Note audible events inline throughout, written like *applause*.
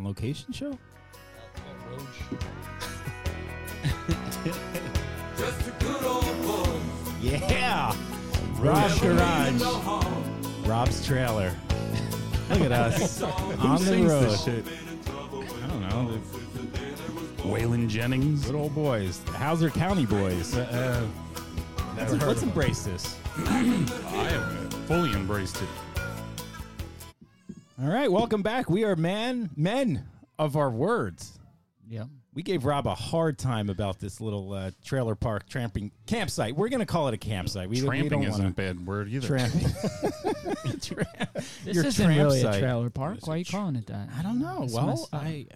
location show? Just a good old boy. Yeah. Rob Garage. Rob's trailer. Look at *laughs* us. on the sings road. this shit? I don't know. Waylon Jennings. Good old boys. The Hauser County boys. Uh, Let's, let's embrace this. I have fully embraced it. All right, welcome back. We are man men of our words. Yeah. We gave Rob a hard time about this little uh, trailer park tramping campsite. We're going to call it a campsite. We, we Tramping don't isn't a want bad word either. to *laughs* tramping. Tramp- This Your isn't tramp really site. a trailer park. Why are you calling it that? I don't know. It's well, messed up. I,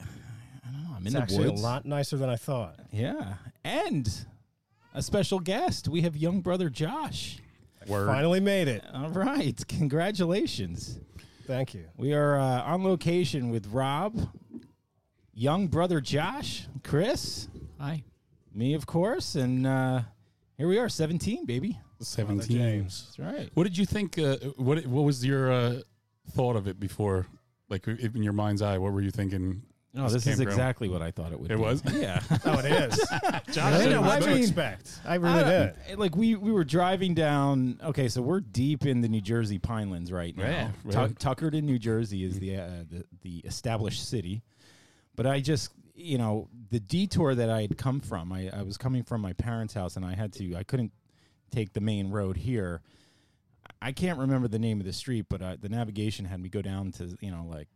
I don't know. I'm It's in the actually woods. a lot nicer than I thought. Yeah, and a special guest. We have young brother Josh. Word. Finally made it. All right, congratulations. Thank you. We are uh, on location with Rob, young brother Josh, Chris, Hi. me, of course, and uh, here we are, 17, baby. 17. That's right. What did you think? Uh, what What was your uh, thought of it before? Like if in your mind's eye, what were you thinking? No, this is campground. exactly what I thought it would It be. *laughs* was? Yeah. *laughs* Oh, it *laughs* is. Josh Really? didn't know I what to mean- expect. I I really did. don't- Like we we were driving down. Okay, so we're deep in the New Jersey Pinelands right now. Yeah, Tu- really. Tuckerton, New Jersey, is the, uh, the the established city. But I just you know the detour that I had come from. I, I was coming from my parents' house, and I had to. I couldn't take the main road here. I can't remember the name of the street, but uh, the navigation had me go down to you know like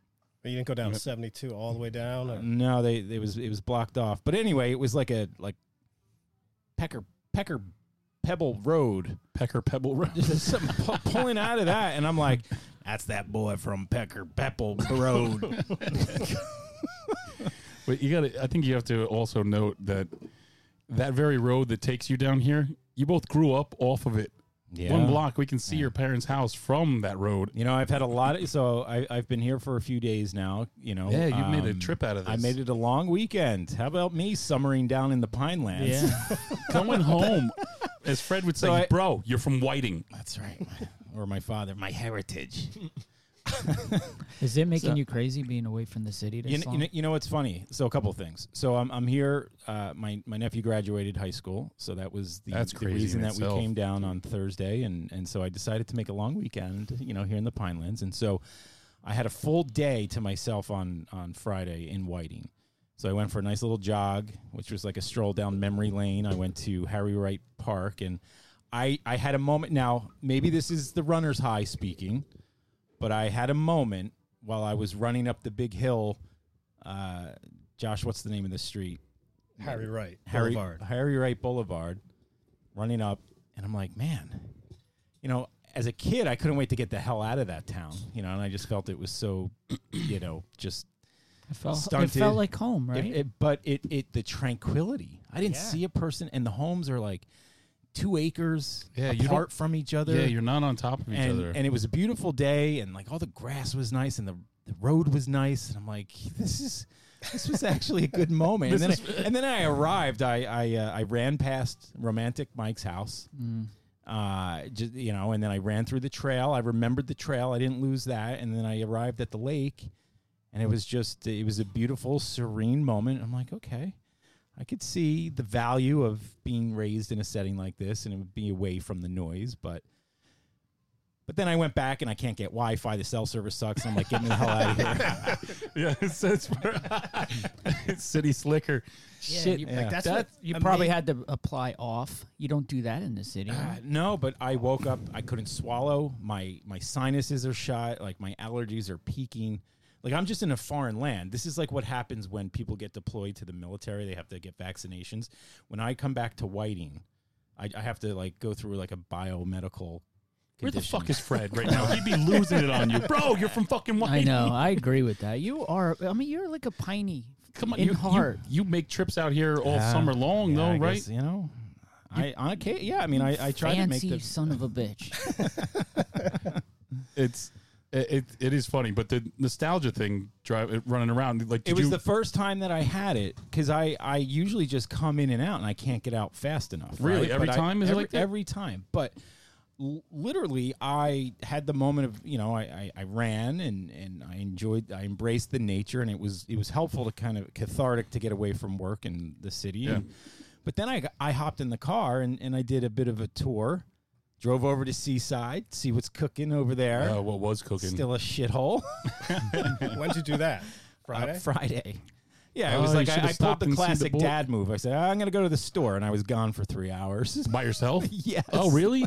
But you didn't go down 72 all the way down. or- no, they it was it was blocked off. But anyway, it was like a like pecker pecker pebble road *laughs* Pecker Pebble Road. just something pu- pulling out of that, and I'm like, that's that boy from Pecker Pepple *laughs* Road. But you got to. I think you have to also note that that very road that takes you down here, you both grew up off of it. yeah. One block, we can see your parents' house from that road. You know, I've had a lot of so I, I've been here for a few days now. You know, Um, Yeah, you made a trip out of I this. made it a long weekend. How about me summering down in the Pinelands? *laughs* Yeah. Going home, as Fred would say, So I- bro, you're from Whiting. that's right. or my father, my heritage. *laughs* is it making you crazy being away from the city this You know, long? you, know, you know what's funny? So a couple things. So I'm I'm here. Uh, my my nephew graduated high school, so that was the, That's the crazy reason in that itself. we came down on Thursday, and and so I decided to make a long weekend. You know, here in the Pinelands, and so I had a full day to myself on on Friday in Whiting. So I went for a nice little jog, which was like a stroll down memory lane. I went to Harry Wright Park, and I I had a moment. Now maybe this is the runner's high speaking but I had a moment while I was running up the big hill. Uh, Josh, what's the name of the street? Harry Wright. Harry, Boulevard. Harry Wright Boulevard, running up, and I'm like, man, you know, as a kid, I couldn't wait to get the hell out of that town, you know, and I just felt it was so, you know, just it, felt, it stunted. felt like home, it- right? it- but it, it, the tranquility. I didn't Yeah. see a person, and the homes are like two acres Yeah, you don't- apart from each other yeah, you're not on top of each and, other. and it was a beautiful day, and like all the grass was nice, and the, the road was nice, and I'm like, this is this was actually a good *laughs* moment. and, then I, and then I arrived. I I, uh, I ran past romantic Mike's house, Mm. uh, just, you know, and then I ran through the trail. I remembered the trail. I didn't lose that. And then I arrived at the lake, and it was just it was a beautiful, serene moment. I'm like, okay. I could see the value of being raised in a setting like this and it would be away from the noise, but but then I went back and I can't get Wi Fi. The cell service sucks. And I'm like, get me the hell out of *laughs* here. yeah, it says *laughs* City Slicker. Yeah, Shit, you, yeah. like, that's That- what, you probably had to apply off. You don't do that in the city. Uh, no, but I woke up. I couldn't swallow. My my sinuses are shot. Like my allergies are peaking. Like I'm just in a foreign land. This is like what happens when people get deployed to the military. They have to get vaccinations. When I come back to Whiting, I, I have to like go through like a biomedical. Where the fuck condition. is Fred right now? *laughs* He'd be losing it on you, bro. You're from fucking Whiting. I know. I agree with that. You are. I mean, you're like a piney. Come on, in you, you- heart. You, make trips out here all Yeah. summer long, Yeah, though, I right? guess, you know, I on occa- Yeah, I mean, I I try to make Fancy the son of a bitch. It's it, it it is funny, but the nostalgia thing, drive running around like did it was you, the first time that I had it because I, I usually just come in and out and I can't get out fast enough. Really? right? Every But I- time is it every, like that? every time, but l- literally I had the moment of you know I, I, I ran and, and I enjoyed I embraced the nature and it was it was helpful to kind of cathartic to get away from work and the city. And- but then I got- I hopped in the car and, and I did a bit of a tour, drove over to Seaside, see what's cooking over there. Uh, what was cooking? Still a shithole. *laughs* When'd you do *laughs* that? Uh, Friday. Friday. Yeah, it Oh, was you like should've I, I pulled stopped the and seen the classic bull- dad move. I said I'm going to go to the store, and I was gone for three hours. *laughs* by *laughs* yourself? Yes. Oh, really?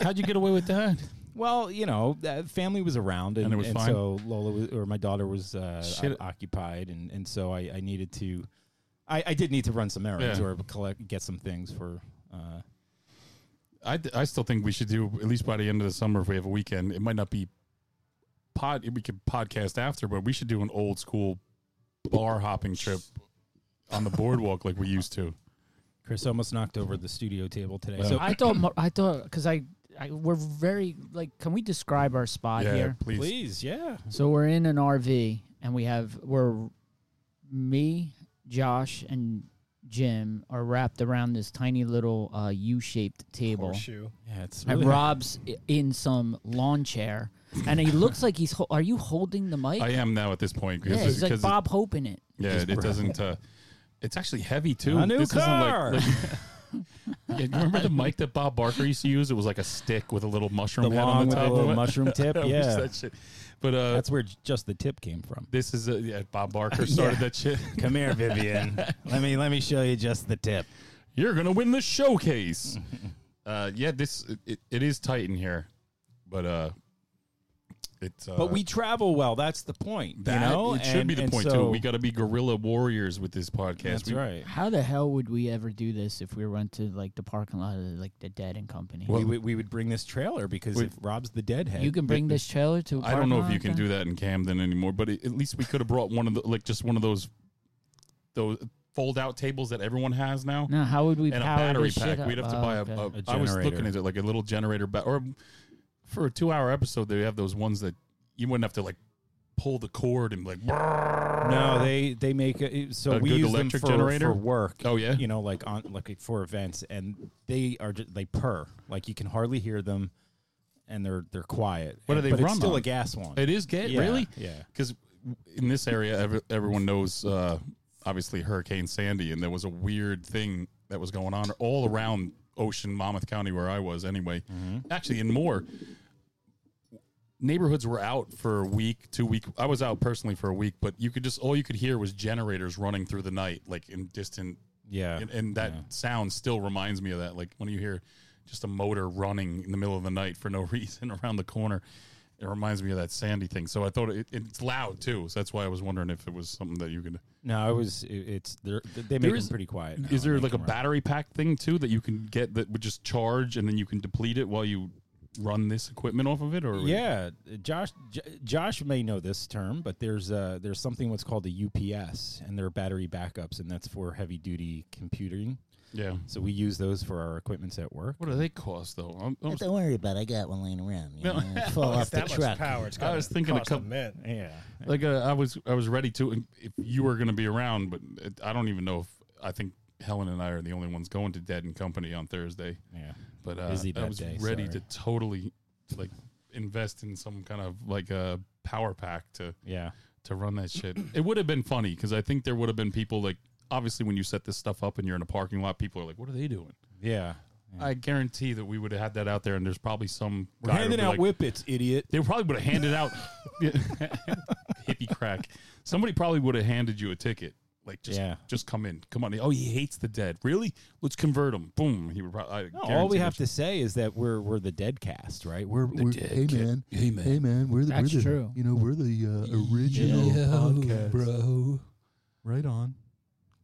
How'd you get away with that? Well, you know, uh, family was around, and, And it was fine? so Lola was, or my daughter was uh, Shit. o- occupied, and, and so I, I needed to, I, I did need to run some errands Yeah. or collect get some things for. Uh, I, th- I still think we should do at least by the end of the summer if we have a weekend. It might not be pod. We could podcast after, but we should do an old school bar hopping trip on the boardwalk like we used to. Chris almost knocked over the studio table today. *laughs* Well. so I thought mo- I thought because I, I we're very like can we describe our spot yeah, here? please. please, yeah, So we're in an RV and we have we're me, Josh, and Jim are wrapped around this tiny little uh, U-shaped table. *laughs* Horseshoe. yeah, it's And really Rob's i- in some lawn chair, and he looks like he's. Ho- are you holding the mic? I am now at this point yeah, because he's like Bob Hope in it. yeah, it, doesn't. Uh, it's actually heavy too. A new This isn't like- car! *laughs* like- yeah, you remember the mic that Bob Barker used to use? It was like a stick with a little mushroom the head on long the with top a little of it. mushroom *laughs* tip. *laughs* I wish yeah, that shit. But uh, that's where j- just the tip came from. this is uh, yeah, Bob Barker *laughs* started Yeah. that shit. Come here, *laughs* Vivian. let me let me show you just the tip. You're gonna win *laughs* the showcase. uh, yeah, this it, it is tight in here, but uh, it's uh, But we travel well. That's the point. that, you know, it should And- be the and point so- too. We got to be guerrilla warriors with this podcast. That's we, right. How the hell would we ever do this if we went to like the parking lot of like the Dead and Company? we, would, we would bring this trailer because We- if Rob's the deadhead, you can bring this trailer to. I I don't know if you can do that in Camden anymore, but it, at least we could have brought one of the like just one of those those fold out tables that everyone has now. No, how would we and a power battery this shit pack. up? We'd have to Oh, buy a. okay. a- A I was looking generator. at it like a little generator, ba- or for a two-hour episode, they have those ones that you wouldn't have to like pull the cord and like. No, they they make a, so A we good use them electric for, generator? for work. Oh, yeah? you know, like on like for events, and they are just, they purr like you can hardly hear them, and they're they're quiet. What do they But it's run still on? a gas one. It is gay, Yeah, really? yeah. Because in this area, ev- everyone knows, uh, obviously, Hurricane Sandy, and there was a weird thing that was going on all around Ocean, Monmouth County, where I was anyway. Mm-hmm. Actually, in more neighborhoods were out for a week, two week. I was out personally for a week, but you could just all you could hear was generators running through the night, like in distant yeah, and, and that sound still reminds me of that. Like when you hear just a motor running in the middle of the night for no *laughs* reason around the corner, it reminds me of that Sandy thing. So I thought it, it's loud too. So that's why I was wondering if it was something that you could. no, it was it, it's they're, they make is- them pretty quiet. now. Is there They like a can run. battery pack thing too that you can get that would just charge and then you can deplete it while you run this equipment off of it? Or Yeah, Josh. J- Josh may know this term, but there's uh there's something what's called a UPS, and there are battery backups, and that's for heavy duty computing. yeah. So we use those for our equipments at work. What do they cost though? I'm, I'm, Don't worry about it. I got one laying around. You No. know, fall off It's the that much truck. power. It's I was gotta thinking a cost a couple- mint. Yeah, like uh, I was I was ready to and if you were going to be around, but it, I don't even know if I think Helen and I are the only ones going to Dead and Company on Thursday. yeah. But uh, Busy I that was day, ready sorry. to totally like invest in some kind of like a power pack to Yeah. to run that *clears throat* shit. it would have been funny because I think there would have been people like obviously when you set this stuff up and you're in a parking lot, people are like, "What are they doing?" Yeah. I guarantee that we would have had that out there, and there's probably some We're guy who'd handing be out like, whippets, idiot. They probably would have handed out *laughs* hippie crack. Somebody probably would have handed you a ticket. Like just, Yeah. just come in, come on. Oh, he hates the dead. Really? Let's convert him. Boom. He would probably. all we have to say is that we're we're the dead cast, right? We're, we're Hey man, hey man, hey man, we're the That's we're the, true. You know, we're the uh, original podcast, bro. Right on.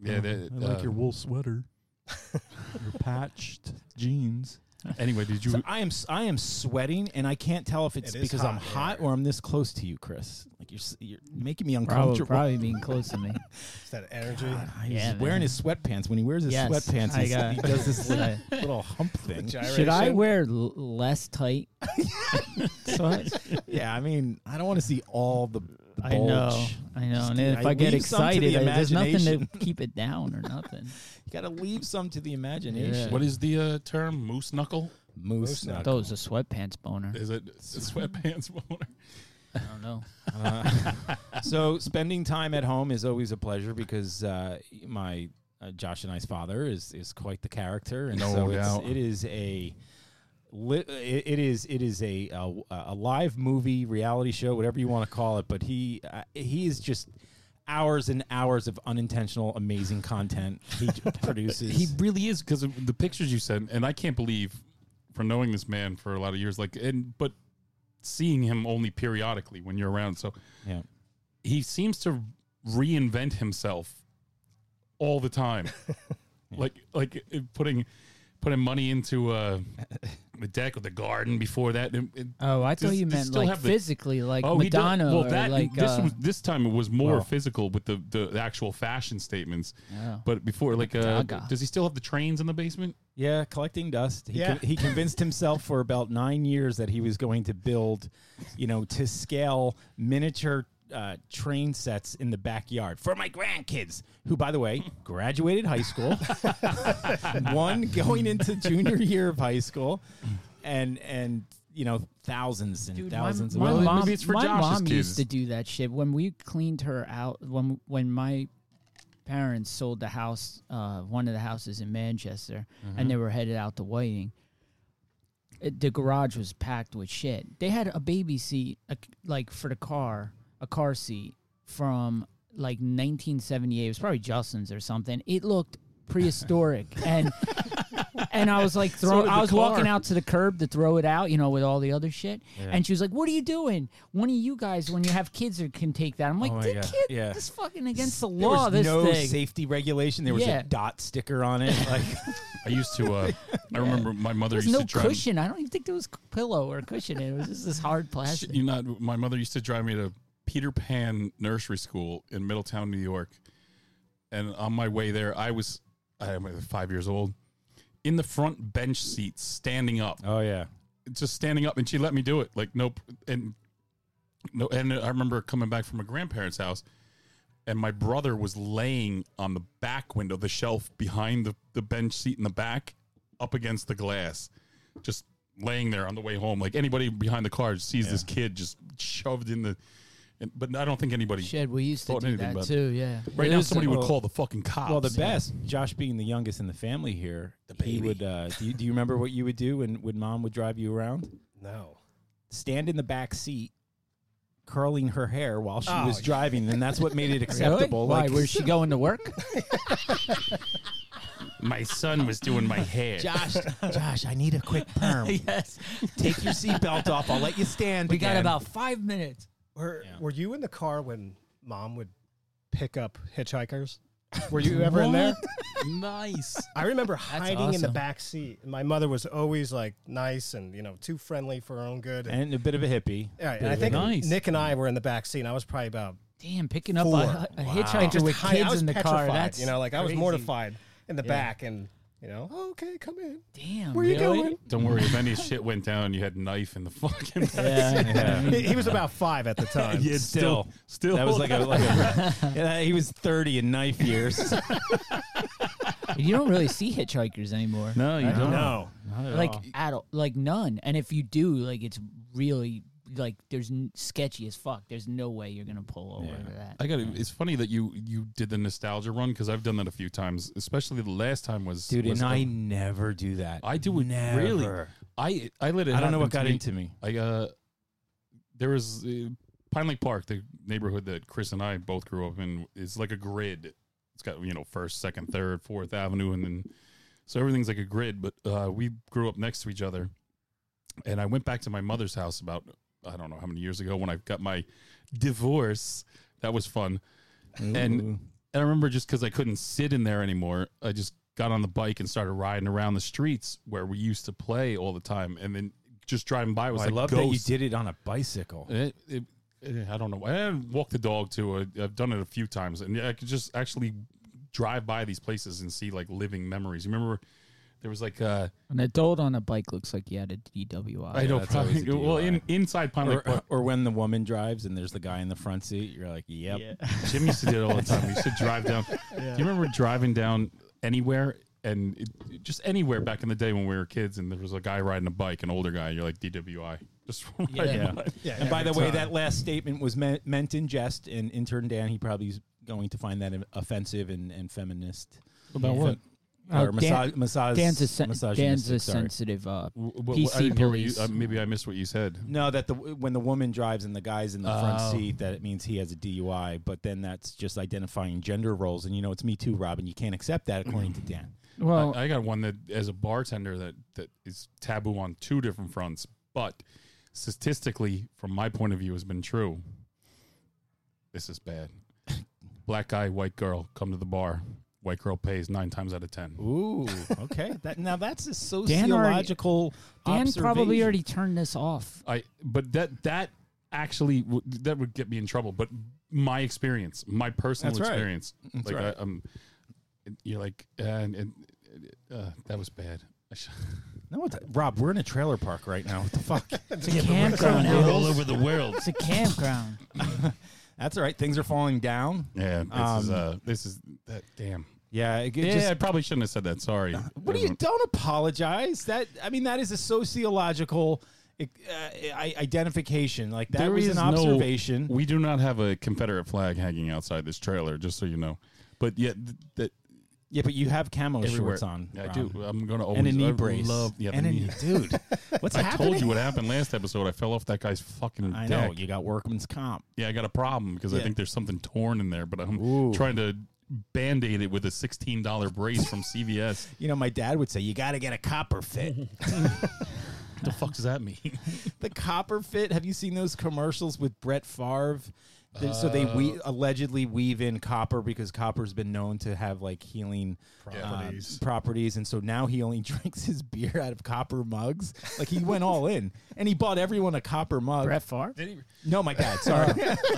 Yeah, they- I like uh, your wool sweater, your patched jeans. Anyway, did you? So I am s- I am sweating and I can't tell if it's It is because I'm hot hot here. or I'm this close to you, Chris. Like you're s- you're making me Probably, uncomfortable. probably being close to me. It's that energy. He's Yeah, wearing man. his sweatpants. When he wears his Yes, sweatpants, I he's- got- he does *laughs* this little, I- little hump thing. Should I Gyration. wear l- less *laughs* tight? so I, Yeah, I mean, I don't want to see all the, the I know, bulge. I know. Just And leave- if I get leave some to excited, the I, there's nothing to imagination. *laughs* keep *laughs* it down or nothing. You got to leave some to the imagination. Yeah. what is the uh, term? Moose knuckle. Moose Moose knuckle. Thought it was a sweatpants boner. Is it sweatpants *laughs* boner? I don't know. Uh, so spending time at home is always a pleasure because uh, my uh, Josh and I's father is is quite the character, and No so it's, doubt. it is a. Li- it it is it is a, a a live movie reality show whatever you want to call it but he uh, he is just hours and hours of unintentional amazing content *laughs* he j- produces He really is because of the pictures you sent, and I can't believe for knowing this man for a lot of years, like, and but seeing him only periodically when you're around. So yeah he seems to reinvent himself all the time, like like uh, putting putting money into uh, the deck of the garden before that. It- it- Oh, I Does- thought you does meant still like have the- Oh, physically, like he does- Madonna or like. this uh, was this time it was more Well. physical with the, the actual fashion statements. oh. But before, like, uh, Gaga. does he still have the trains in the basement? Yeah, collecting dust. He, Yeah. con- he convinced himself for about nine years that he was going to build, you know, to scale miniature uh, train sets in the backyard for my grandkids, who, by the way, graduated high school, one going into junior year of high school, and and you know, thousands and Dude, my, thousands. my of Well, mom, maybe it's for my Josh's mom kids. used to do that shit when we cleaned her out. When when my parents sold the house, uh, one of the houses in Manchester, Mm-hmm. and they were headed out to Whiting. it- the garage was packed with shit. They had a baby seat, a, like for the car, a car seat from like 1978. It was probably Justin's or something. It looked *laughs* prehistoric, and and I was like throwing. did the I was walking car. out to the curb to throw it out, you know, with all the other shit. And she was like, "What are you doing? One of you guys, when you have kids, are, can take that." I'm like, Oh my "The God. kid, Yeah. this fucking against the there law. was This no thing." safety regulation. There was Yeah. a dot sticker on it. Like, *laughs* I used to. Uh, I remember my mother There's used no to drive. cushion. I don't even think there was pillow or cushion. in It It was just this hard plastic. You know, my mother used to drive me to Peter Pan Nursery School in Middletown, New York. And on my way there, I was I was five years old in the front bench seat, standing up, oh yeah, just standing up, and she let me do it. Like nope, and no, and I remember coming back from my grandparents' house, and my brother was laying on the back window, the shelf behind the, the bench seat in the back, up against the glass, just laying there on the way home. Like anybody behind the car sees this kid just shoved in the, and, but I don't think anybody. Shit, we used to thought do anything that about it. too. Yeah. Right It now, was somebody a- would well- call the fucking cops. Well, the best, Josh being the youngest in the family here, he would. Uh, do, you, do you remember what you would do when, when mom would drive you around? No. Stand in the back seat, curling her hair while she Oh, was yeah. driving, and that's what made it Really? acceptable. Why? Like, was she going to work? *laughs* My son was doing my hair. Josh, Josh, I need a quick perm. yes. Take your seatbelt off. I'll let you stand. We got again." about five minutes. Were Yeah. Were you in the car when mom would pick up hitchhikers? Were you ever in there? nice. I remember hiding in the awesome. back seat. And my mother was always like nice and you know too friendly for her own good. And, and a bit of a hippie. yeah, and I think Nice. Nick and I were in the back seat. And I was probably about Damn, picking up a, Four. a I hitchhiker just with hide- I kids was in the car. petrified, That's you know, like I was crazy. mortified in the Yeah. back and you know "Oh, okay come in. Damn. Where you really? *laughs* going? Don't worry. If any shit went down, you had knife in the *laughs* fucking. Yeah. *laughs* He, he was about five at the time. Yeah, Still. still. That was like a. Like a yeah, he was thirty in knife years. you don't really see hitchhikers anymore. no, you don't. No. Like at all, like none. And if you do, like it's really like there's n- sketchy as fuck. There's no way you're gonna pull over to that. I got it. It's funny that you you did the nostalgia run because I've done that a few times. Especially the last time was Dude, was and I a- never do that. I do it never. really. I I let it. I don't know happen what to got me. into me. I uh, there was uh, Pine Lake Park, the neighborhood that Chris and I both grew up in, is like a grid. It's got you know first, second, third, fourth Avenue, and then so everything's like a grid. But uh, we grew up next to each other, and I went back to my mother's house about I don't know how many years ago when I got my divorce. That was fun. And- And I remember just because I couldn't sit in there anymore, I just got on the bike and started riding around the streets where we used to play all the time. And then just driving by, it was I like love that you ghosts. did it on a bicycle. It, it, it- I don't know. I walk the dog too. I, I've done it a few times, and I could just actually drive by these places and see like living memories. You remember there was like uh, An adult on a bike looks like you had a DWI. I know Oh, that's always probably a *laughs* well in, inside Pine Lake Or, Park. or when the woman drives and there's the guy in the front seat, you're like, yep. *laughs* Jim used to do it all the time. We used to drive down. Do you remember driving down anywhere and it, it- just anywhere back in the day when we were kids, and there was a guy riding a bike, an older guy, you're like DWI. *laughs* Just riding a *laughs* Yeah. bike. Yeah. And by the way, time. that last statement was meant, meant in jest, and intern Dan, he probably is going to find that offensive and, and feminist. About Yeah. what? Oh, or Dan- misa- massage, Dan's a, sen- Dan's misogynistic, a sorry. sensitive. Uh, W- w- PC I didn't hear what you- police. uh, maybe I missed what you said. No, that the when the woman drives and the guy's in the front Oh. seat, that it means he has a DUI. But then that's just identifying gender roles, and you know it's me too, Robin. You can't accept that according to Dan. well, I, I got one that, as a bartender, that that is taboo on two different fronts, but statistically, from my point of view, has been true. This is *laughs* bad. Black guy, white girl, come to the bar. White girl pays nine times out of ten. Ooh, okay. that now that's a *laughs* Dan already- sociological. Dan probably observation. already turned this off. I but that that actually w- that would get me in trouble. But my experience, my personal That's right. experience, like right. I, um, you're like, uh, and, and uh, that was bad. *laughs* I sh- No, what the, Rob, we're in a trailer park right now. What the fuck? *laughs* It's a campground. We're Al. all over the world. It's a campground. That's all right. Things are falling down. Yeah, this is Um, uh, this is that damn. Yeah, it, it yeah, just I probably shouldn't have said that. Sorry. What do you? Don't apologize. That I mean, that is a sociological uh, i- identification. Like that was an observation. we do not have a Confederate flag hanging outside this trailer, just so you know. But yet, th- that yeah, but you have camo everywhere shorts on. I Rob. do. I'm going to always and a I knee would brace. Love, yeah, the and a knee- knee, *laughs* dude. What's I happening? told you what happened last episode. I fell off that guy's fucking. I deck. know you got workman's comp. Yeah, I got a problem because I Yeah. think there's something torn in there, but I'm Ooh. trying to band aid it with a $16 brace *laughs* from CVS. You know, my dad would say you got to get a copper fit. the fuck does that mean? the copper fit. Have you seen those commercials with Brett Favre? They- so they we- allegedly weave in copper because copper's been known to have like healing Properties. uh, properties, and so now he only *laughs* drinks his beer out of copper mugs. Like he went all in, and he bought everyone a copper mug. Brett Favre. No, my God, sorry. *laughs*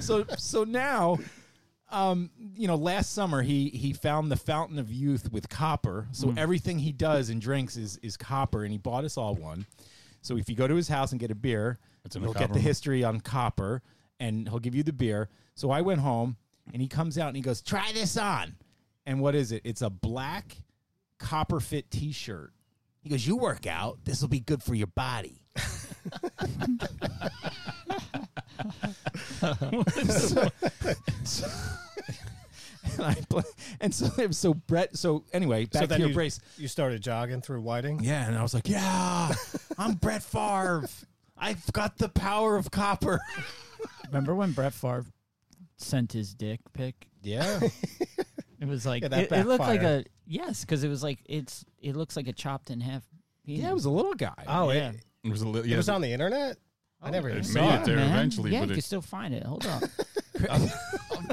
so so now, um, you know, last summer he he found the fountain of youth with copper. So Mm. everything he does and drinks is is copper, and he bought us all one. So if you go to his house and get a beer, It's in a he'll get copper the mug. history on copper, and he'll give you the beer. So I went home, and he comes out and he goes, "Try this on." And what is it? It's a black copper fit T-shirt. He goes, "You work out. This will be good for your body." *laughs* so, so- and, I pla- and so so Brett. So anyway, back So to then your you, brace. you started jogging through Whiting. Yeah, and I was like, yeah, I'm Brett Favre. I've got the power of copper. *laughs* Remember when Brett Favre sent his dick pic? Yeah, It was like Yeah, that it, it looked like a backfired. yes, because it was like it's it looks like a chopped in half. Penis. yeah, it was a little guy. *laughs* Oh, it- Yeah. it, It was, a li- yeah, was on the internet. I never it even made saw it it. there man. eventually, Yeah, but you it- can still find it. Hold *laughs* on.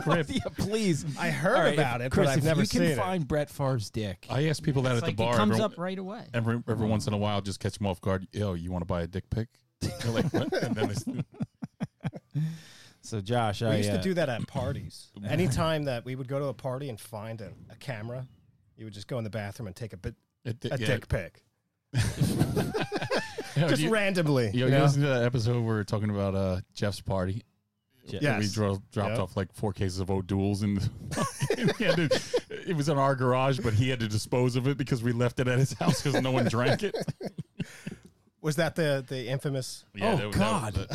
Crip. Yeah, please. I heard All right, about if- it, Chris, but I've if never you seen can it. find Brett Favre's dick. I ask people that It's at like the bar it comes every, up right away. every, every once in a while, just catch them off guard. Yo, you want to buy a dick pic? *laughs* They're like, what? And then they, So Josh, We I used uh, to do that at parties. Anytime that we would go to a party and find a, a camera, you would just go in the bathroom and take a bit *laughs* it, a yeah. dick pic, Yeah, just you, randomly. you, You you know? listen to that episode where we are talking about uh, Jeff's party. Yeah, Yes. we dro- dropped Yep. off like four cases of O'Doul's, and *laughs* he had to, it was in our garage, but he had to dispose of it because we left it at his house because no one drank it. *laughs* Was that the the infamous? Oh, God.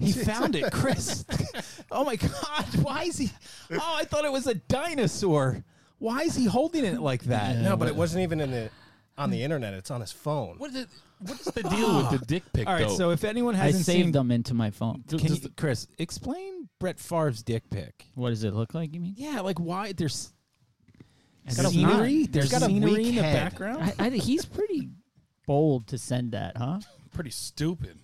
he found it, Chris. *laughs* oh my God, why is he? Oh, I thought it was a dinosaur. Why is he holding it like that? No, but it wasn't even in the on the internet. It's on his phone. what, is, what is the deal with the dick pic? All right, so if anyone I hasn't saved seen, them into my phone. Just- can just you, Chris, explain Brett Favre's dick pic. What does it look like? You mean? Yeah, like why there's It's not- scenery? There's got a scenery weak in the head. background. I, I, he's pretty bold to send that, huh? pretty stupid.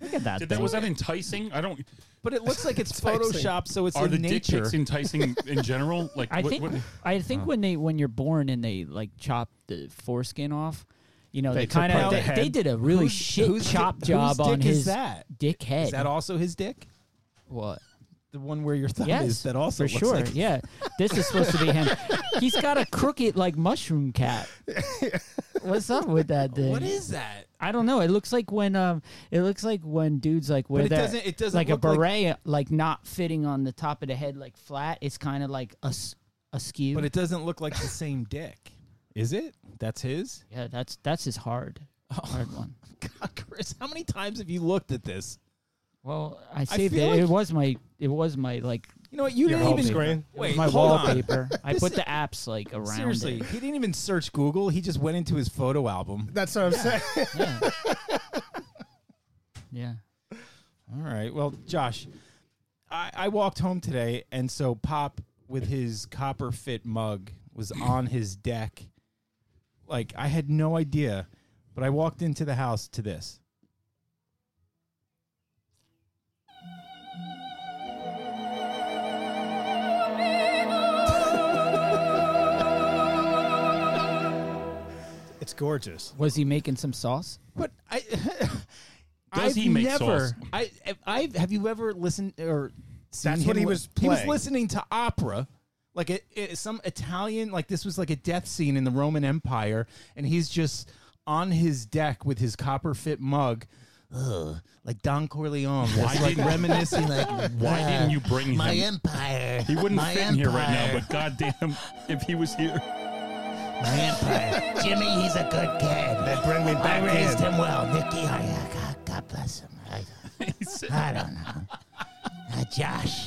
Look at that. Did that thing. was that enticing? I don't. But it looks *laughs* like it's Enticing. photoshopped, so it's are in the dick nature. pics enticing in general? Like, I what, think what- I think Oh. when they when you're born and they like chop the foreskin off, you know they, took kind out of the they, head. they did a really Who's- shit whose chop dick- job whose on dick is his that? dick head. Is that also his dick? what? The one where your thumb Yes, is that also for looks sure. like yeah, this is supposed to be him. He's got a crooked like mushroom *laughs* cap. What's up with that thing? What is that? I don't know. It looks like when um, it looks like when dudes like wear it that doesn't- it doesn't like a look like- beret like, not fitting on the top of the head like flat. It's kind of like a s- askew. But it doesn't look like the same dick. Is it? That's his? *laughs* yeah, that's that's his hard Oh. hard one. God, Chris, how many times have you looked at this? Well, I saved feel it. like- it was my it was my like You know what? You Your didn't home even screen. Wait, my hold on. wallpaper. I This put is- the apps like around Seriously, it. he didn't even search Google. He just went into his photo album. That's what I'm saying. *laughs* Yeah. *laughs* yeah. All right. Well, Josh, I, I walked home today, and so Pop with his copper fit mug was on his deck. Like I had no idea, but I walked into the house to this. It's gorgeous. Was he making some sauce? But I. *laughs* Does he make never, sauce? I, I, have you ever listened or seen That's him what he li- was He was playing. listening to opera, like a, a- some Italian. Like this was like a death scene in the Roman Empire, and he's just on his deck with his copper fit mug, ugh, like Don Corleone, just like *laughs* didn't- reminiscing. Like Why "Ah, didn't you bring *laughs* my him? empire? He wouldn't my fit in empire, here right now, but goddamn, if he was here, *laughs* my empire. Jimmy, he's a good kid. Then bring me back I raised in. him well, Nicky. I, I- God, God bless him. *laughs* I, I don't know. Uh, Josh,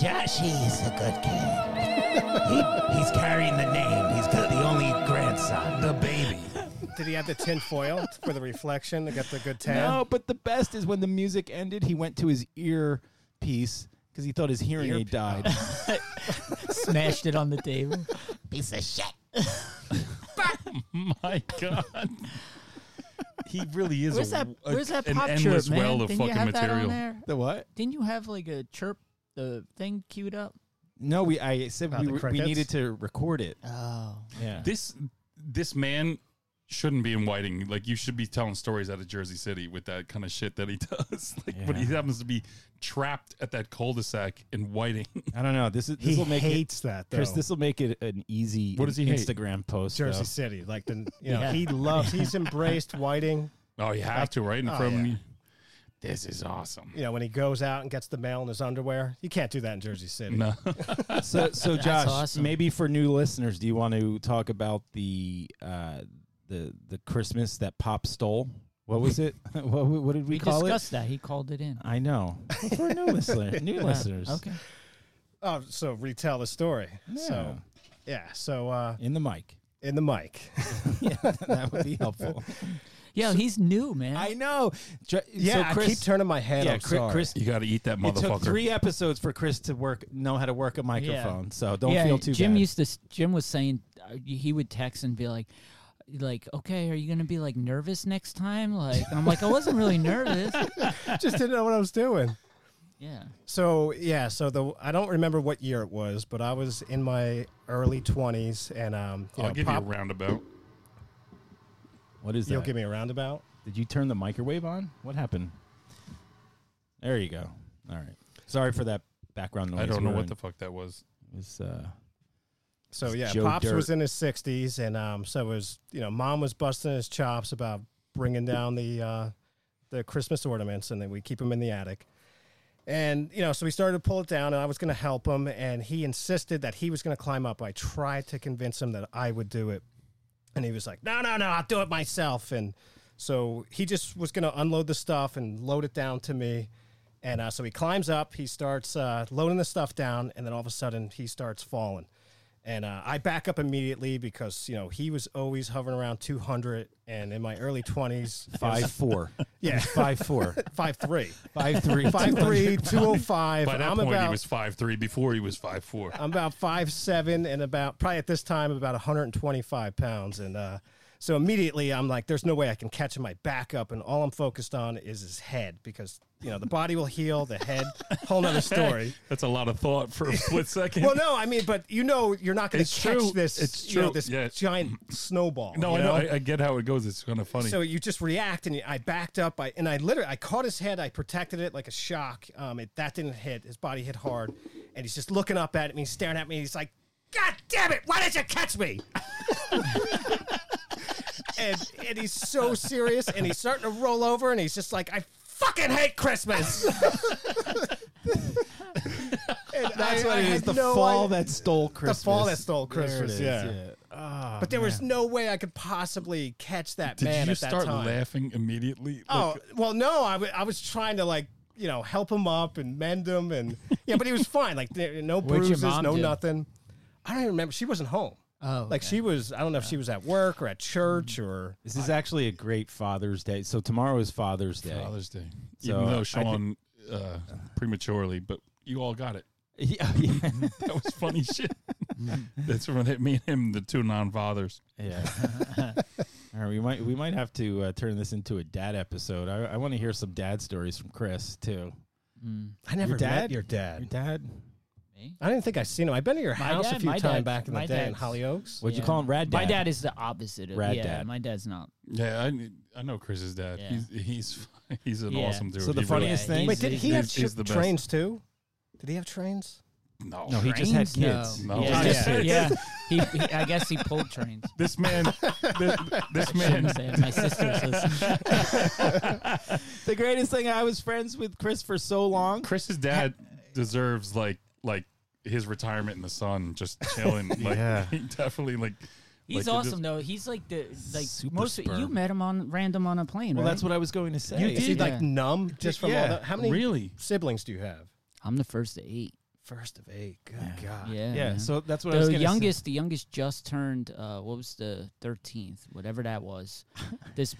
Josh, he's a good kid. He, he's carrying the name. He's got the only grandson, the baby. Did he have the tin foil for the reflection? I got the good tan. No, but the best is when the music ended. He went to his ear piece because he thought his hearing aid died. Smashed it on the table. *laughs* Piece of shit. my god, he really is. Where's a, that? a- Where's that an pop endless chirp, man? well of Didn't you fucking have that on material. there? The what? Didn't you have like a chirp the thing queued up? No, we. I said About we the were- we crickets? needed to record it. Oh, Yeah. This this man shouldn't be in Whiting. Like you should be telling stories out of Jersey City with that kind of shit that he *laughs* does. Like, but he Yeah. happens to be trapped at that cul-de-sac in Whiting. *laughs* I don't know. This is he this will make it. hates that though. Chris, this will make it an easy What does he hate? Instagram post. Jersey though. City, like the you know, Yeah. he loves. *laughs* He's embraced Whiting. Oh, you have to right in oh, front of yeah. me. This is awesome. You know, when he goes out and gets the mail in his underwear, you can't do that in Jersey City. No. So, so Josh, awesome. maybe for new listeners, do you want to talk about the uh, the the Christmas that Pop stole? What was it? *laughs* what, what did we, we call discussed that. He called *laughs* it in. it? I know for new listeners, new Uh, listeners. Okay. *laughs* Oh, so retell the story. So, Yeah. yeah. So uh, in the mic. *laughs* in the mic. yeah, that would be helpful. Yeah, he's new, man. I know. Ju- Yeah, so Chris, I keep turning my head. yeah, I'm Chris, sorry. Chris. *laughs* You got to eat that It took motherfucker. three episodes for Chris to work, know how to work a microphone. So don't feel too Jim bad. used to. s- Jim was saying uh, he would text and be like, like, okay, are you gonna be like nervous next time? Like, I'm like, I *laughs* wasn't really nervous. just didn't know what *laughs* I was doing. Yeah. So yeah, so the I don't remember what year it was, but I was in my early twenties, and um, you I'll know, give pop, you a roundabout. what is that? you'll give me a roundabout. Did you turn the microwave on? What happened? There you go. All right. Sorry for that background noise. I don't know We're what in- the fuck that was. it was, uh, So yeah, Joe pops Dirt. was in his sixties, and um, so was you know, mom was busting his chops about bringing down the uh, the Christmas ornaments, and then we keep them in the attic. And you know, so we started to pull it down, and I was going to help him, and he insisted that he was going to climb up. I tried to convince him that I would do it, and he was like, "No, no, no, I'll do it myself." And so he just was going to unload the stuff and load it down to me. And uh, so he climbs up, he starts uh, loading the stuff down, and then all of a sudden he starts falling. And uh, I back up immediately because you know he was always hovering around 200, and in my early 20s, *laughs* five four. yeah, five four. *laughs* five three. Five three. Five three, two oh five. By that I'm point, about he was five three. Before he was five *laughs* four. I'm about five seven and about probably at this time about 125 pounds. And uh, so immediately I'm like, there's no way I can catch him. my back up, and all I'm focused on is his head because you know the body will heal, the head, whole *laughs* nother story. That's a lot of thought for *laughs* a split second. Well, no, I mean, but you know, you're not going to It's catch true. this. It's You know, true. this Yeah. giant snowball. no, I you know. I, I get how it goes. It's kind of funny. So you just react, and I backed up. I and I literally I caught his head. I protected it like a shock. Um, it, that didn't hit. His body hit hard, and he's just looking up at me. He's staring at me. He's like, "God damn it! Why did you catch me?" *laughs* and and he's so serious, and he's starting to roll over, *laughs* and he's just like, "I fucking hate Christmas." And That's I- what I it is. had The no fall idea- that stole Christmas. fall that stole There it Christmas, is, yeah. Oh, But there was man. no way I could possibly catch that Did man you at that start time. laughing immediately? Oh Like, well, no, I wa- I was trying to like you know help him up and mend him and yeah, but he was fine. Like there- no What'd your bruises, mom no do? nothing. I don't even remember. She wasn't home. Oh, Like okay. she was. I don't know if she was at work or at church or. This is actually a great Father's Day. So tomorrow is Father's Day. Father's Day. So, Even I though thi- Sean uh, prematurely, but you all got it. *laughs* *laughs* Yeah, yeah. That was *laughs* funny shit. That's when it, me and him, the two non-fathers. yeah. *laughs* All right, we might we might have to uh, turn this into a dad episode. I, I want to hear some dad stories from Chris too. Mm. I never dad? met your Your dad. dad? I didn't think I've seen him. I've been to your My house dad- a few my times dad- back in the my day in dad's- Holly Oaks. What'd you Yeah. call him? Rad dad. My dad is the opposite of Rad yeah. dad. My dad's not. Yeah, I, I know Chris's dad. Yeah. He's *laughs* he's he's an Yeah. awesome dude. So the He really- funniest Yeah, thing. Wait, did he have He's- he's ch- the best. trains too? Did he have trains? no, No, he just had Trains? No. kids. No. Yeah, Oh, just- yeah. yeah. He, he, I guess he *laughs* pulled trains. this *laughs* man, this, this man. Shouldn't say it. My sister's listening. The greatest thing. I was friends with Chris for so long. Chris's dad deserves like like his retirement in the sun, *laughs* just chilling. Like, Yeah. he definitely like. like, He's it awesome just- though. He's like the like Super most. You sperm. met him on random on a plane, Well, right? that's what I was going to say. You did Yeah. like numb just from all Yeah. the. How many Really? siblings do you have? I'm the first to eight. First of eight. Good God. Yeah. Ah, Yeah, man. so that's what I was the gonna youngest, the youngest just turned. Uh, what was the thirteenth? Whatever *laughs* that was. this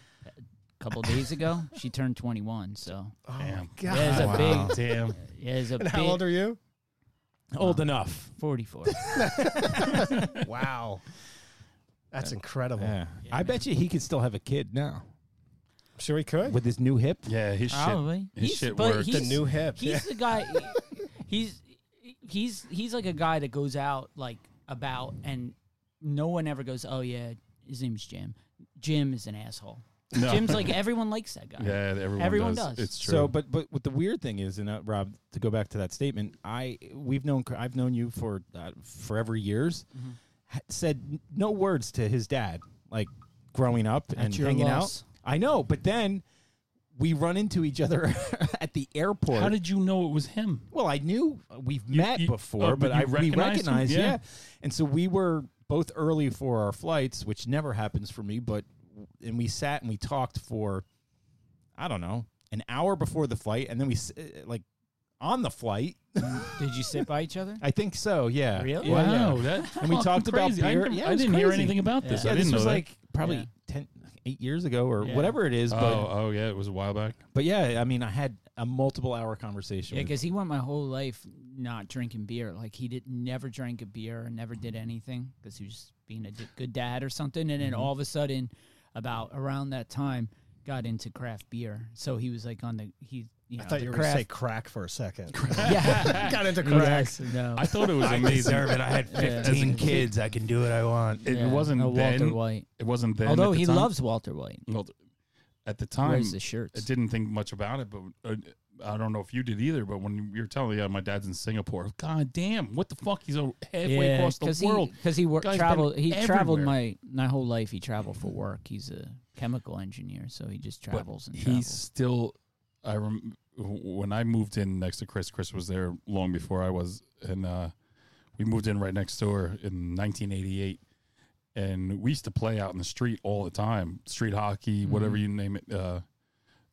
couple days ago, she turned twenty *laughs* one. So Oh Damn. God. Yeah, it's a Wow. big- Damn. yeah, it's a And big, how old are you? say. old enough. forty four. *laughs* Wow. That's incredible. Yeah. I bet you he could still have a kid now I'm sure he could. with his new hip. Yeah, his Probably. shit. His He's- shit but worked. the he's- new hip. He's the guy. He's he's he's like a guy that goes out like about, and no one ever goes, "Oh yeah, his name's Jim." Jim is an asshole. No. Jim's like everyone likes that guy. Yeah, everyone, Everyone does. does. It's true. So, but but what the weird thing is, and uh, Rob, to go back to that statement, I we've known Cr- I've known you for uh, forever years. ha- Said n- no words to his dad, like growing up and your hanging loss. out. I know, but then we run into each other *laughs* at the airport. how did you know it was him? Well, I knew uh, we've met you- before, oh, but, but I you we recognized him? recognized, Yeah. yeah. And so we were both early for our flights, which never happens for me. But and we sat and we talked for, I don't know, an hour before the flight, and then we s- uh, like on the flight. Did you sit by each other? I think so. Yeah. Really? Yeah, yeah. Wow, that And we talked about crazy. I beer. didn't, Yeah, it I was didn't hear crazy. anything about Yeah. this. Yeah, I this didn't know was that. like probably Yeah. 10, 8 years ago or Yeah. whatever it is. *laughs* oh, But, oh yeah, it was a while back. but yeah, I mean, I had a multiple hour conversation. Yeah, with, because he went my whole life not drinking beer. Like he did never drank a beer and never did anything because he was being a d- good dad or something. And then Mm-hmm. all of a sudden, about around that time, got into craft beer. So he was like on the he. You know, I thought the you were going to say craft. crack for a second. *laughs* yeah. Got into crack. Yes, no. I thought it was amazing. it. I had Yeah. kids. I can do what I want. It Yeah, wasn't no Walter then. White. It wasn't then. Although at the he time. loves Walter White. Well, th- at the He time, wears the I shirts. didn't think much about it, but uh, I don't know if you did either. But when you were telling me, yeah, my dad's in Singapore. God damn, what the fuck? He's o- halfway across the he, world. Because he worked, Guy's been traveled. He traveled everywhere. my my whole life. He traveled for work. He's a chemical engineer, so he just But travels and he's travels. still. I rem- when I moved in next to Chris. Chris was there long before I was, and uh, we moved in right next door in 1988. And we used to play out in the street all the time, street hockey, Mm-hmm. whatever you name it. Uh,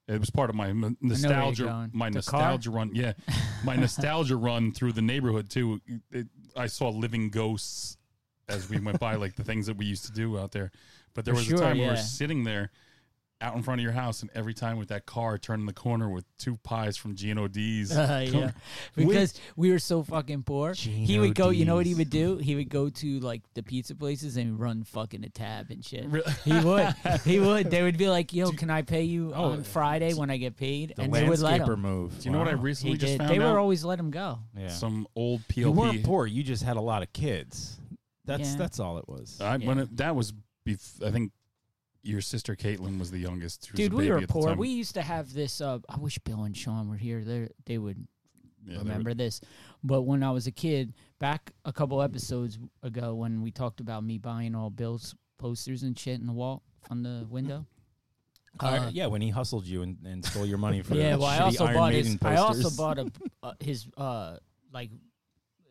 it was part of my m- nostalgia, going. my The car? nostalgia run. *laughs* Yeah, my nostalgia run through the neighborhood too. It, I saw living ghosts as we went by, like the things that we used to do out there. But there For was sure, a time we were yeah. sitting there out in front of your house, and every time with that car turning the corner with two pies from Gino D's. *laughs* Uh, *laughs* yeah, because we were so fucking poor. he would go. You know what he would do? He would go to like the pizza places and run fucking a tab and shit. He would. He would. They would be like, *laughs* "Yo, can I pay you Oh, on Friday when I get paid?" The and they would let landscaper him. move. Do you know what I recently He just did. found They out? were always let him go. Yeah. Some old PLP. you weren't poor. You just had a lot of kids. That's Yeah. Uh, that's all it was. I, when Yeah. it, that was, bef- I think your sister Caitlin was the youngest. who was Dude, a we baby were at the poor. time. We used to have this. Uh, I wish Bill and Sean were here. They they would Yeah, they were- remember this. But when I was a kid, back a couple episodes ago, when we talked about me buying all Bill's posters and shit in the wall on the window. Uh, uh, yeah, when he hustled you and, and stole your money for *laughs* yeah, the well, I shitty also Iron bought Maiden his. I posters. also bought a uh, his uh like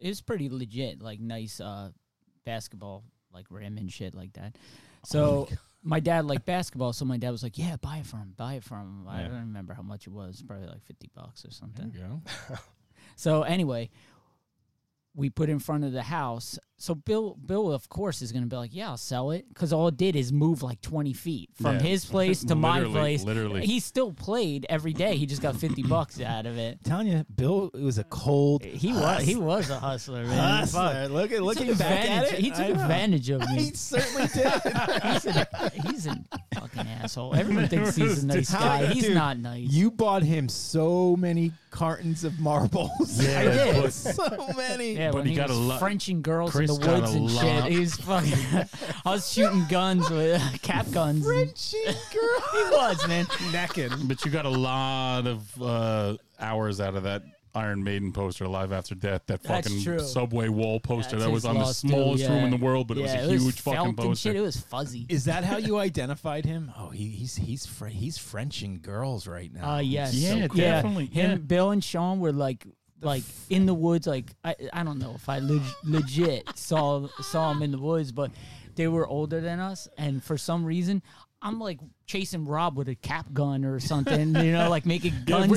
it was pretty legit, like nice uh, basketball, like rim and shit like that. So my dad liked basketball, so my dad was like, "Yeah, buy it from, him, buy it from." him." I Yeah. don't remember how much it was, probably like fifty bucks or There something. you go. *laughs* So anyway, we put in front of the house. So Bill, Bill, of course, is going to be like, "Yeah, I'll sell it," because all it did is move like twenty feet from Yeah. his place to my Literally, place. literally. he still played every day. He just got fifty bucks out of it. telling you, Bill was a cold. *laughs* He was he was a hustler, man. hustler. Look at He looking took back at advantage- it. He took I know. advantage of me. *laughs* He certainly did. He's an, he's a fucking asshole. Everyone thinks he's a nice How- guy. He's dude, not nice. You bought him so many cartons of marbles. Yeah, *laughs* I did. but- so many. yeah, but when he he, got was a lot- Frenching girls Chris in the got woods a and lot. shit. He was fucking. *laughs* I was shooting guns with uh, cap guns. and- Frenchie girl. *laughs* he *laughs* was man. Necking. But you got a lot of uh, hours out of that Iron Maiden poster, Live After Death, that That's fucking true. subway wall poster That's that was his on the loss, too, smallest room in yeah. the world, but it Yeah, was a huge felt fucking and poster. Shit, it was fuzzy. Is that how you identified him? Oh, he, he's he's Fre- he's Frenching girls right now. Uh, yes. Yeah, definitely, Him, yeah. Bill, and Sean were like, like in the woods. Like I, I don't know if I leg- legit saw saw him in the woods, but they were older than us, and for some reason. I'm like chasing Rob with a cap gun or something, you know, like making gun we-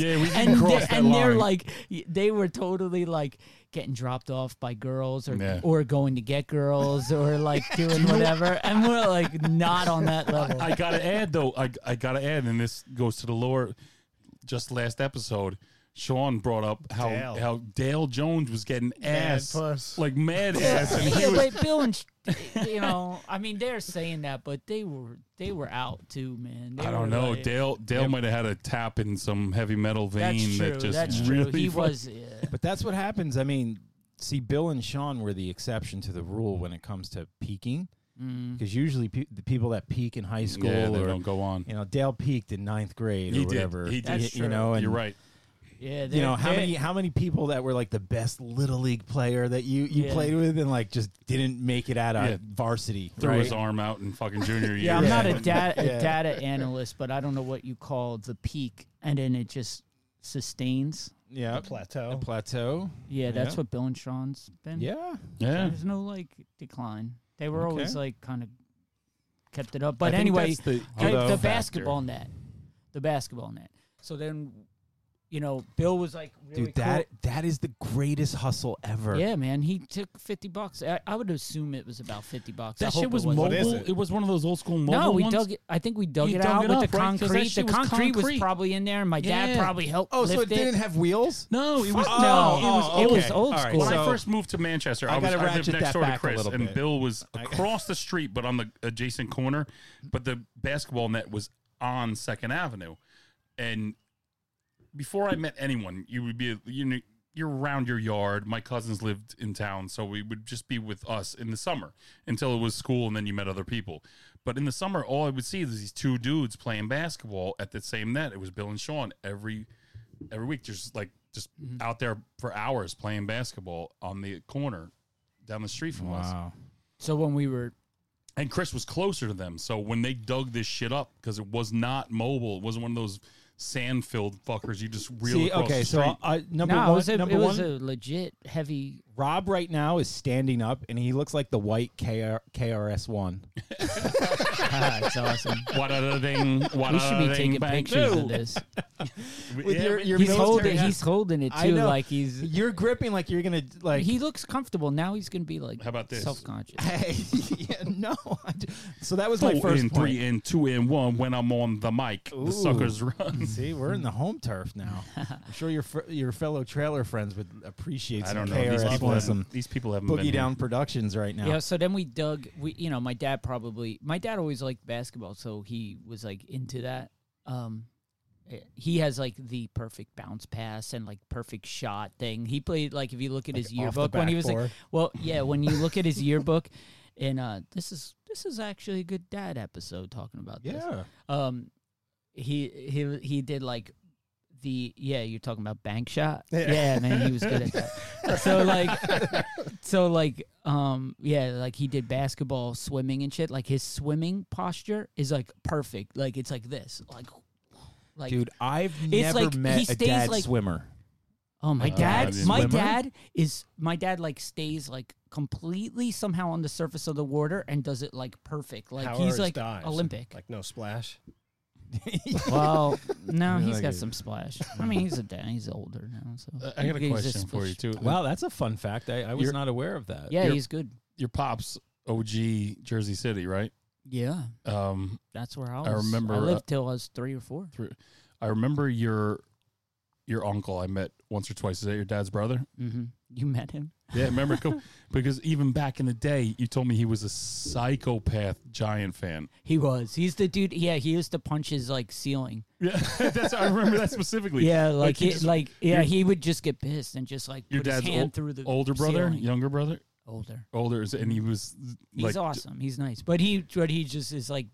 *laughs* yeah, we didn't and cross they're, that and they're line. like, they were totally like getting dropped off by girls or Yeah. or going to get girls or *laughs* like doing whatever. And we're like not on that level. I gotta add though. I I gotta add, and this goes to the lower. Just last episode, Sean brought up how Dale. how Dale Jones was getting Mad ass, puss. like mad ass, and he *laughs* yeah, was. but Bill *laughs* and Sh- you know, I mean, they're saying that, but they were they were out too, man. They I were don't know. like- Dale Dale might have had a tap in some heavy metal vein That's true. that just that's really. true. He fucking- was. Yeah. But that's what happens. I mean, see, Bill and Sean were the exception to the rule when it comes to peaking, Mm. because usually pe- the people that peak in high school yeah, they or don't go on. you know Dale peaked in ninth grade He or did. whatever. He did. You, That's you know, and You're right. Yeah, You know how they're- they're- many how many people that were like the best little league player that you you Yeah. played with and like just didn't make it out of Yeah. varsity. Threw right? his arm out in fucking junior year. Yeah, I'm not a data Yeah. a data analyst, but I don't know what you call the peak, and then it just sustains. Yeah, plateau. a plateau. Yeah, that's Yeah. what Bill and Sean's been. Yeah, Yeah. there's no like decline. They were always Okay. like kind of kept it up. But I think anyway, that's the, Like, although- the basketball net, the basketball net. So then, you know, Bill was like, really dude. That that is the greatest hustle ever. cool. yeah, man, he took fifty bucks. I, I would assume it was about fifty bucks. I That hope shit it was wasn't. mobile. What is It? it? was one of those old school mobile No, we ones. dug it. I think we dug You it dug out it with up, the right? 'Cause that concrete. The shit was concrete was concrete. probably in there, and my dad Yeah. probably helped Oh, so lift it didn't have wheels. No, it was Fuck no, no. it was Oh, it okay. was All old right, school. When so- I first moved to Manchester, I, I was gotta I lived ratchet next that door to back a Chris, little and bit. Bill was across the street, but on the adjacent corner. But the basketball net was on Second Avenue, and before I met anyone, you would be you know you're around your yard. My cousins lived in town, so we would just be with us in the summer until it was school, and then you met other people. But in the summer, all I would see is these two dudes playing basketball at the same net. It was Bill and Sean every every week. Just like just Mm-hmm. out there for hours playing basketball on the corner down the street from us. So when we were, And Chris was closer to them, so when they dug this shit up because it was not mobile, it wasn't one of those sand filled fuckers you just reel See, across okay, the so street. uh, number no, it one, was, a, number it one, was a legit heavy. Rob right now is standing up and he looks like the white KR, KRS *laughs* One. Ah, it's awesome. What a ding! What *laughs* We should be a taking ding, bang, pictures doo. of this. With your- your He's military holding. hat. He's holding it I too. know. Like he's You're gripping like you're gonna like. he looks comfortable now. He's gonna be like, How about this? *laughs* Self-conscious. Hey, yeah, no. I d- So that was Four my first in, point. three in, two in, one. When I'm on the mic, Ooh. the suckers run. See, we're in the home turf *laughs* now. I'm sure your fr- your fellow trailer friends would appreciate I some don't know. These KRS people, One, haven't, some these people haven't been Boogie here. Down Productions right now. Yeah, so then we dug we you know, my dad probably my dad always liked basketball, so he was like into that. Um eh, he has like the perfect bounce pass and like perfect shot thing. He played like if you look at his the yearbook when he was like backboard. well, yeah, when you look at his yearbook and uh this is this is actually a good dad episode talking about this Yeah. um he he he did like the yeah you're talking about bank shot yeah, man he was good at that so like so like um yeah like he did basketball swimming and shit like his swimming posture is like perfect like it's like this like like Dude, I've It's never like he met a stays dad like- swimmer. Oh my Uh, dad! the My swimmer? dad is my dad. Like stays like completely somehow on the surface of the water and does it like perfect. Like Howard he's like dives. Olympic. Like no splash. *laughs* well, no, Yeah, he's like got it. some splash. I mean, he's a dad. He's older now, so Uh, I got a he's question for splish. you too. wow, that's a fun fact. I, I was You're- not aware of that. Yeah, You're- he's good. Your pops, OG Jersey City, right? Yeah, Um, that's where I was. I remember, I uh, lived till I was three or four. I remember your your uncle I met once or twice. Is that your dad's brother? hmm You met him. Yeah, *laughs* remember? Cool. because even back in the day, you told me he was a psychopath Giant fan. He was. He's the dude. Yeah, he used to punch his like ceiling. Yeah, *laughs* that's I remember that specifically. Yeah, like he it- just- like your- yeah, he would just get pissed and just like Your put his dad's hand ol- through the older brother, ceiling. younger brother, older. older, is- and he was He's like awesome. He's nice, but he but he just is like,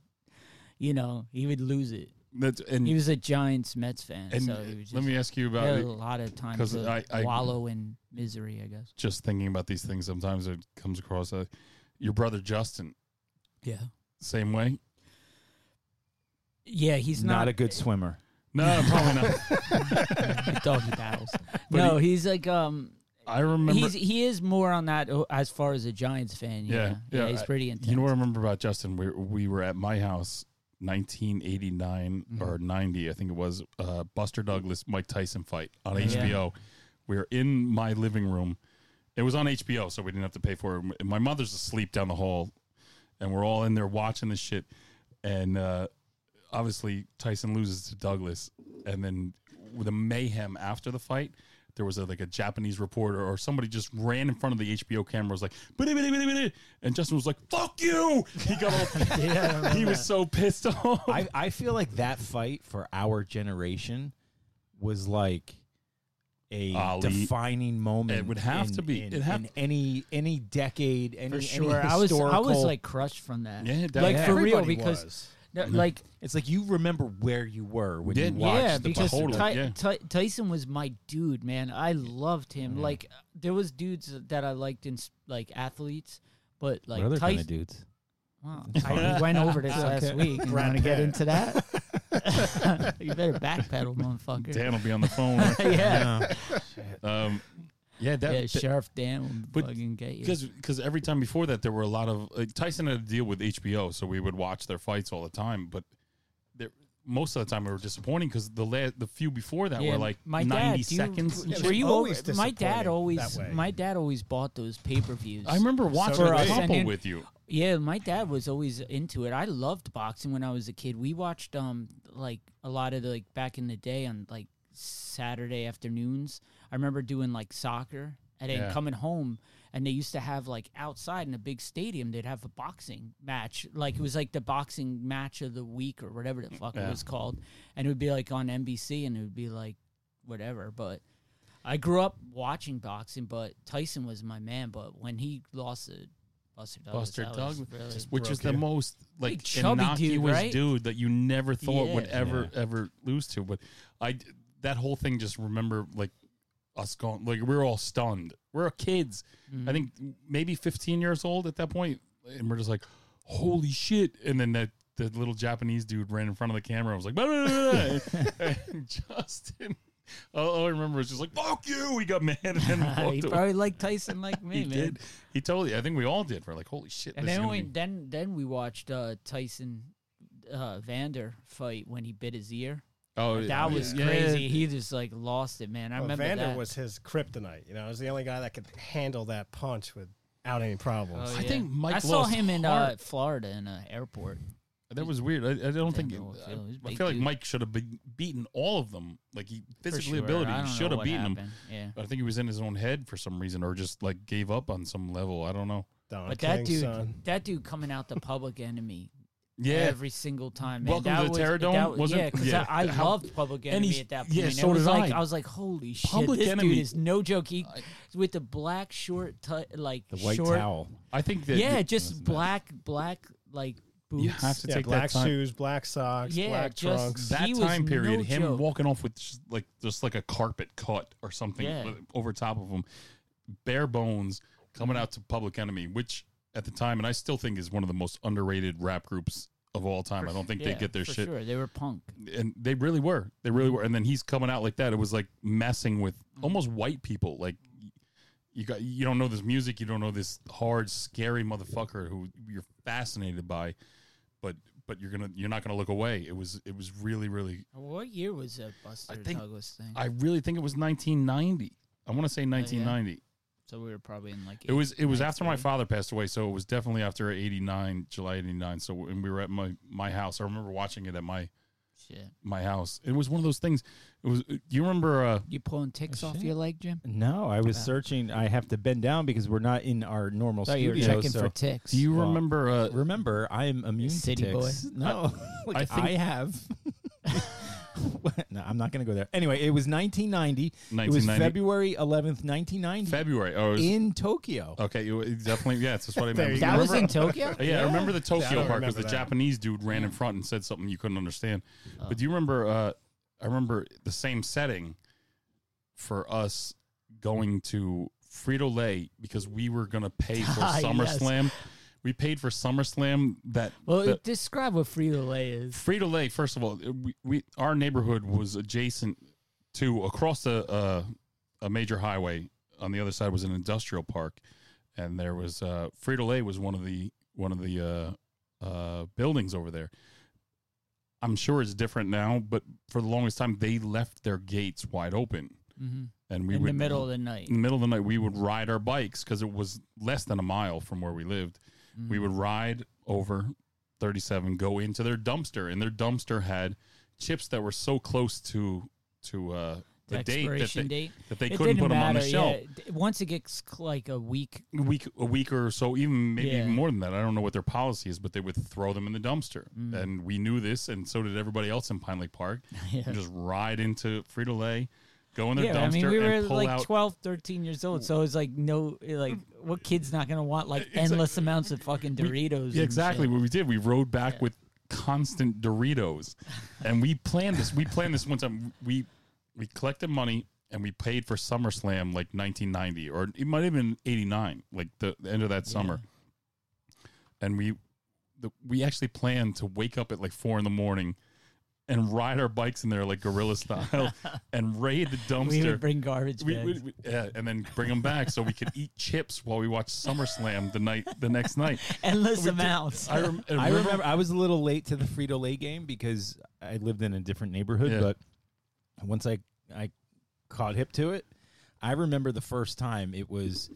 you know, he would lose it. that's and He was a Giants Mets fan, Mm. and so he was just, let me ask you he about had it. a lot of time 'cause to I- I- wallow in misery. I guess. just thinking about these things sometimes it comes across uh, your brother Justin Yeah. same way Yeah, he's not, not, Oh, a good swimmer. *laughs* no *laughs* probably not doggy battles. But no, he's like um I remember he's he is more on that oh, as far as a Giants fan. Yeah, Yeah, yeah, yeah, he's I- pretty intense. you know what I remember about Justin we we were at my house 1989 Mm-hmm. or 90 I think it was uh, Buster Douglas Mike Tyson fight on Yeah. HBO we were in my living room it was on HBO so we didn't have to pay for it And my mother's asleep down the hall and we're all in there watching this shit and uh obviously Tyson loses to Douglas, and then with a mayhem after the fight, there was a, like a Japanese reporter or somebody just ran in front of the HBO camera was like, "Biddy, biddy, biddy, biddy," and Justin was like, "Fuck you!" He got all *laughs* he was so pissed off. *laughs* I, I feel like that fight for our generation was like a Ali. defining moment. It would have in- to be. in, It'd have- in any any decade. Any, for any sure. I was I was historical- like crushed from that. Yeah, that- like for real Everybody because was. no, like it's like you remember where you were when Did you we? watched yeah the because totally, Ty- yeah. Ty- Tyson was my dude, man. I loved him. Like there was dudes that I liked in s- like athletes, but like what other kind Tyson. of dudes? *laughs* Wow. I we went over this last week. You want to get into that? *laughs* you better backpedal, motherfucker. Dan will be on the phone. *laughs* *laughs* yeah. um, yeah, that. yeah, Sheriff Dan will but- fucking get you. because because every time before that there were a lot of like, Tyson had a deal with HBO, so we would watch their fights all the time. But there, most of the time, we were disappointing because the la- the few before that Yeah, were like my dad, ninety do you- seconds. and Yeah, shit. Were It's you always always my dad disappointing always that way. my dad always bought those pay per views. I remember watching did a I. couple Sending- with you. Yeah, my dad was always into it. I loved boxing when I was a kid. We watched um like a lot of the, like back in the day on like Saturday afternoons. I remember doing like soccer and then Yeah. coming home and they used to have like outside in a big stadium they'd have a boxing match. Like it was like the boxing match of the week or whatever the fuck Yeah. it was called. And it would be like on NBC and it would be like whatever, but I grew up watching boxing, but Tyson was my man. But when he lost to Buster Douglas, Buster that was Douglas, really- which is broke the you. most like Big chubby dude, innocuous dude, right? that you never thought would Yeah. ever ever lose to. But I d- that whole thing just remember like us going like we were all stunned. We We're kids. Mm-hmm. I think maybe 15 years old at that point, and we're just like, holy shit! And then that. The little Japanese dude ran in front of the camera. I was like, "Blah, blah, blah, *laughs* blah." and Justin, all, all I remember was just like, fuck you. He got mad and then *laughs* *laughs* he walked away. probably liked Tyson like *laughs* me, He man. did. He totally, I think we all did. We're like, holy shit. And this is then gonna we be- then then we watched uh, Tyson uh, Vander fight when he bit his ear. Oh, yeah. That was Yeah. crazy. He just like lost it, man. I Well, remember Vander that. was his kryptonite. You know, he was the only guy that could handle that punch without any problems. Oh, I yeah. think Mike I saw lost him in heart. uh, Florida in an airport. That was weird. I, I don't think. Damn, Noah I, Phil, he's a I big feel like dude. Mike should have been beaten all of them. Like he for physically sure. ability, I he don't know should have what beaten him. happened. Yeah. But I think he was in his own head for some reason, or just like gave up on some level. I don't know. Don But King's that dude, son. that dude coming out the public enemy Yeah, every single time. Man. Welcome that to the was, Terror Dome, that, was it? yeah, because Yeah. I, I How- loved Public and Enemy he's- at that point. yeah, and so it was did like I. I was like, holy shit, Public this dude Enemy- is no joke. He with the black short, tu like The white short, towel. I think that. yeah, that- just black, black like boots. You have to yeah, take black that time. shoes, black socks, Yeah, black just- trunks. That He was time period, no him joke. walking off with just like just like a carpet cut or something Yeah. with- over top of him, bare bones, coming out to Public Enemy, which at the time, and I still think is one of the most underrated rap groups of all time. I don't think they get their for shit. Sure, they were punk. And they really were. They really were. And then he's coming out like that. It was like messing with almost white people. Like you got you don't know this music, you don't know this hard, scary motherfucker who you're fascinated by, but but you're gonna you're not gonna look away. It was it was really, really What year was that Buster think- Douglas thing? I really think it was nineteen ninety. I wanna say nineteen ninety. so we were probably in like It was it was ninth after my grade. father passed away, so it was definitely after eighty nine, July eighty nine. So when we were at my my house, I remember watching it at my Shit. my house. It was one of those things. It was. Do you remember? Uh, You pulling ticks off shit. your leg, Jim? No, I was Yeah. searching. I have to bend down because we're not in our normal thought you studio. were checking so for ticks. do you Well, remember? Uh, remember, I am immune City to boy. ticks. No, *laughs* Look, I I, think- have. no, I'm not going to go there. Anyway, it was 1990. It was 1990? February 11th, 1990, February. Oh, it was, Oh, in Tokyo. okay. It, it definitely. Yeah, that's what I There meant. you that was in Remember- *laughs* Tokyo. Yeah, I remember the I Tokyo don't part because the remember that. Japanese dude ran in front and said something you couldn't understand. But do you remember? Uh, I remember the same setting for us going to Frito Lay because we were gonna pay for Ah, yes. SummerSlam. We paid for SummerSlam that Well, that- describe what Frito Lay is. Frito Lay. First of all, it- we, we our neighborhood was adjacent to across a uh, a major highway. On the other side was an industrial park, and there was uh, Frito Lay was one of the one of the uh, uh, buildings over there. I'm sure it's different now, but for the longest time they left their gates wide open, and Mm-hmm. we Mm. in would the middle of the night. in the middle of the night we would ride our bikes because it was less than a mile from where we lived Mm-hmm. we would ride over 37 go into their dumpster and their dumpster had chips that were so close to to uh the, date that they, expiration date. that they It couldn't didn't put them on the matter, shelf yeah. D- Once it gets like a week, *laughs* a week a week or so even maybe Yeah. even more than that i don't know what their policy is but they would throw them in the dumpster Mm. and we knew this and so did everybody else in pine lake *laughs* park Yeah. You just ride into frito-lay go in their yeah, dumpster I mean, we were and pull like out 12, 13 years old, so it's like no, like what kid's not gonna want like Exact- endless amounts of fucking Doritos? Yeah, and exactly shit. what we did. We rode back with constant Doritos, and we planned this. We planned this one time. We we collected money and we paid for SummerSlam like 1990 or it might have been 89, like the, the end of that summer. And we the, we actually planned to wake up at like four in the morning. And ride our bikes in there like gorilla style, and raid the dumpster. We would bring garbage We, we, bags. we- yeah, and then bring them back so we could eat chips while we watched SummerSlam the night the next night. We endless did- amounts. I, *laughs* rem- I remember I was a little late to the Frito Lay game because I lived in a different neighborhood. Yeah. But once I I caught hip to it, I remember the first time it was.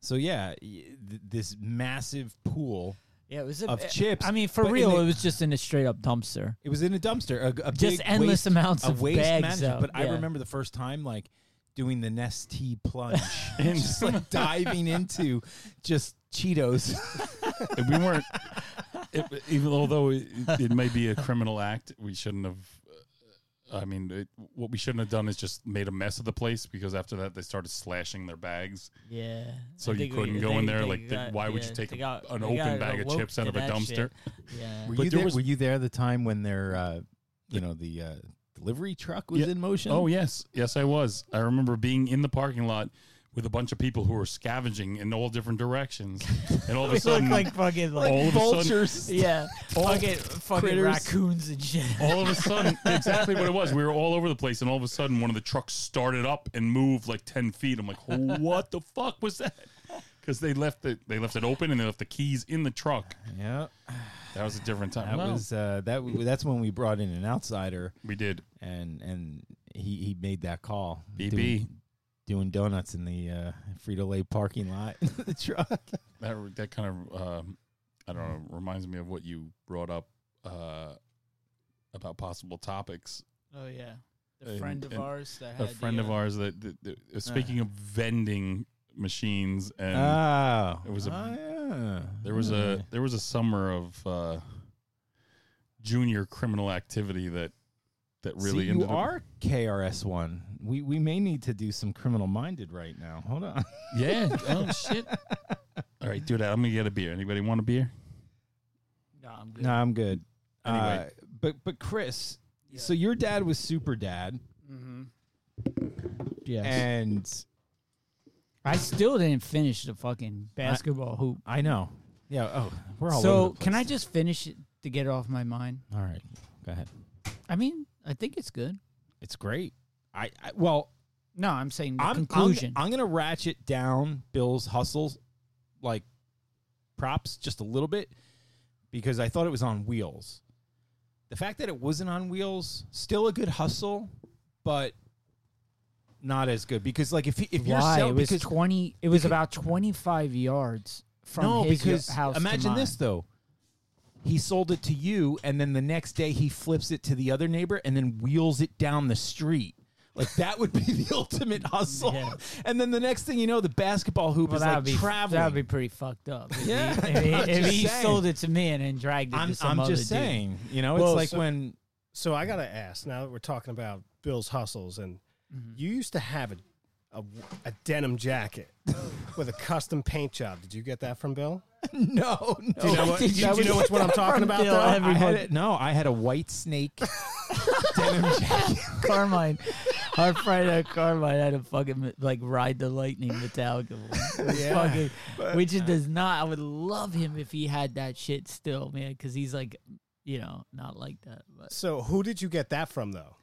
So yeah, y- th- this massive pool. yeah, it was a, of I- chips, I mean, for but in real, the- it was just in a straight up dumpster. It was in a dumpster, a, a Just big endless waste- amounts a of waste bags management. out, But I yeah. remember the first time like doing the Nestea plunge and just like diving into just Cheetos. And we weren't it, even although it, it may be a criminal act we shouldn't have uh, i mean it, what we shouldn't have done is just made a mess of the place because after that they started slashing their bags Yeah. So I you think couldn't go in there, like, got- why would you take they a- got- an they open got bag of awoke chips out to of a that dumpster? shit. Yeah. Were But you there there? was- were you there the time when their, uh, you know, the uh, delivery truck was Yeah. in motion? oh yes yes i was i remember being in the parking lot with a bunch of people who were scavenging in all different directions and all of a *laughs* We look sudden like fucking like all of a sudden- *laughs* vultures. *laughs* yeah, fucking fucking critters. raccoons and shit. all of a sudden, exactly what it was. We were all over the place, and all of a sudden, one of the trucks started up and moved like ten feet. I'm like, "What the fuck was that?" Because they left it, they left it open, and they left the keys in the truck. *laughs* yeah. That was a different time. That Wow. was uh, that. W- that's when we brought in an outsider, we did. and and he he made that call. BB. doing, doing donuts in the uh, Frito Lay parking lot. *laughs* in the truck. That that kind of um, I don't know reminds me of what you brought up uh, about possible topics. *laughs* Oh yeah, the And- friend of and ours that A had friend the, of *laughs* uh, ours that, that, that- speaking of vending machines and. Oh, it was a- Oh, yeah. There was Yeah. a there was a summer of uh, junior criminal activity that that really See, you ended up- are KRS One. We we may need to do some criminal minded right now. Hold on. *laughs* yeah oh *laughs* shit all right do that I'm gonna get a beer anybody want a beer No, I'm good. no, I'm good. Anyway. Uh, but but Chris, so your dad was super dad, Mm-hmm. Yes. and I still didn't finish the fucking basketball hoop. I know. Yeah. Oh, we're all. over So the can I place. just finish it- to get it off my mind. All right, go ahead. I mean, I think it's good. It's great. I, I well, No, I'm saying the I'm, I'm- conclusion. I'm, gonna ratchet down Bill's hustle, like props, just a little bit because I thought it was on wheels. The fact that it wasn't on wheels, still a good hustle, but not as good because like if he- if you're Why? selling It was because twenty. It was about twenty-five yards from no his because house. to imagine mine. this though. He sold it to you, and then the next day he flips it to the other neighbor, and then wheels it down the street. Like that would be *laughs* the ultimate hustle. Yeah. And then the next thing you know, the basketball hoop Well, is that like would be traveling. that would be pretty fucked up. If *laughs* he- Yeah. if he, I'm if just he saying. sold it to me and then dragged it I'm, to some I'm other just dude. saying, you know, it's Well, like so- when *laughs* So I gotta ask. Now that we're talking about Bill's hustles, and Mm-hmm. you used to have a, a, a denim jacket with a custom paint job. Did you get that from Bill? no, no, Do you know, what, do you- do you know which one I'm talking about? Bill though? I had it, no, I had a white snake denim jacket. Carmine, our friend uh, Carmine had a fucking like ride the lightning Metallica. One. It was fucking, which it does not. I would love him if he had that shit still, man, because he's like, you know, not like that. But So who did you get that from though?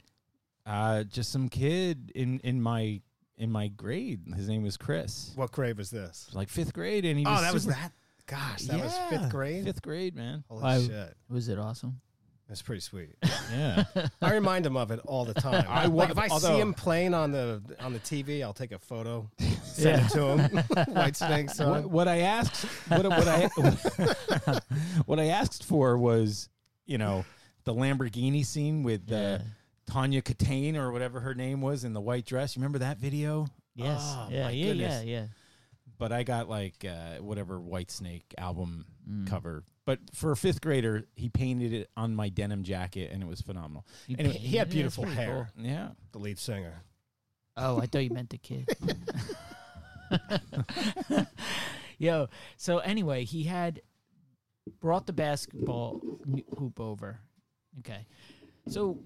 Uh, just some kid in in my in my grade. His name was Chris. What grade was this? Like fifth grade, and he was Oh, that was super- that. Gosh, that was fifth Yeah, grade. Fifth grade, man. Holy I- shit, was it awesome? that's pretty sweet. Yeah, I remind him of it all the time. *laughs* I like wa- if I although- see him playing on the on the TV, I'll take *laughs* a photo, send it to him. *laughs* White snakes what, on. what I asked, what, what I what I *laughs* asked for was, you know, the Lamborghini scene with uh, Yeah. Tanya Katane or whatever her name was in the white dress. You remember that video? Yes. Oh, yeah, my yeah, yeah, goodness. yeah. But I got like uh, whatever White Snake album Mm. cover. But for a fifth grader, he painted it on my denim jacket, and it was phenomenal. You Anyway, paid- He had yeah, beautiful that's pretty hair. Yeah, The lead singer. Oh, I thought you meant the kid. *laughs* Yo, so anyway, he had brought the basketball n- hoop over. Okay. So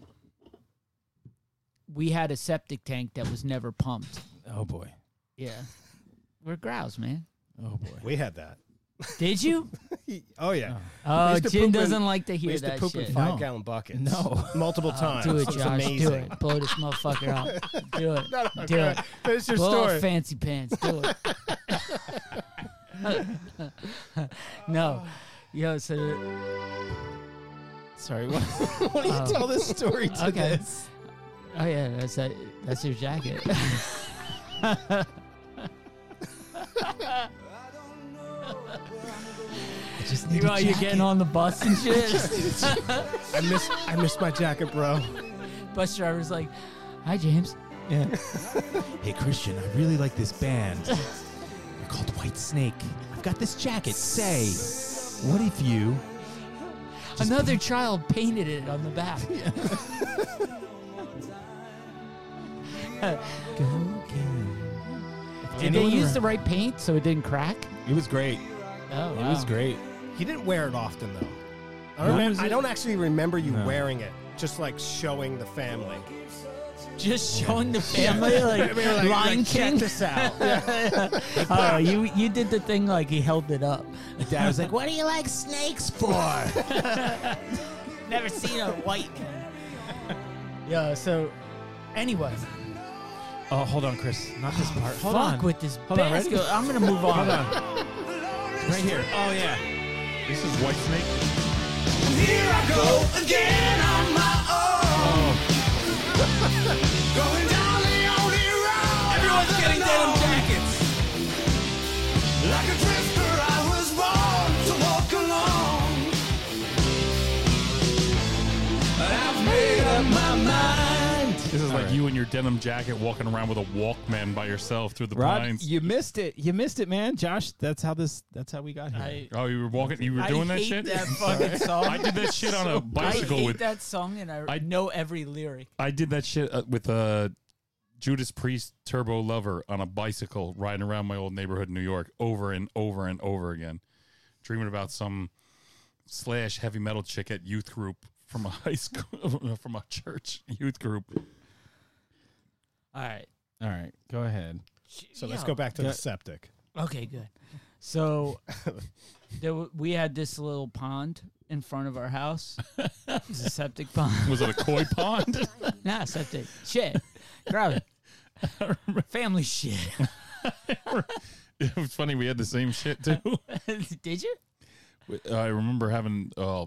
we had a septic tank that was never pumped. Oh boy. Yeah. We're grouse, man. Oh boy. *laughs* We had that. Did *laughs* you? Oh yeah. We Oh, used to Jim poop in- doesn't like to we hear used to that poop shit. Oh, in five No. gallon buckets. No. Multiple times. do it, Josh. was Do *laughs* amazing. it. Blow this motherfucker *laughs* up. Do it. No, no, do go it. ahead. Finish your Blow story. off fancy pants. Do it. *laughs* no. Yo, so the- Sorry. What, what do you Oh. tell this story to Okay. this? oh yeah, that's that, that's *laughs* your jacket. I just you are you getting on the *laughs* bus and shit? I miss I miss my jacket, bro. bus driver's like, "Hi, James." Yeah. hey Christian, I really like this band. They're called White Snake. I've got this jacket. Say, what if you? Another child painted it on the *laughs* back. Go again. Did they use the right paint so it didn't crack? It was great. Oh, It was great. He didn't wear it often though. I, No. remember, I don't actually remember you No. wearing it. Just like showing the family. Just showing the family like We were like, Lion like, King. Check *laughs* this out. *laughs* Oh, you you did the thing like he held it up. *laughs* Dad was like, "What do you like snakes for?" Never seen a white man. Yeah, so anyway, Oh, hold on, Chris. Not this part. Hold fuck on. with this Hold on, ready? basket. I'm gonna move on. *laughs* right here. Oh yeah. This is White Snake. Here I go again on my own. Going down the only road. Everyone's getting denim jackets. Like a drifter, I was born to walk alone. But I've made up my mind. This is like you in your denim jacket walking around with a Walkman by yourself through the Rob, pines. Uh, you missed it. You missed it, man. Josh, that's how this. That's how we got here. oh, you were walking. You were I doing that hate shit. that fucking *laughs* song. I did that shit on a bicycle *laughs* I hate with. that song, and I, I- know every lyric. I did that shit uh, with uh, Judas Priest Turbo Lover on a bicycle riding around my old neighborhood in New York over and over and over again, dreaming about some slash heavy metal chick at youth group from a *laughs* high school *laughs* from a church youth group. All right, All right, go ahead. So let's go back to Yeah. the septic. Okay, good. So there w- we had this little pond in front of our house. it was a septic pond. *laughs* Was it a koi pond? *laughs* nah, septic. Shit. Ground. *laughs* Family shit. it was funny. We had the same shit too. *laughs* Did you? I remember having uh,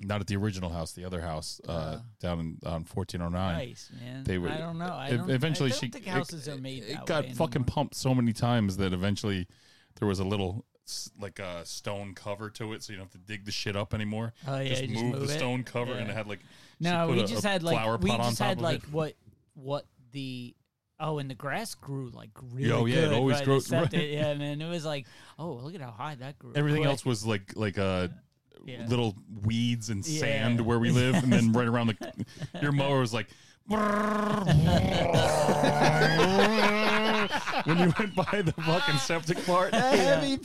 not at the original house, the other house uh, down in, on fourteen oh nine. Nice, man. They were- I don't know. I ev- don't, eventually I don't she- think it- houses are made. It that got way fucking anymore. pumped so many times that eventually there was a little s- like a stone cover to it, so you don't have to dig the shit up anymore. Oh, yeah, just, you move just move the it. stone cover, and Yeah. it had like she No, put we a- just a had flower like we pot on just top had of like it. what what the oh, and the grass grew like really. Yo, Oh, yeah, it good always by the grows- *laughs* right. septic. Yeah, man, it was like oh, look at how high that grew. Everything quick. *laughs* else was like like uh, Yeah. little weeds and Yeah. sand where *laughs* we live, and then right around the your mower was like. *laughs* when you went by the fucking septic *laughs* part, Heavy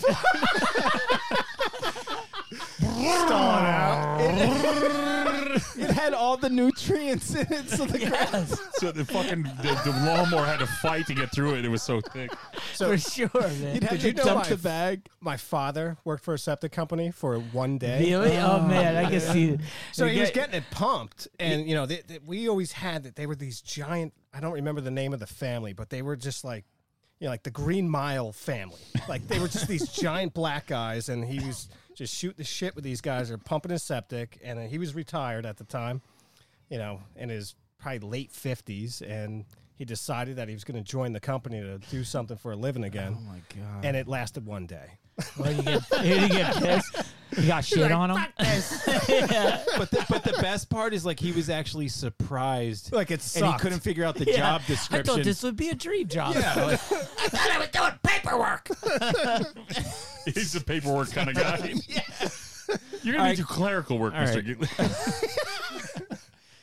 *laughs* It had all the nutrients in it, so the grass. so the fucking the, the lawnmower had to fight to get through it. It was so thick. *laughs* So *laughs* for sure, man. You'd have Did to you know dump my- the bag. my father worked for a septic company for one day. Really? Oh man, I can see. it. So You he was get- getting it pumped, and you know, they, they- we always had that. They were these giant. I don't remember the name of the family, but they were just like, you know, like the Green Mile family. Like they were just these *laughs* giant black guys, and he was just shoot the shit with these guys. They're pumping his septic, and he was retired at the time, you know, in his probably late fifties, and he decided that he was going to join the company to do something for a living again, Oh my god! and it lasted one day. *laughs* Well, you get, *laughs* you get pissed. You got shit on him. but the, but the best part is like he was actually surprised, *laughs* Like it and he sucked. couldn't figure out the Yeah. job *laughs* I description. thought this would be a dream job. *laughs* He's a paperwork kind of *laughs* guy. You're gonna All need to do clerical work, All Mister. right.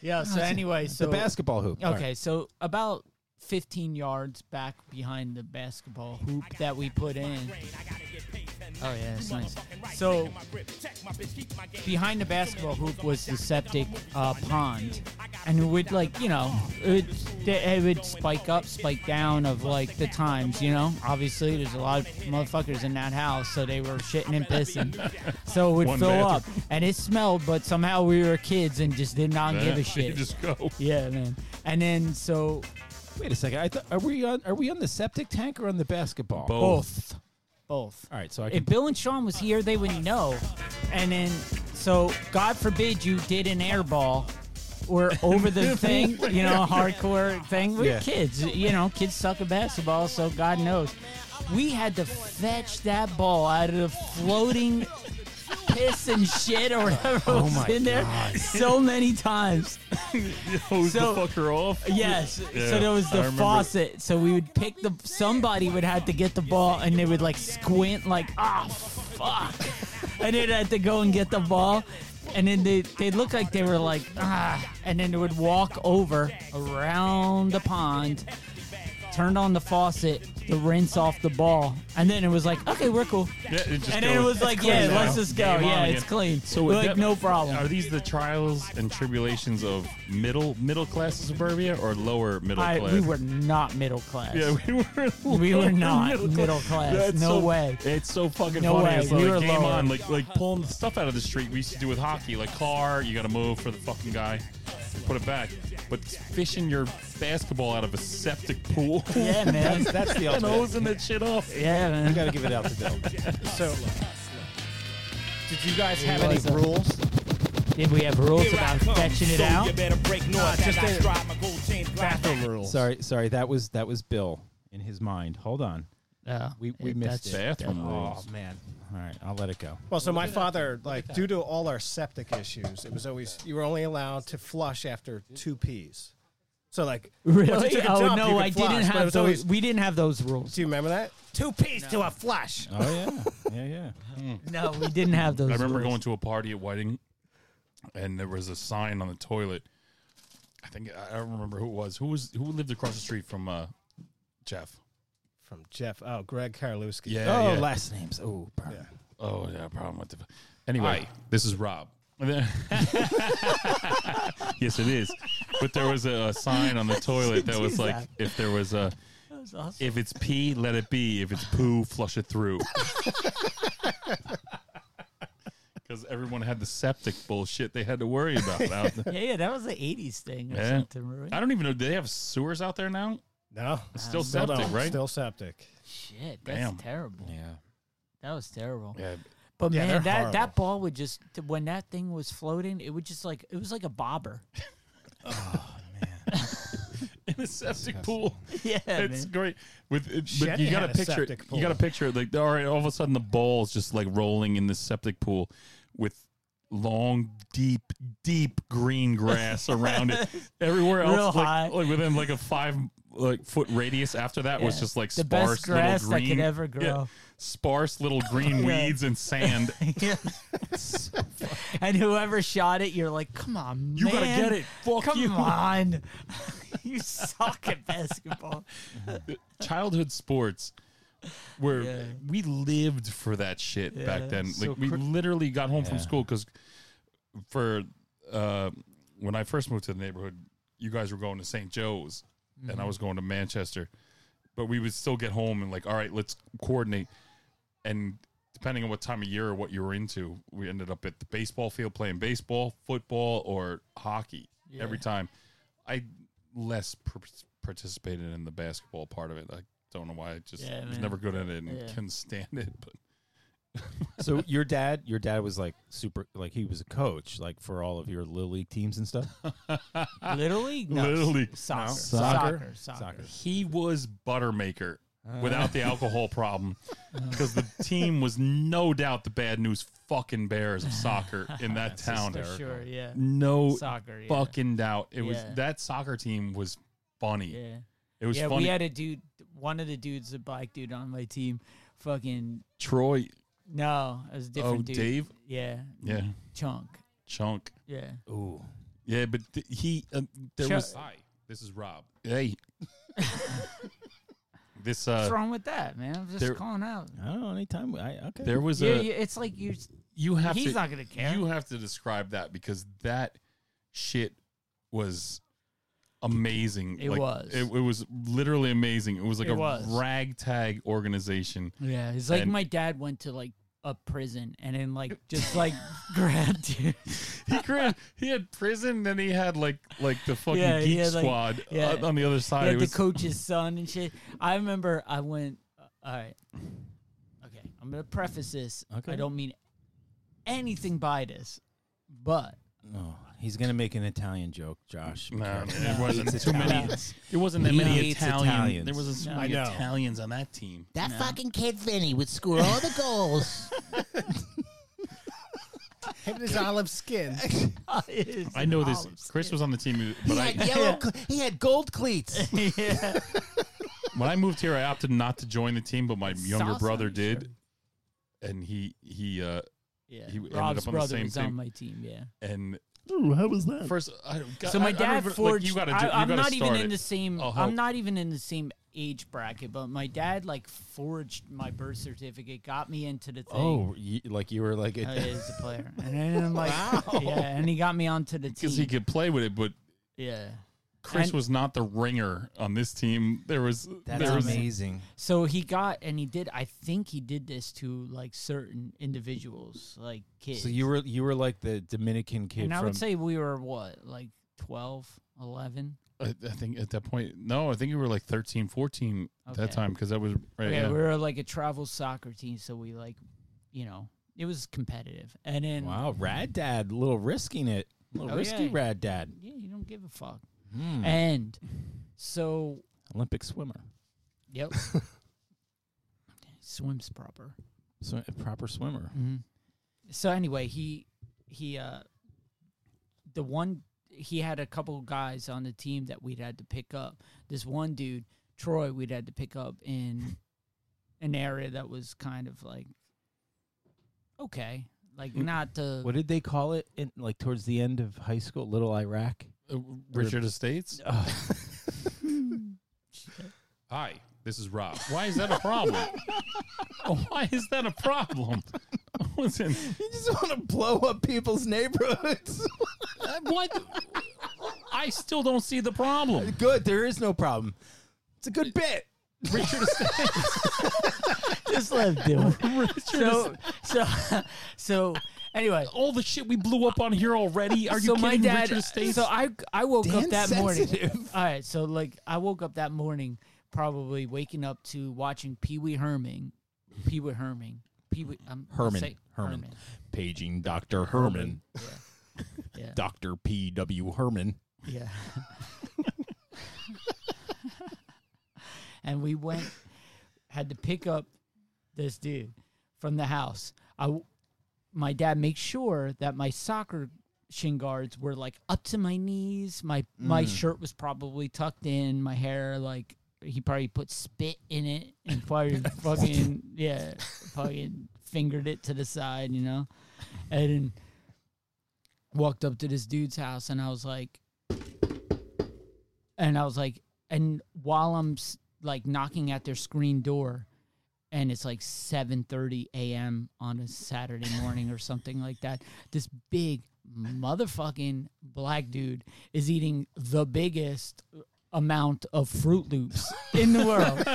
Yeah. So anyway, so the basketball hoop. All Okay, right. so about 15 yards back behind the basketball hoop that we put in. Oh yeah, that's nice. So behind the basketball hoop was the septic uh, pond, and it would like you know it would, it would spike up, spike down of like the times. You know, obviously there's a lot of motherfuckers in that house, so they were shitting and pissing, *laughs* so it would One fill up, bathroom. and it smelled. But somehow we were kids and just did not give *laughs* a You shit. just *laughs* go. Yeah, man. And then so Wait a second. I thought are we on are we on the septic tank or on the basketball? both, both. All right, so I If can. Bill and Sean was here, they would know. And then so God forbid you did an air ball or *laughs* over the thing, you know, a hardcore thing. We're Yeah. kids, you know, kids suck at basketball, so God knows. We had to fetch that ball out of the floating piss and shit or whatever was Oh my in there so many times. Hose So- the fucker off. Yes. Yeah, so there was I the remember. faucet. So we would pick the somebody would have to get the ball and they would like squint like ah fuck, *laughs* and they'd have to go and get the ball, and then they they look like they were like ah, and then they would walk over around the pond. Turned on the faucet to rinse off the ball, and then it was like, okay, we're cool. Yeah, it just and then it goes, was like, "Clean yeah, now. let's just go. Game on Yeah, again." it's clean. So is like, that- no problem. Are these the trials and tribulations of middle middle class suburbia or lower middle I, class? we were not middle class. Yeah, we were. We were *laughs* lower not middle class. That's No so- *laughs* way. It's so fucking No funny. way. It's We like were game lower. on, like like pulling the stuff out of the street. We used to do with hockey, like car. You got to move for the fucking guy, put it back. But fishing your basketball out of a septic pool *laughs* Yeah, *laughs* man. That's *laughs* the and ultimate. hosing that shit off. yeah, man. You gotta give it out to Bill. So, did you guys have It any was a- rules? Did we have rules Here I about come, fetching it so out? You better break north just as I a stride my gold chain glide back. Bathroom rules. Sorry, sorry. That was that was Bill in his mind. Hold on. Yeah. We we It- missed that's- it. Bathroom Oh rules. man. All right, I'll let it go. Well, so my father, like, due to all our septic issues, it was always you were only allowed to flush after two pees. So, like, once you *laughs* Really? took a oh dump, you no, could I flush, didn't but it have was those. always- we didn't have *laughs* those rules. *laughs* do you remember that? Uh, Two pees to a flush. Oh yeah, yeah *laughs* yeah. No, we didn't have those. I remember rules. going to a party at Whiting, and there was a sign on the toilet. I think I I don't remember who it was. Who was who lived across the street from uh, Jeff? From Jeff. Oh, Greg Karlewski. Yeah. Oh, yeah. last names. Oh, burn. Oh yeah, problem with the. Anyway, this is Rob. *laughs* yes, it is. But there was a, a sign *laughs* on the toilet that was like, if there was a, if it's pee, let it *laughs* be. If it's poo, flush it through. Because everyone had the septic bullshit they had to worry *laughs* about. out there. Yeah, yeah, that was the '80s thing or Yeah. something, right? I don't even know. Do they have sewers out there now? No, It's still still septic, Um, don't. right? Still septic. Shit, that's Damn. terrible. Yeah. That was terrible. yeah. But Yeah, they're man, that, horrible. that ball would just when that thing was floating, it would just like it was like a bobber. *laughs* *laughs* In a septic pool. yeah, It's man. great. With it, but Chevy you got to had a picture it. septic You got to pool. picture it. Like all right, all of a sudden the ball's just like rolling in this septic pool with long, deep, deep green grass around *laughs* it. Everywhere else, Real like, high. like within like a five like foot radius after that was Yeah. just like The sparse best grass little green that could ever yeah, grow. sparse little *laughs* green weeds and sand. *laughs* Yeah. *laughs* and whoever shot it, you're like, come on, You man. gotta get it. Fuck come you." on. *laughs* you suck at basketball. *laughs* Childhood sports. Where Yeah. we lived for that shit Yeah. back then. Like So we cr- literally got home from Yeah. school because for uh, when I first moved to the neighborhood, you guys were going to St. Joe's, and I Mm-hmm. was going to Manchester. But we would still get home and like, all right, let's coordinate. And depending on what time of year or what you were into, we ended up at the baseball field playing baseball, football, or hockey every time. I less pr- participated in the basketball part of it. I don't know why. I just Yeah, was man. never good at it and Yeah. couldn't stand it. *laughs* But So your dad, your dad was like super, like he was a coach, like for all of your little league teams and *laughs* stuff. *laughs* Little League? No. Little League. Soccer. No. Soccer. Soccer. Soccer. Soccer. he was buttermaker Uh. without the alcohol *laughs* problem because the team was no doubt the bad news fucking bears of *laughs* soccer in that town. For sure, yeah. No Soccer, yeah. fucking doubt. It was Yeah. that soccer team was funny. Yeah. It was yeah, funny. we had a dude, one of the dudes, a black dude on my team, fucking, Troy. no, it was a different Oh, dude. Mm-hmm. Dave. Yeah. Yeah, Chunk. Chunk. Yeah. Uh, Ooh, Yeah, but th- he uh, there Chuck- was. Hi, this is Rob. *laughs* Hey. this uh, What's wrong with that, man? I'm just there- calling out. I don't know. Oh, Anytime I okay. there was Yeah, a yeah, it's like you. you have He's to, not gonna care. You have to describe that because that shit was amazing. It was. It, it was literally amazing. It was like It a was. ragtag organization. *laughs* Yeah, it's like And- my dad went to like a prison and then like just like *laughs* grabbed you. He cra- he had prison, then he had like like the fucking Yeah, he geek had, like- squad yeah. on- on the other side. Yeah, It the was- coach's son and shit. I remember I went. uh, all right, okay. I'm gonna preface this. I Okay. don't mean anything by this, but No, Oh, he's gonna make an Italian joke, Josh. no, Be careful. it wasn't Hates too *laughs* many. Italians. There wasn't He that many hates Italian. Italians. There wasn't so No. many I know. Italians on that team. That fucking kid Vinny would score all the goals. Him and his olive skin. it is I know this. olive Chris was on the *laughs* team, but he I, had yellow. cle He had gold cleats. skin. yeah. when I moved here, I opted not to join the team, but my younger awesome, brother sure. did, and he he uh yeah. He ended Rob's up on the brother same was team. on my team. Yeah. and how was that? first I don't- God, So my Uh, I- I dad remember, like, forged. you gotta do, you I, am gotta not even start in it. the same. I'll help. I'm not even in the same age bracket, but my dad like forged my birth certificate, got me into the thing. Oh, you, like you were like a, *laughs* Uh, as a player, and then I'm like, yeah, and he got me onto the team. because he could play with it, but yeah. Chris And- was not the ringer on this team. There was that's there was amazing. So he got and he did. I think he did this to like certain individuals, like kids. So you were you were like the Dominican kid and I from would say we were what, like 12, 11? I, I think at that point, no, I think you were like 13, 14 at that Okay. time because that was right. Okay, yeah. we were like a travel soccer team, so we like, you know, it was competitive. And then Wow, Rad Dad, little risking it, little Oh, risky yeah. Rad Dad, yeah, you don't give a fuck. Hmm. And so, Olympic swimmer, *laughs* yep, swims proper. so a proper swimmer. Mm-hmm. So anyway, he he uh the one he had a couple guys on the team that we'd had to pick up. This one dude, Troy, we'd had to pick up in an area that was kind of like okay, *laughs* like not the *laughs* What did they call it? In, like towards the end of high school, Little Iraq. Uh, Richard *laughs* Estates. Ugh. Hi, this is Rob. Why is that a problem? *laughs* Why is that a problem? *laughs* Listen, You just want to blow up people's neighborhoods. uh, what? I still don't see the problem. *laughs* good. There is no problem. It's a good bit. *laughs* Richard Estates. just let him do it. Richard *laughs* so so so Anyway, all the shit we blew up on here already. Are you so kidding? my dad. Richard Estates? So I I woke up Dan that morning. sensitive. *laughs* All right, so like I woke up that morning, probably waking up to watching Pee Wee Herman, Pee Wee Herman, Pee Wee um, I'll Herman. say Herman. Paging Dr. Herman. Yeah, Dr. P.W. Herman. yeah. *laughs* and we went, had to pick up this dude from the house. I, w- my dad makes sure that my soccer shin guards were like up to my knees. My my shirt was probably tucked in. My hair like he probably put spit in it and probably fucking yeah, fucking fingered it to the side, you know, and then walked up to this dude's house and I was like, and I was like, and while I'm s- like knocking at their screen door, and it's like 7:30 a.m. on a Saturday morning or something like that. This big motherfucking black dude is eating the biggest amount of Fruit Loops in the *laughs* world.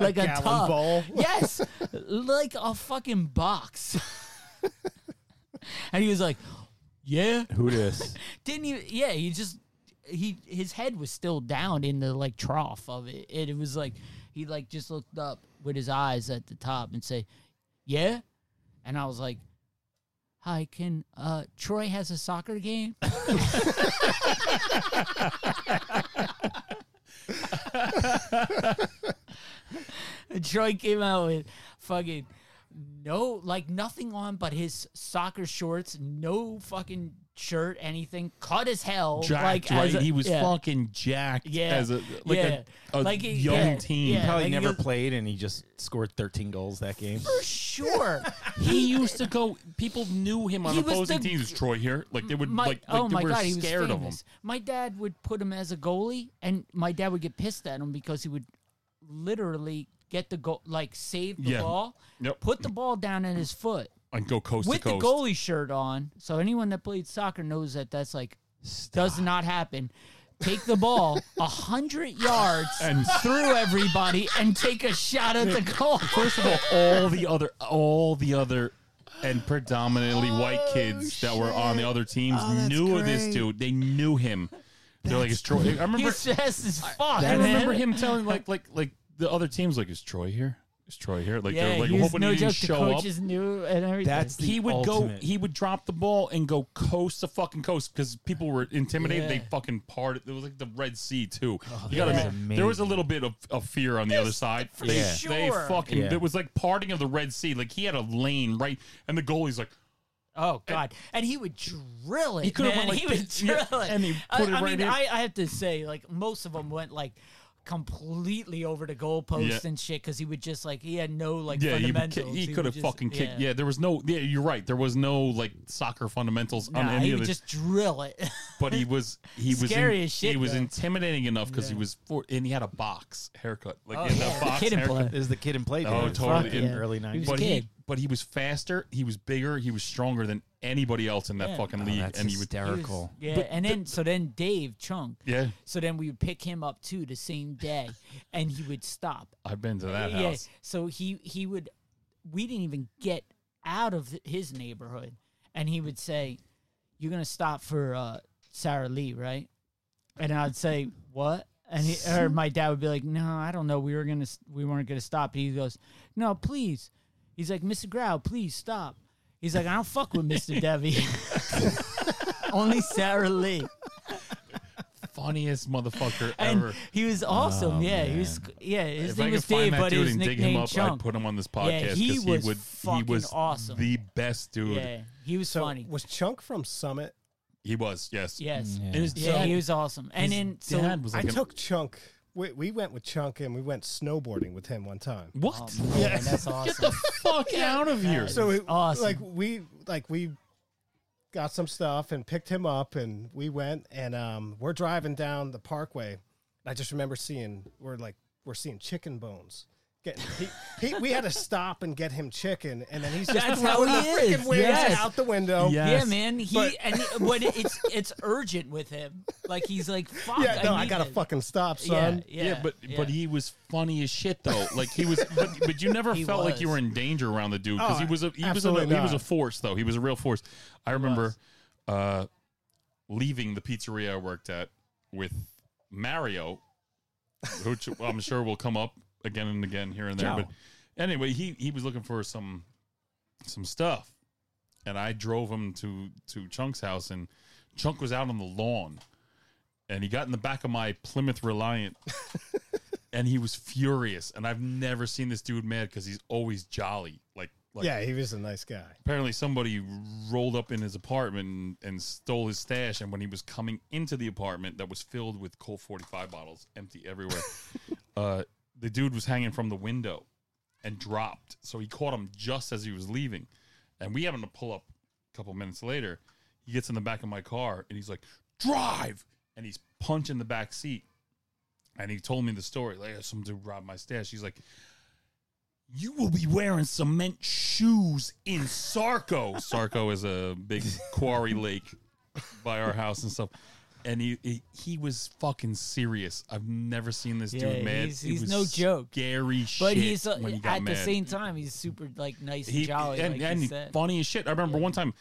like a, Gallon tub. bowl. Yes, like a fucking *laughs* box. and he was like, "Yeah, Who this? didn't even yeah he just he his head was still down in the like trough of it and it was like he like just looked up with his eyes at the top and say yeah and i was like hi can uh troy has a soccer game *laughs* And troy came out with fucking no like nothing on but his soccer shorts no fucking shirt anything cut as hell jacked, like right? as a- he was yeah. fucking jacked Yeah. as a like Yeah. a, a Like, young yeah. teen. Yeah. Probably like, never you- played and he just scored 13 goals that game. *laughs* for sure He used to go. People knew him on He was opposing the- teams. Troy here, like they would my, like, like oh they my were god, he was scared of him. famous. My dad would put him as a goalie, and my dad would get pissed at him because he would literally get the goal, like save the Yeah. ball, Yep. put the ball down at his foot And go coast with to the coast. goalie shirt on. So anyone that played soccer knows that that's like does not happen. Take *laughs* the ball a hundred yards And- through everybody and take a shot at the goal. *laughs* First of all, all the other, all the other, and predominantly white Oh, kids that were on the other teams knew of this dude. They knew him. They're like, "Is Troy?" I He remember. was fast as *laughs* fuck. I man. remember *laughs* him telling like, like, like the other teams, like, "Is Troy here? Is Troy here?" Like Yeah, they're like he was hoping no he didn't joke. The show up. coaches knew and everything. That's the he would ultimate. go he would drop the ball and go coast to fucking coast because people were intimidated they Yeah. fucking parted it was like the red sea too you gotta that's admit, there was a little bit of, of fear on the other side for they, Yeah. they sure. fucking Yeah. it was like parting of the red sea like he had a lane right and the goalie's like Oh God! And, he would drill it. He could've could went have like He would this, yeah, drill it. and he I- put it I, right mean, in. I, I have to say, like most of them went like completely over the goalpost Yeah. and shit because he would just like he had no like yeah he, would ki- fundamentals. he would could have just- fucking kicked yeah. there was no yeah you're right there was no like soccer fundamentals on Nah, any he of would this just drill it. *laughs* but he was he was Scary as shit, he was though. intimidating enough because he was four and he had a box haircut like Oh, he had yeah, a the box kid in haircut. play. This is the kid in play. Oh, days. totally. Fucking Yeah. early He 90s. was- but kid. he but he was faster, he was bigger, he was stronger than anybody else in that Yeah. fucking Oh, league, that's and he would. hysterical. yeah, and then so then Dave Chunk. Yeah, So then we would pick him up too the same day, and he would stop I've been to that yeah. house. So he he would we didn't even get out of his neighborhood, and he would say, "You're gonna stop for uh, Sarah Lee, right?" And I'd say, "What?" And he, or my dad would be like, "No, I don't know. We were gonna s- we weren't gonna stop." And he goes, "No, please." He's like, "Mr. Grau, please stop." He's like, "I don't fuck with Mr. Devi." *laughs* Only Sarah Lee. Funniest motherfucker And ever. Oh, he was awesome. yeah, he was. Yeah, his If I name could was find Dave, that but dude his and dig him nickname up, I'd Chunk. put him on this Yeah, podcast because he he, was would. He fucking was awesome. The best dude. Yeah, he was So funny. was Chunk from Summit? He was. Yes. yes. Yeah. Yeah. And his dad, he was awesome. his And then so dad was I like an- took Chunk. We, we went with Chunk and we went snowboarding with him one time. what? man, Yeah. *laughs* that's Get awesome. the fuck out of here! So it, awesome. like we like we got some stuff and picked him up and we went and um, we're driving down the parkway. I just remember seeing we're like we're seeing chicken bones Getting, he, he, we had to stop and get him chicken, and then he's just That's how throwing he the freaking is. wings Yes. out the window. Yeah, man. He and he- when it- it's it's urgent with him. Like he's *laughs* like, fuck. Yeah, no, I, need gotta this. fucking stop, Yeah, son. yeah, but but yeah. he was funny as shit though. Like he was, *laughs* but, but you never He felt like you was. were in danger around the dude because Oh, he was a he was a, absolutely he was a not. force though. He was a real force. I remember uh, leaving the pizzeria I worked at with Mario, who I'm sure will come up again and again here and there. But anyway, he he was looking for some some stuff, and I drove him to to Chunk's house, and Chunk was out on the lawn, and he got in the back of my Plymouth Reliant, and he was furious. And I've never seen this dude mad because he's always jolly. Like, like Yeah, he was a nice guy. *laughs* apparently somebody rolled up in his apartment and, and stole his stash. And when he was coming into the apartment that was filled with Colt 45 bottles, empty everywhere, uh, the dude was hanging from the window and dropped. So he caught him just as he was leaving. And we happened to pull up a couple minutes later. He gets in the back of my car and he's like, drive. And he's punching the back seat. And he told me the story. Like, "Yeah, some dude robbed my stash. He's like, you will be wearing cement shoes in Sarco. Sarco is a big quarry lake by our house and stuff. And he, he he was fucking serious. I've never seen this Yeah, dude mad. he's- It he's was no joke. Scary shit. But he's uh, when he got at the mad. same time he's super like nice he, and jolly. and, like and you he- said. funny as shit. I remember one time,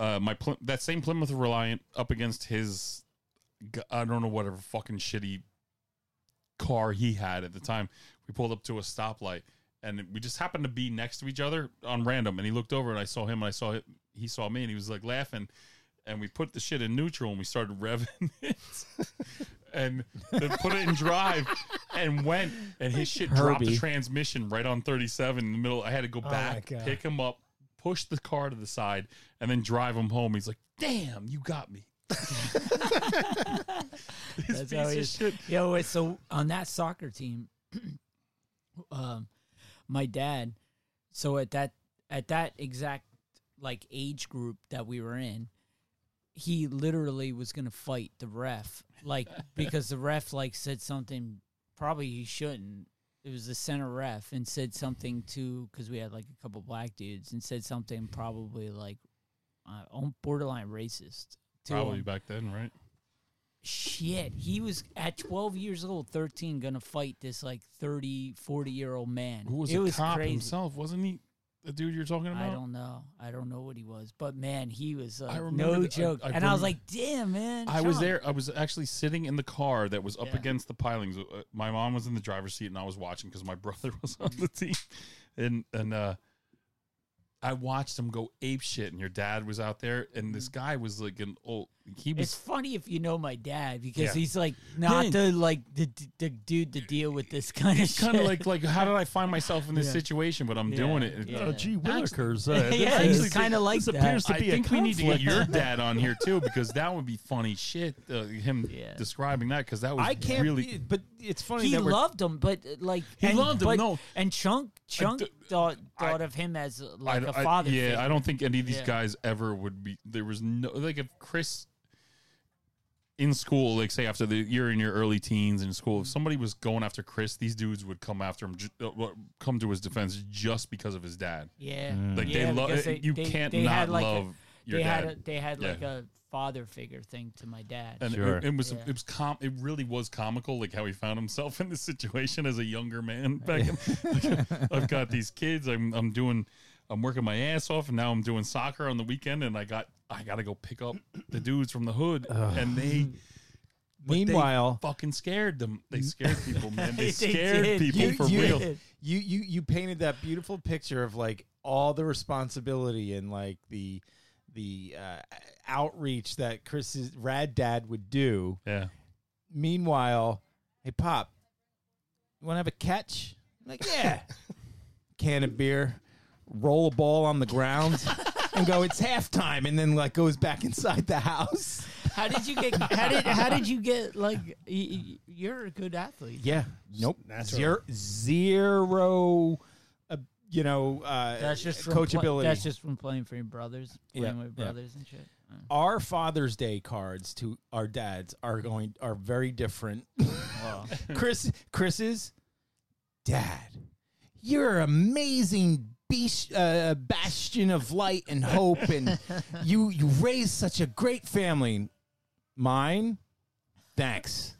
uh, my Ply- that same Plymouth Reliant up against his, g- I don't know whatever fucking shitty car he had at the time. We pulled up to a stoplight, and we just happened to be next to each other on random. And he looked over, and I saw him, and I saw it, he saw me, and he was like laughing. And we put the shit in neutral, and we started revving *laughs* it, and then put it in drive, and went. And his shit dropped the Herbie. transmission right on thirty seven in the middle. I had to go my back, God. pick him up, push the car to the side, and then drive him home. He's like, "Damn, you got me." this That's piece how of he is. shit. Yo, wait, so on that soccer team, *clears throat* um, my dad. So at that at that exact like age group that we were in, he literally was gonna fight the ref, *laughs* like because the ref like said something probably he shouldn't. It was the center ref and said something to because we had like a couple black dudes and said something probably like uh, on- borderline racist. To Probably him back then, right? shit he was at 12 years old 13 gonna fight this like 30 40 year old man Who was it a was cop crazy himself? Wasn't he the dude you're talking about? i don't know i don't know what he was but man he was like, remember no that- I- joke I and i was remember- like damn man I was Sean." there. I was actually sitting in the car that was up Yeah. against the pilings. Uh, My mom was in the driver's seat, and I was watching because my *laughs* brother was on the team. And and uh, I watched him go ape shit. And your dad was out there, and this guy was like an old. He was it's funny if you know my dad because Yeah. he's like not Man. the like the, the, the dude to deal with this kind *laughs* of kind of shit. like like how did I find myself in this Yeah. situation? But I'm Yeah. doing it. Yeah. Oh, gee willikers. Yeah, Uh, this yeah, is- he's kinda like this that. appears to I be think a we need to get conflict. your dad on here too because that would be funny shit. Uh, him *laughs* Yeah. describing that because that was I can't really really, but it's funny he that we're loved him, but uh, like He and- loved him, but- no. and Chunk Chunk d- thought I- thought of him as uh, like I a don't- I- father. yeah, figure. I don't think any of these Yeah. guys ever would be. There was no like if Chris in school, like say after the you're in your early teens in school, Mm. if somebody was going after Chris, these dudes would come after him, ju- uh, well, come to his defense just because of his dad. Yeah, Like Yeah, they because love they- you they- can't they not had, like, a- love your they dad. had a, they had Yeah. like a father figure thing to my dad. and it- Sure. it, was Yeah. it was com- it really was comical like how he found himself in this situation as a younger man back like, I've got these kids I'm I'm doing I'm working my ass off and now I'm doing soccer on the weekend and I got I got to go pick up the dudes from the hood and they but they Meanwhile- fucking scared them they scared people man they They scared did. people You- for you- real did. *laughs* You you you painted that beautiful picture of like all the responsibility and like the the uh, outreach that Chris's rad dad would do. yeah Meanwhile, hey pop, you want to have a catch? I'm like *laughs* yeah, can of beer, roll a ball on the ground. And go, it's halftime, and then like goes back inside the house. How did you get? How did how did you get? Like y- y- you're a good athlete. Yeah, nope, natural. zero, zero, uh, you know, uh, That's just from pla- coachability. that's just from playing for your brothers, Yeah, playing with yeah. brothers and shit. Uh, our Father's Day cards to our dads are going are *laughs* very different. Chris Chris's dad, you're amazing beast, uh, bastion of light and hope, *laughs* and you you raised such a great family. Mine, *laughs* thanks.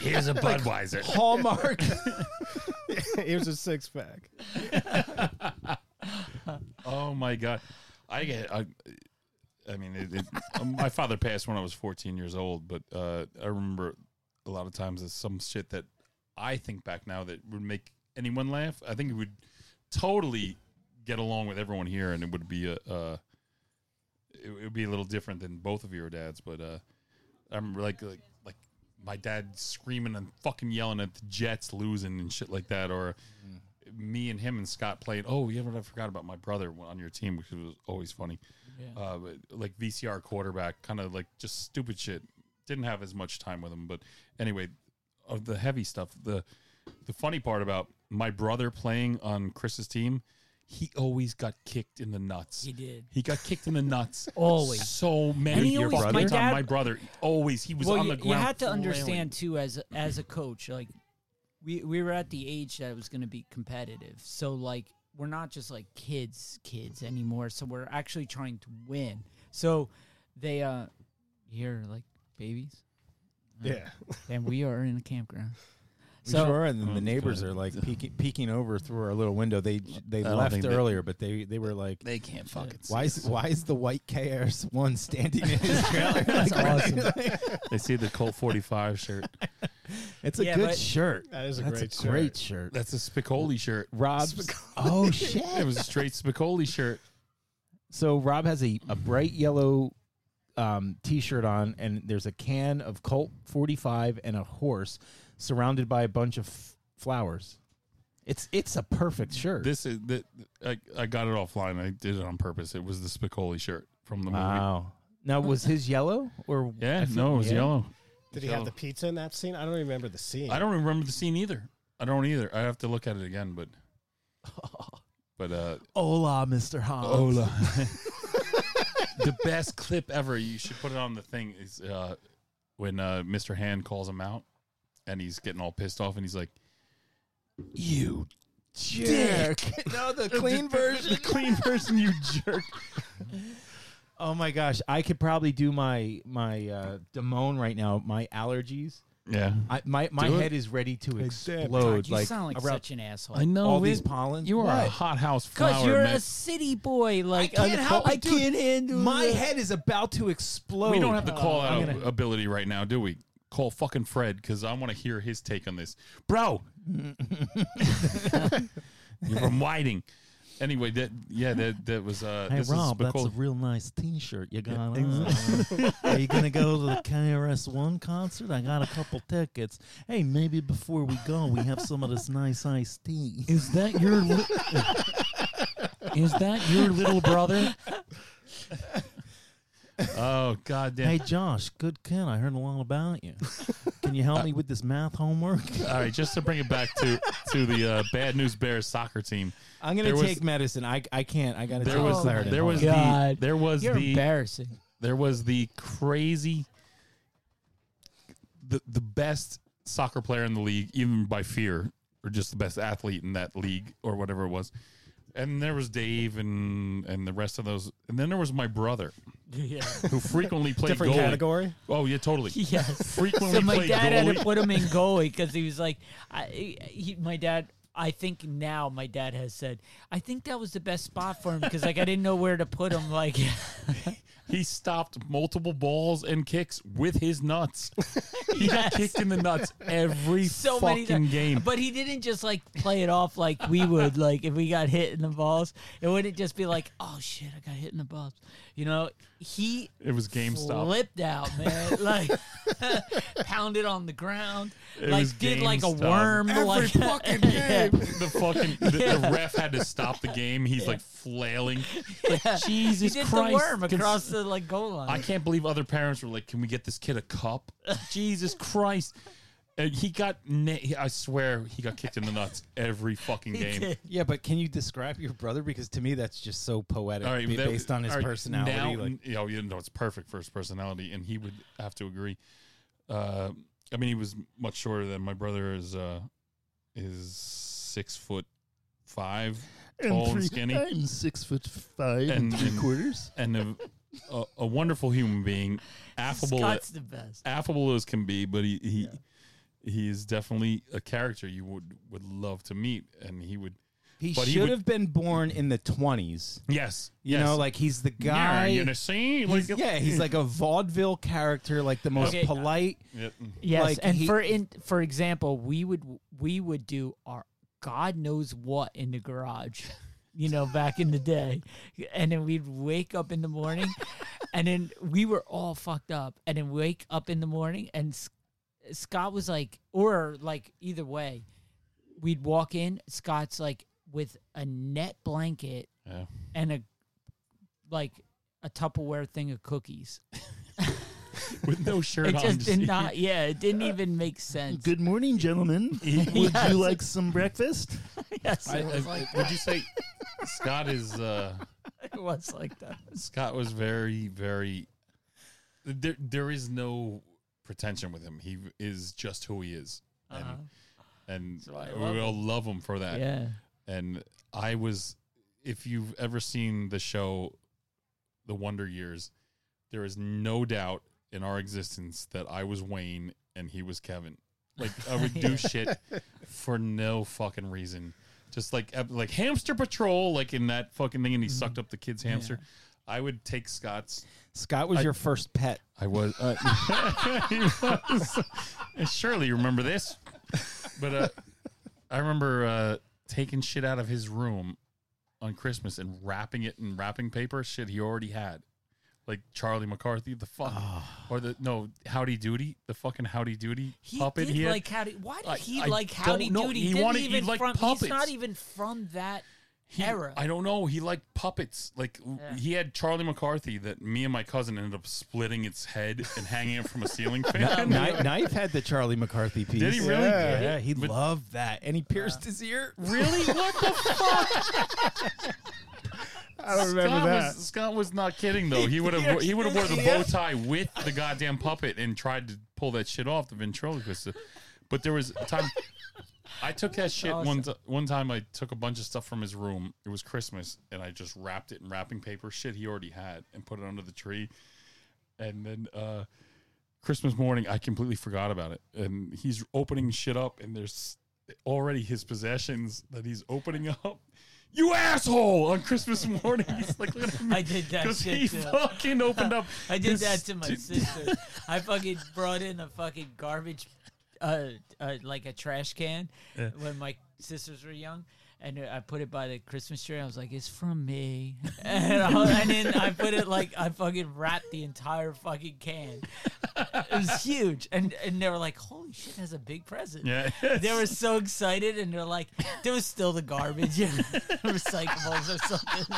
Here's a Budweiser. Hallmark. Here's a six pack. Oh my god, I get. I, I mean, it, it, my father passed when I was 14 years old, but uh, I remember a lot of times there's some shit that I think back now that would make anyone laugh. I think it would totally get along with everyone here, and it would be a. Uh, it, it would be a little different than both of your dads, but uh, I'm like like like my dad screaming and fucking yelling at the Jets losing and shit like that, or me and him and Scott played. Oh, you ever I forgot about my brother on your team, which was always funny. Uh, but, like VCR quarterback, kind of like just stupid shit. Didn't have as much time with him, but anyway, of the heavy stuff. The the funny part about my brother playing on Chris's team, he always got kicked in the nuts. He did. He got kicked in the nuts *laughs* Always. So many. he always- fucking my times. dad- my brother always he was well, on you, the you ground. had to flailing. understand too, as a- as a coach, like we we were at the age that it was going to be competitive. So like we're not just like kids, kids anymore. So we're actually trying to win. So they uh, you're like babies, Yeah. and we are in a campground. We So sure, and then the neighbors are *laughs* like peeking, peeking over through our little window. They they don't left think they- earlier, but they they were like, They can't fucking. why is why is the white KRS one standing *laughs* in his trailer? That's awesome. They see the Colt 45 shirt. it's a Yeah, good but- shirt. That is a That's great a great shirt. That's a Spicoli shirt. *laughs* Rob's. Oh shit! It was a straight Spicoli shirt. So Rob has a, a bright yellow um, t-shirt on, and there's a can of Colt 45 and a horse surrounded by a bunch of f- flowers. It's it's a perfect shirt. This is that I, I got it offline. I did it on purpose. It was the Spicoli shirt from the movie. wow. Now was his yellow or Yeah, no, it was yeah. yellow. Did he have the pizza in that scene? I don't remember the scene. I don't remember the scene either. I don't either. I have to look at it again, *laughs* but but uh Hola, Mr. Holmes. the best clip ever. You should put it on the thing. Is uh, when uh, Mr. Hand calls him out, and he's getting all pissed off, and he's like, "You Jerk. *laughs* no, the clean version. clean person, you jerk." Oh my gosh, I could probably do my my uh Damone right now. My allergies. Yeah, I, my my Do it. head is ready to God, explode. you like sound like around such an asshole. know all these pollens. You are What? a hothouse flower. Cause you're a man. city boy, like can't uh, help I it, dude. can't handle My the- head is about to explode. we don't have the call out I'm gonna- ability right now, do we? Call fucking Fred because I want to hear his take on this, bro. you're from Whiting. Anyway, that yeah, that that was uh. Hey this is Rob, that's a Spicoli- real nice T-shirt you got on. Are you gonna go to *laughs* the KRS One concert? I got a couple tickets. Hey, maybe before we go, we have some of this nice iced tea. Is that your li- Is that your little brother? oh goddamn. Hey Josh, good kid. I heard a lot about you. Can you help me with this *laughs* math homework? All right, just to bring it back to to the uh, Bad News Bears soccer team. I'm gonna There was- take medicine. I I can't. I gotta. There take was Claritin. there was the God. there was You're the embarrassing. *laughs* there was the crazy the the best soccer player in the league, even by fear, or just the best athlete in that league or whatever it was. And there was Dave and and the rest of those, and then there was my brother, who frequently played Different goalie. category. Oh yeah, totally. *laughs* Yes. Frequently so my played dad had goalie. to *laughs* put him in goalie because he was like, I, he, my dad. I think now my dad has said, I think that was the best spot for him because like I didn't know where to put him. Like, *laughs* He stopped multiple balls and kicks with his nuts. He got kicked in the nuts every *laughs* so many fucking times. game. But he didn't just like play it off like we would. Like if we got hit in the balls, it wouldn't just be like, oh shit, I got hit in the balls. You know, he It was GameStop. flipped out, man. *laughs* Like pounded on the ground. It like was did like a GameStop. worm. Every like *laughs* fucking game. the fucking the, the ref had to stop the game. He's like flailing. Like he Jesus did Christ! the worm Can- across the like goal line. I can't believe other parents were like, "Can we get this kid a cup?" Jesus Christ! And he got. Na- he- I swear, he got kicked in the nuts every fucking game. did. yeah, but can you describe your brother? Because to me, that's just so poetic, All right, ba- that- based on his all right, personality. Now, like, you know, you know, it's perfect for his personality, and he would have to agree. Uh, I mean, he was much shorter than my brother is. Uh, is six foot five, tall and *laughs* skinny, I'm six foot five and- and, three and- quarters. and a, a, a wonderful human being, affable, Scott's the best. affable as can be. But he he, he is definitely a character you would would love to meet, and he would. He But he should would- have been born in the 20s. Yes, You know, like he's the yeah, guy. you know, see, he's- like, yeah, he's like a vaudeville character, like the most Okay. polite. *laughs* Yeah. mm, Yes, Like, and he- for in for example, we would we would do our God knows what in the garage, you know, back in the day, and then we'd wake up in the morning, and then we were all fucked up, and then wake up in the morning, and S- Scott was like, or like either way, we'd walk in, Scott's like with a net blanket Yeah. and a like a Tupperware thing of cookies. with no shirt It on. just did *laughs* not, yeah, it didn't even make sense. Good *laughs* morning, gentlemen. Would Yes. you like some breakfast? *laughs* Yes, I, it was I- like would you say Scott is uh, it *laughs* was like *laughs* that. Scott was very very. There, there is no pretension with him. He is just who he is, and Uh-huh. and So I we love all love him for that. Yeah, And I was, if you've ever seen the show, The Wonder Years, there is no doubt in our existence that I was Wayne and he was Kevin. Like I would do shit for no fucking reason. Just like ep- like hamster patrol, like in that fucking thing, and he sucked up the kid's hamster. I would take Scott's. Scott was I- your first *laughs* pet. I was. Uh, he was. And Surely you remember this. But uh, I remember uh, taking shit out of his room on Christmas and wrapping it in wrapping paper, shit he already had. Like Charlie McCarthy, the fuck. Or the, no, Howdy Doody, the fucking Howdy Doody he puppet. did he had. like Howdy. Why did I- he I like don't Howdy know. Doody? He didn't wanted- he even liked from, He's puppets. not even from that He- era. I don't know. He liked puppets. Like w- Yeah. he had Charlie McCarthy that me and my cousin ended up splitting its head and hanging it from a ceiling fan. Knife, Knife had the Charlie McCarthy piece. Did he really? Yeah, he But- loved that, and he pierced his ear. *laughs* *laughs* really? What the I don't remember Scott that. Was, Scott was not kidding though. He would have he would have wore the bow tie with the goddamn puppet and tried to pull that shit off the ventriloquist. But there was a time I took that shit one t- one time. I took a bunch of stuff from his room. It was Christmas, and I just wrapped it in wrapping paper, shit he already had, and put it under the tree. And then uh, Christmas morning, I completely forgot about it. And he's opening shit up, and there's already his possessions that he's opening up. You asshole! On Christmas morning, he's like, look at him. *laughs* I did that *laughs* 'Cause shit, he too. fucking opened up. *laughs* I did this that to my stu- sister. I fucking brought in a fucking garbage, uh, uh like a trash can, when my sisters were young. And I put it by the Christmas tree. I was like, "It's from me," *laughs* and, I, and then I put it like I fucking wrapped the entire fucking can. It was huge, and and they were like, "Holy shit, that's a big present!" Yeah. *laughs* They were so excited, and they're like, "There was still the garbage, recyclables or something."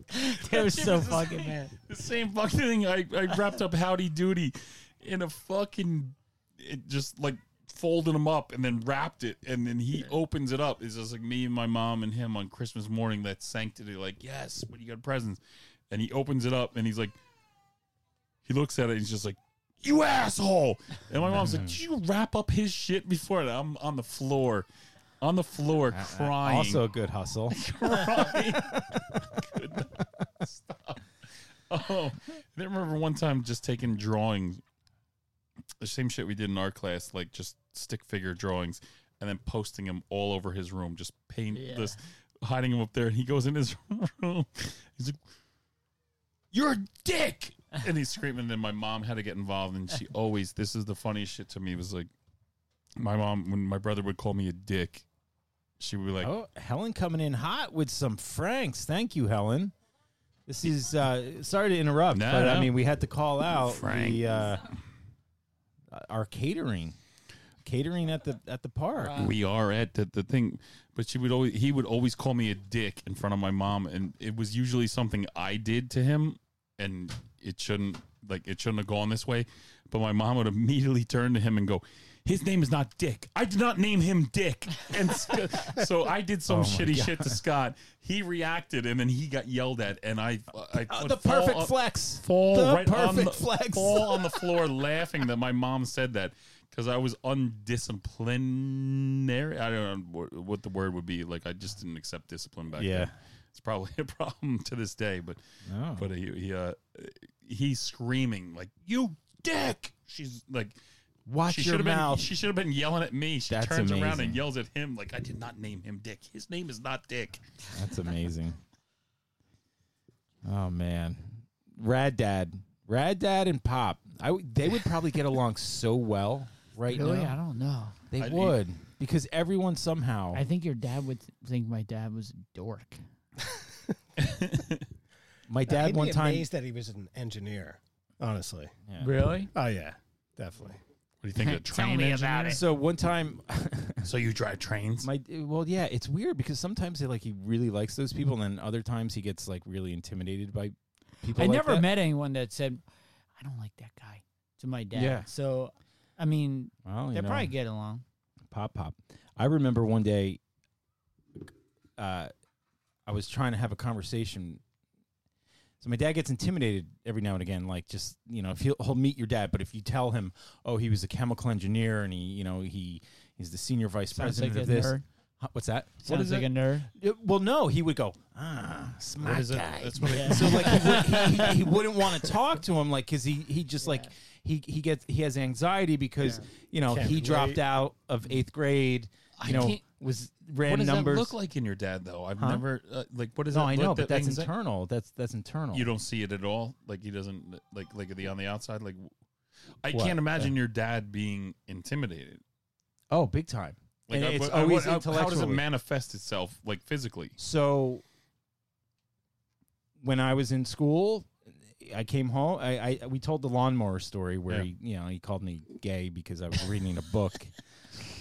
*laughs* they were so was the fucking same. mad. the same fucking thing. I, I wrapped up Howdy Doody in a fucking, it just like folded him up and then wrapped it. And then he opens it up. It's just like me and my mom and him on Christmas morning that sanctity, like, yes, but you got presents. And he opens it up and he's like, he looks at it and he's just like, you asshole. And my mom's like, did you wrap up his shit before that? I'm on the floor. On the floor crying. Also, a good hustle. *laughs* Oh, I remember one time just taking drawings, the same shit we did in our class, like just stick figure drawings, and then posting them all over his room, just paint this, hiding him up there. And he goes in his *laughs* room. He's like, "You're a dick!" And he's screaming. And then my mom had to get involved, and she always this is the funniest shit to me was like, my mom when my brother would call me a dick, she would be like, Oh, Helen coming in hot with some Franks. Thank you, Helen. This is uh, sorry to interrupt, No, but no. I mean we had to call out Frank. the uh, our catering, catering at the at the park. we are at the, the thing but she would always he would always call me a dick in front of my mom and it was usually something i did to him and it shouldn't like it shouldn't have gone this way but my mom would *laughs* immediately turn to him and go his name is not dick i did not name him dick *laughs* and Sc- so i did Oh some shitty shit to scott he reacted and then he got yelled at and i, I Uh, would the fall perfect up- flex. fall The right on the, perfect flex. *laughs* fall on the floor laughing that my mom said that because I was undisciplinary. I don't know what- what the word would be. Like I just didn't accept discipline back Yeah. then. It's probably *laughs* a problem to this day. But Oh. but he he uh, he's screaming like you dick. She's like. Watch She your should have been. mouth. She should have been yelling at me. She That's turns around amazing. and yells at him like I did not name him Dick. His name is not Dick. That's amazing. oh man, Rad Dad, Rad Dad and Pop. I w- they would probably get along so well right Really, I now. don't know. They I'd eat- would because everyone somehow. I think your dad would think my dad was a dork. my dad I'd one be time. amazed that he was an engineer. Honestly. Really? Oh yeah, definitely. What do you think of train engineer? So one time, So you drive trains? my eh, well, yeah, it's weird because sometimes he like he really likes those people, and then other times he gets like really intimidated by people. I like never that. met anyone that said, "I don't like that guy." To my dad. Yeah. So, I mean, Well, they you know. probably get along. pop pop. I remember one day, uh, I was trying to have a conversation. So my dad gets intimidated every now and again, like just you know, if he'll, he'll meet your dad, but if you tell him, oh, he was a chemical engineer and he, you know, he he's the senior vice Sounds like president a of this. nerd. Huh, What's that? Sounds like a nerd. *laughs* Uh, Well, no, he would go, ah, smart is it? guy. That's what it- so like he, would, he, *laughs* he- he wouldn't want to talk to him, like because he he just like he he gets he has anxiety because you know Can't he relate. dropped out of eighth grade. I You know, can't- was What ran does numbers. that look like in your dad though? I've Huh? never uh, like what does No, that I look- know, that but that's anxi- internal. That's that's internal. You don't see it at all. Like he doesn't like like the on the outside. Like I What? can't imagine your dad being intimidated. oh, big time. Like And I- it's but always how- How does it intellectually. manifest itself like physically? So when I was in school, I came home. I, I we told the lawnmower story where Yeah. he, you know, he called me gay because I was reading a book.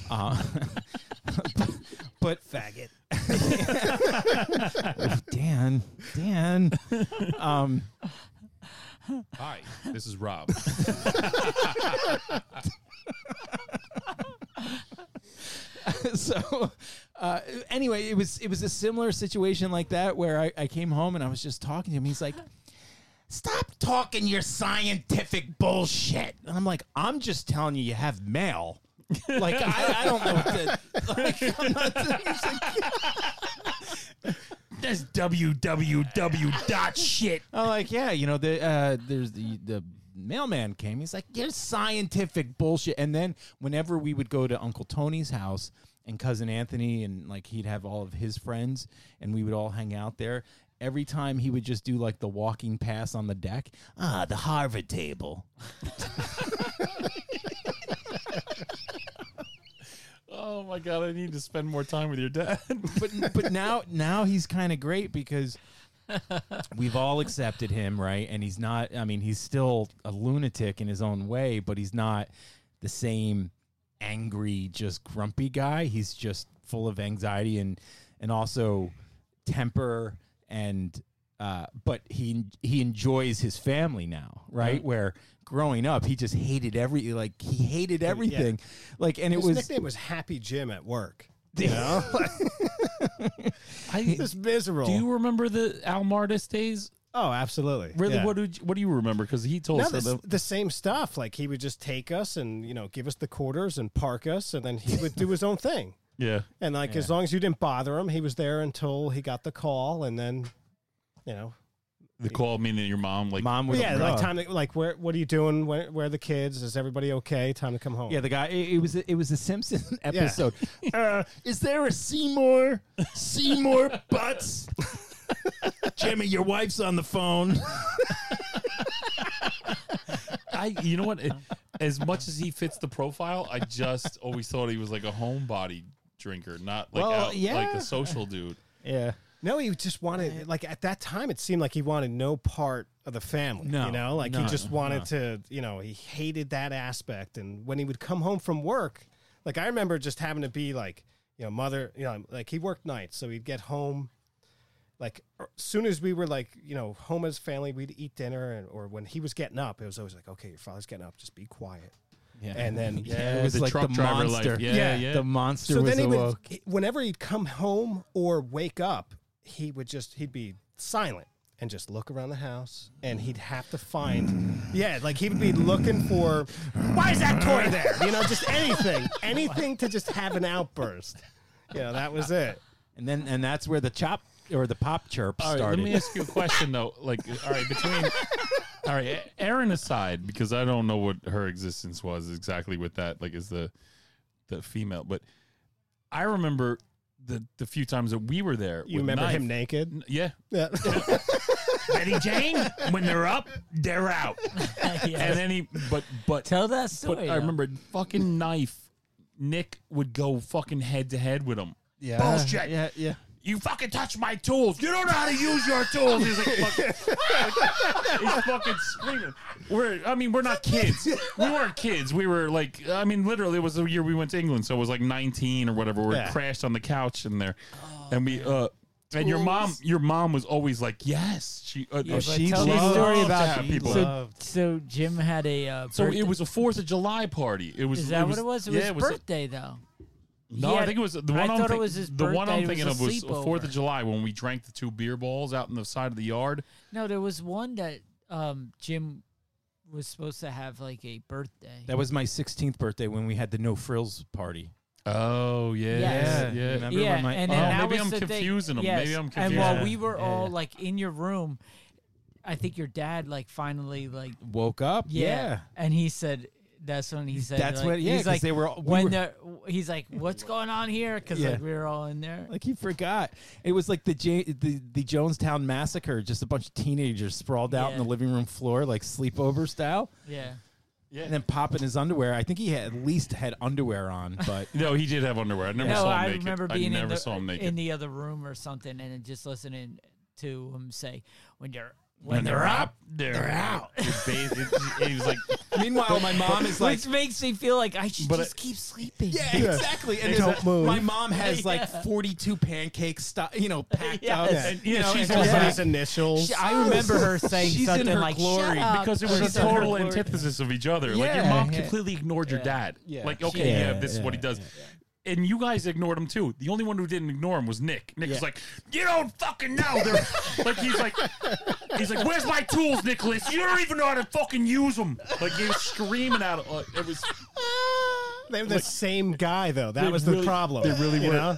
Uh, *laughs* but faggot. *laughs* Dan, Dan. Um, Hi, this is *laughs* Rob. *laughs* so uh, anyway, it was it was a similar situation like that where I, I came home and I was just talking to him. He's like, "Stop talking your scientific bullshit," and I'm like, "I'm just telling you, you have mail." like I, I don't know what to. Like, I'm not, he's like, That's www dot shit. I'm like, yeah, you know, the uh, there's the the mailman came. He's like, "You're scientific bullshit." And then whenever we would go to Uncle Tony's house and cousin Anthony, and like he'd have all of his friends, and we would all hang out there. Every time he would just do like the walking pass on the deck. Ah, the Harvard table. Oh my god, I need to spend more time with your dad. *laughs* but but now now he's kind of great because we've all accepted him, right? And he's not. I mean, he's still a lunatic in his own way, but he's not the same angry, just grumpy guy. He's just full of anxiety and and also temper and. Uh, but he he enjoys his family now, right? Where growing up, he just hated every like he hated everything, like and it His was nickname was Happy Jim *laughs* at work. You know, this miserable. do you remember the Al Martis days? oh, absolutely. Really? Yeah. What do what do you remember? Because he told No, us that the, the same stuff. Like he would just take us and you know give us the quarters and park us, and then he would do his own thing. yeah. And like as long as you didn't bother him, he was there until he got the call, and then you know, The call meaning your mom like mom was a yeah, like bro. time. To, like where what are you doing? Where, where are the kids? Is everybody okay? Time to come home. Yeah, the guy. It, it was it was a Simpson *laughs* episode. uh, is there a Seymour? Seymour butts. Jimmy, your wife's on the phone. I you know what? It- as much as he fits the profile, I just always thought he was like a homebody drinker, not like Well, out, like yeah. a social dude. Yeah. No, he just wanted like at that time it seemed like he wanted no part of the family. No, you know, like no, he just no. wanted to. You know, he hated that aspect. And when he would come home from work, like I remember just having to be like, you know, mother. You know, like he worked nights, so he'd get home. Like er- soon as we were like, you know, home as family, we'd eat dinner, and or when he was getting up, it was always like, okay, your father's getting up, just be quiet. Yeah. And *laughs* then it was like the monster. Yeah, yeah. Yeah. The monster so was then he would, awoke. he- whenever he'd come home or wake up, he would just he'd be silent. and just look around the house, and he'd have to find, yeah, like he would be looking for, why is that toy there? You know, *laughs* just anything, anything to just have an outburst. You know, that was it. And then and that's where the chop or the pop chirp All right, started. let me ask you a question though. Like, all right, between all right, Aaron aside, because I don't know what her existence was exactly with that. Like, is the the female? But I remember the the few times that we were there. You with remember Knife. him *laughs* naked? Yeah, Yeah. Betty Jane, when they're up, they're out. and then he, but but Tell that Oh, but story. I remember fucking knife. Nick would go fucking head to head with him. yeah. Ah, Bullshit. Yeah, yeah. You fucking touch my tools. You don't know how to use your tools. He's like, fucking, *laughs* He's fucking screaming. We're, I mean, we're not kids. We weren't kids. We were like, I mean, literally, it was the year we went to England, so it was like 19 or whatever. We Yeah. crashed on the couch in there, Oh, and we, uh, and your mom, your mom was always like, yes, she, uh, Yeah, she but tell the loved story to about have people. So, So, so Jim had a uh, birthday- it was a Fourth of July party. It was Is that what it was? It yeah, was birthday though. no, He I had- think it was the I one. I'm thought it think- was his the one birthday. I'm It was thinking a of was Fourth of sleepover. July when we drank the two beer balls out in the side of the yard. No, there was one that um, Jim was supposed to have like a birthday. that was my 16th birthday when we had the no frills party. Oh yeah, Yes. yeah. Remember yeah, when my and Oh, then that maybe was I'm the thing- confusing 'em. yes, Maybe I'm And while confusing we 'em. were Yeah, all yeah. like in your room, I think your dad like finally like woke up. yeah, Yeah. and he said. That's when he said. That's like, what- yeah, he's 'cause like, they were all- we when were- the he's like, "What's going on here?" Because Yeah. like we were all in there. Like he forgot. It was like the J- the the Jonestown massacre. Just a bunch of teenagers sprawled out in Yeah. the living room floor, like sleepover style, yeah, and then pop in his underwear. I think he had, at least had underwear on, but *laughs* No, he did have underwear. I never no, saw him I naked. remember being I never in, the, saw him naked. in the other room or something, and just listening to him say, "When you're when they're up, they're, out. he was bathed- he- he was *laughs* like, meanwhile, my mom is like, Which makes me feel like I should But just I- keep sleeping. yeah, exactly. And Don't there's a- move. my mom has *laughs* like 42 pancakes, sto- you know, packed up. Yes. And, yeah, you know, she's and- Everybody's initials. I remember *laughs* her saying She's in something her like glory "Shut up." because it was She's a in her total glory. antithesis of each other. like your Yeah, mom yeah. completely ignored your dad. Yeah. Like, okay, Yeah, yeah, this is what he yeah, does. And you guys ignored him too. The only one who didn't ignore him was Nick. Nick was like, "You don't fucking know." They're, *laughs* like he's like, he's like, "Where's my tools, Nicholas? You don't even know how to fucking use them." Like he was screaming at him. Like, it was They were the same guy, though. They That was the really- problem. they really you were. know?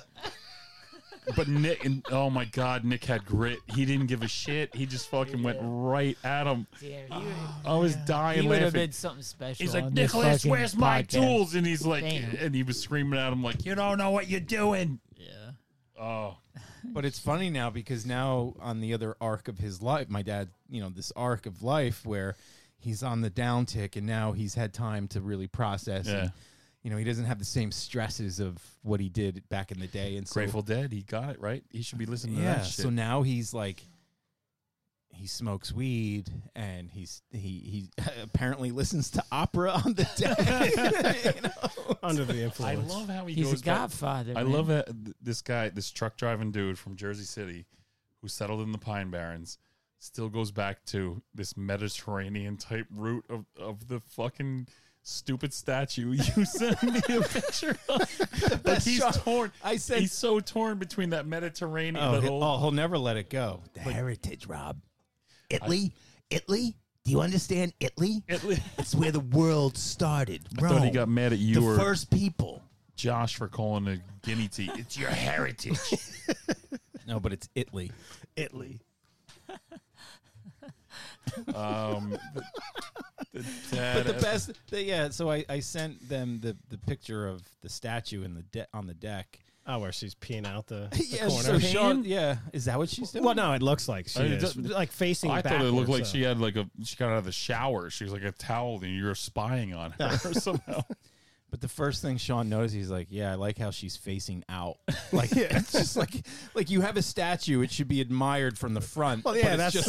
But Nick, and, oh my God, Nick had grit. He didn't give a shit. He just fucking went right at him. Damn, you- Oh, I was he dying would laughing. have been something special. he's like, on this Nicholas, fucking where's my podcast." tools? And he's like, Damn. and he was screaming at him like, you don't know what you're doing. Yeah. Oh, But it's funny now because now on the other arc of his life, my dad, you know, this arc of life where he's on the downtick and now he's had time to really process. Yeah. And, you know, he doesn't have the same stresses of what he did back in the day. And so, Grateful Dead. He got it right. He should be listening to yeah. that shit. So now he's like, he smokes weed and he's he he *laughs* apparently listens to opera on the deck. You know? Under the I influence. love how he He's goes. a back- godfather. I man. love that th- this guy, this truck driving dude from Jersey City, who settled in the Pine Barrens, still goes back to this Mediterranean type route of, of the fucking stupid statue *laughs* you sent me a picture *laughs* of. like he's shot. torn. I said- he's so torn between that Mediterranean Oh, little. he'll, oh, he'll never let it go. The heritage, Rob. Italy? Italy? Do you understand Italy? *laughs* oh. Italy. It's where the world started. I Rome. thought he got mad at you the or first people. Josh for calling a *laughs* guinea tea. It's your heritage. No, but it's *laughs* Italy. Italy. um, the, but the the dead- best, the, yeah. So I, I sent them the, the picture of the statue in the de- on the *laughs* deck. Oh, where she's peeing out *laughs* the, the yeah, corner. so Sean, yeah. Is that what she's doing? well, no, it looks like she I mean, it is. doesn't- Like facing I thought it looked backwards, like so. she had like a she got out of the shower. She was like a towel, and you're spying on *laughs* her *laughs* somehow. But the first thing Sean noticed, he's like, "Yeah, I like how she's facing *laughs* out. Like, it's just like like you have a statue, it should be admired from the front. Well, but yeah, it's that's just,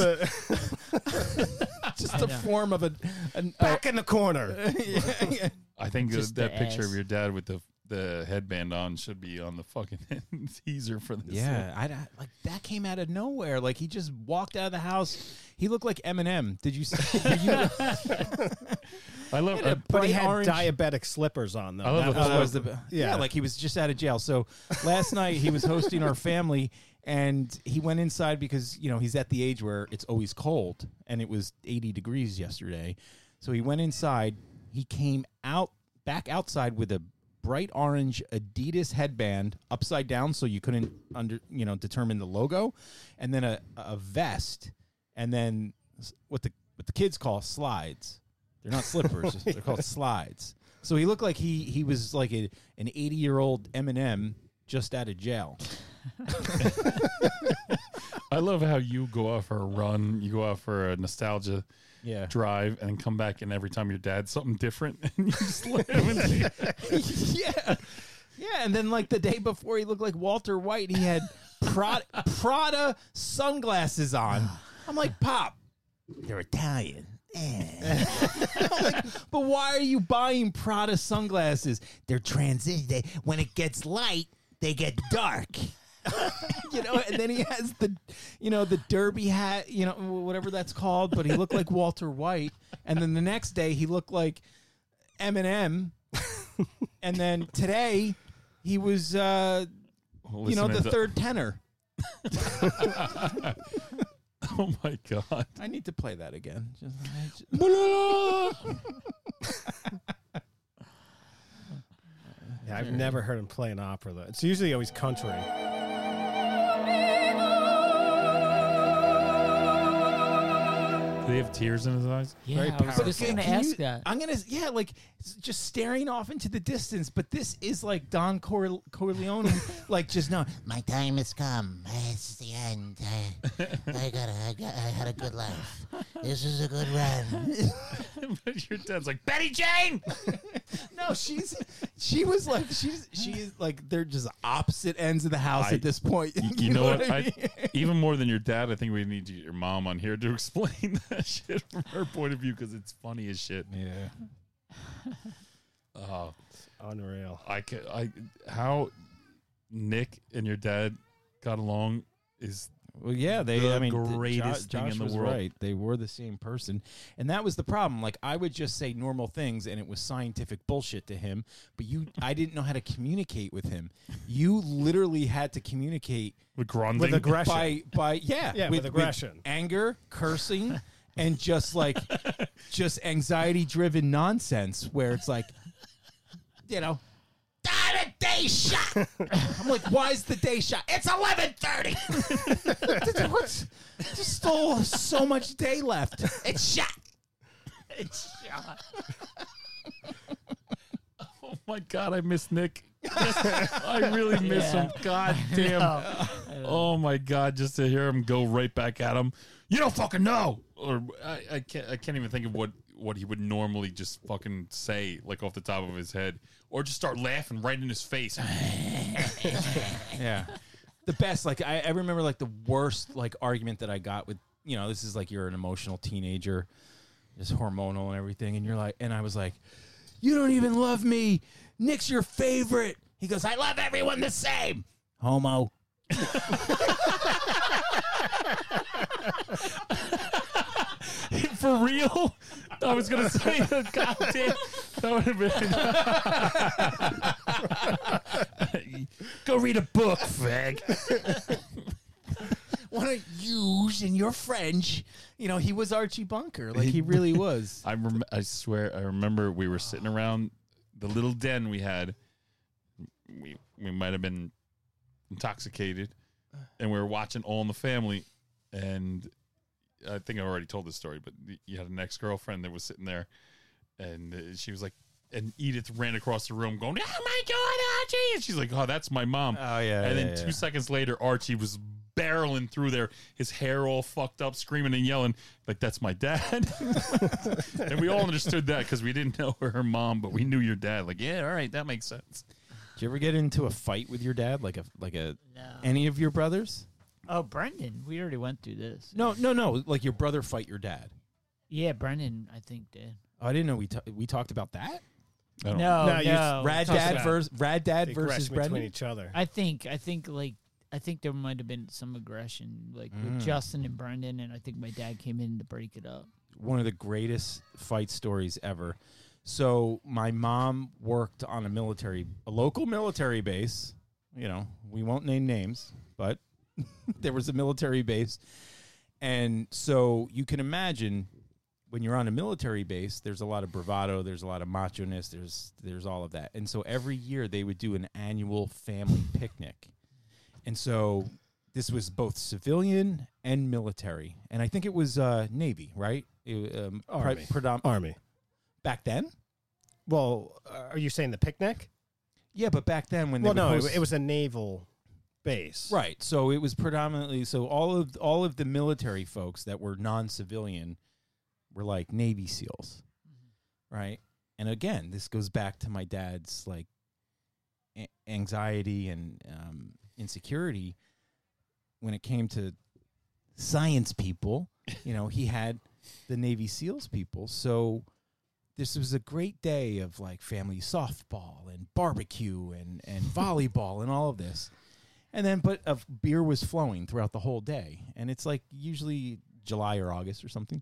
the, *laughs* just a form of a, an *laughs* back in the corner. yeah, yeah. I think that, Just the that picture of ass. your dad with the the headband on should be on the fucking *laughs* teaser for this. Yeah, I, I- like that came out of nowhere. Like he just walked out of the house. He looked like Eminem. Did you? See, *laughs* did you thing. I love. He had I- a But he bright had orange- diabetic slippers on though. I love That the was- that was the yeah. Yeah. like he was just out of jail. So last night he was hosting our family, and he went inside because you know he's at the age where it's always cold, and it was 80 degrees yesterday. So he went inside. He came out back outside with a bright orange Adidas headband upside down, so you couldn't under you know determine the logo, and then a, a vest, and then s- what the what the kids call slides. They're not slippers. They're called slides. So he looked like he he was like a, an 80 year old Eminem just out of jail. I love how you go off for a run, you go off for a nostalgia Yeah. drive, and then come back, and every time your dad's something different, *laughs* and you just live. And *laughs* yeah. Yeah. And then like the day before, he looked like Walter White. He had Prada, Prada sunglasses on. I'm like, Pop, Eh. They're Italian. *laughs* but why are you buying Prada sunglasses? They're transition. They, when it gets light, they get dark. *laughs* you know, and then he has the, you know, the derby hat, you know, whatever that's called, but he looked like Walter White. And then the next day he looked like Eminem. and then today he was, uh, you know, the third tenor. *laughs* Oh my god! I need to play that again. Just, I just- Yeah, I've never heard him play an opera though. It's usually always country. Do they have tears in his eyes? Yeah, I was just going to Can ask you- that. I'm gonna, yeah, like s- just staring off into the distance. But this is like Don Cor- Corleone, *laughs* like just now. My time has come. It's the end. I, I got. I got. I had a good life. This is a good run. *laughs* but your dad's like Betty Jane. No, she's she was like she's she is like they're just opposite ends of the house I- at this point. *laughs* *laughs* You, you know what? *laughs* I mean? I, even more than your dad, I think we need your mom on here to *laughs* explain that shit from her point of view because it's funny as shit. yeah. Oh, Unreal. I can. I how Nick and your dad got along is Well, yeah, they. The I mean, th- greatest Jo- thing Josh in the was world. Right, they were the same person, and that was the problem. Like I would just say normal things, and it was scientific bullshit to him. But you, I didn't know how to communicate with him. You literally had to communicate with grunting. With aggression. by by yeah, Yeah, with aggression. anger, *laughs* cursing, and just like just anxiety driven nonsense where it's like, you know. "Ah, the Day shot. *laughs* I'm like, why is the day shot? It's 11:30. *laughs* What's just still so much day *laughs* left? It's shot. It's shot. oh my god, I miss *laughs* Nick. I really miss him. God *laughs* damn. Oh my god, just to hear him go right back at him. You don't fucking know. Or I, I can't. I can't even think of what what he would normally just fucking say, like off the top of his head, or just start laughing right in his face. Yeah. *laughs* The best, like I, I remember like the worst like argument that I got with you know, this is like you're an emotional teenager, just hormonal and everything, and you're like and I was like, You don't even love me. Nick's your favorite. He goes, I love everyone the same. Homo. *laughs* For real? I was gonna say, God damn, that would have been. Go read a book, fag. One of yous and your French. You know, he was Archie Bunker. Like he *laughs* really was. I rem- I swear, I remember we were sitting around the little den we had. We we might have been intoxicated, and we were watching All in the Family, and I think I already told this story, but y- you had an ex girlfriend that was sitting there, and uh, she was like, and Edith ran across the room going, "Oh my god, Archie!" And she's like, "Oh, that's my mom." Oh, yeah, And then yeah, two yeah. seconds later, Archie was barreling through there, his hair all fucked up, screaming and yelling like, "That's my dad." *laughs* and we all understood that because we didn't know her mom, but we knew your dad. Like, yeah, all right, that makes sense. Did you ever get into a fight with your dad? Like a like a any of your brothers? Oh, Brendan, we already went through this. No, no, no. Like your brother fight your dad. Yeah, Brendan, I think did. Oh, I didn't know we ta- we talked about that. I don't No, No, no. you just Rad Talks Dad about- versus Rad Dad They versus crash between Brendan. each other. I think I think like I think there might have been some aggression like with Justin and Brendan, and I think my dad came in to break it up. One of the greatest fight stories ever. So my mom worked on a military, a local military base. You know, we won't name names, but *laughs* there was a military base, and so you can imagine when you're on a military base, there's a lot of bravado, there's a lot of macho ness, there's there's all of that. And so every year they would do an annual family picnic. And so this was both civilian and military. And I think it was uh, Navy, right? It, um, pre- Army. predom- Army. back then? Well, uh, are you saying the picnic? Yeah, but back then when Well, they would no, it, host- it was a naval base. Right. So it was predominantly so all of all of the military folks that were non-civilian were like Navy SEALs, right? And again, this goes back to my dad's like a- anxiety and um, insecurity when it came to science people. You know, he had the Navy SEALs people, so. This was a great day of like family softball and barbecue and, and volleyball and all of this. And then, but of beer was flowing throughout the whole day, and it's like usually July or August or something.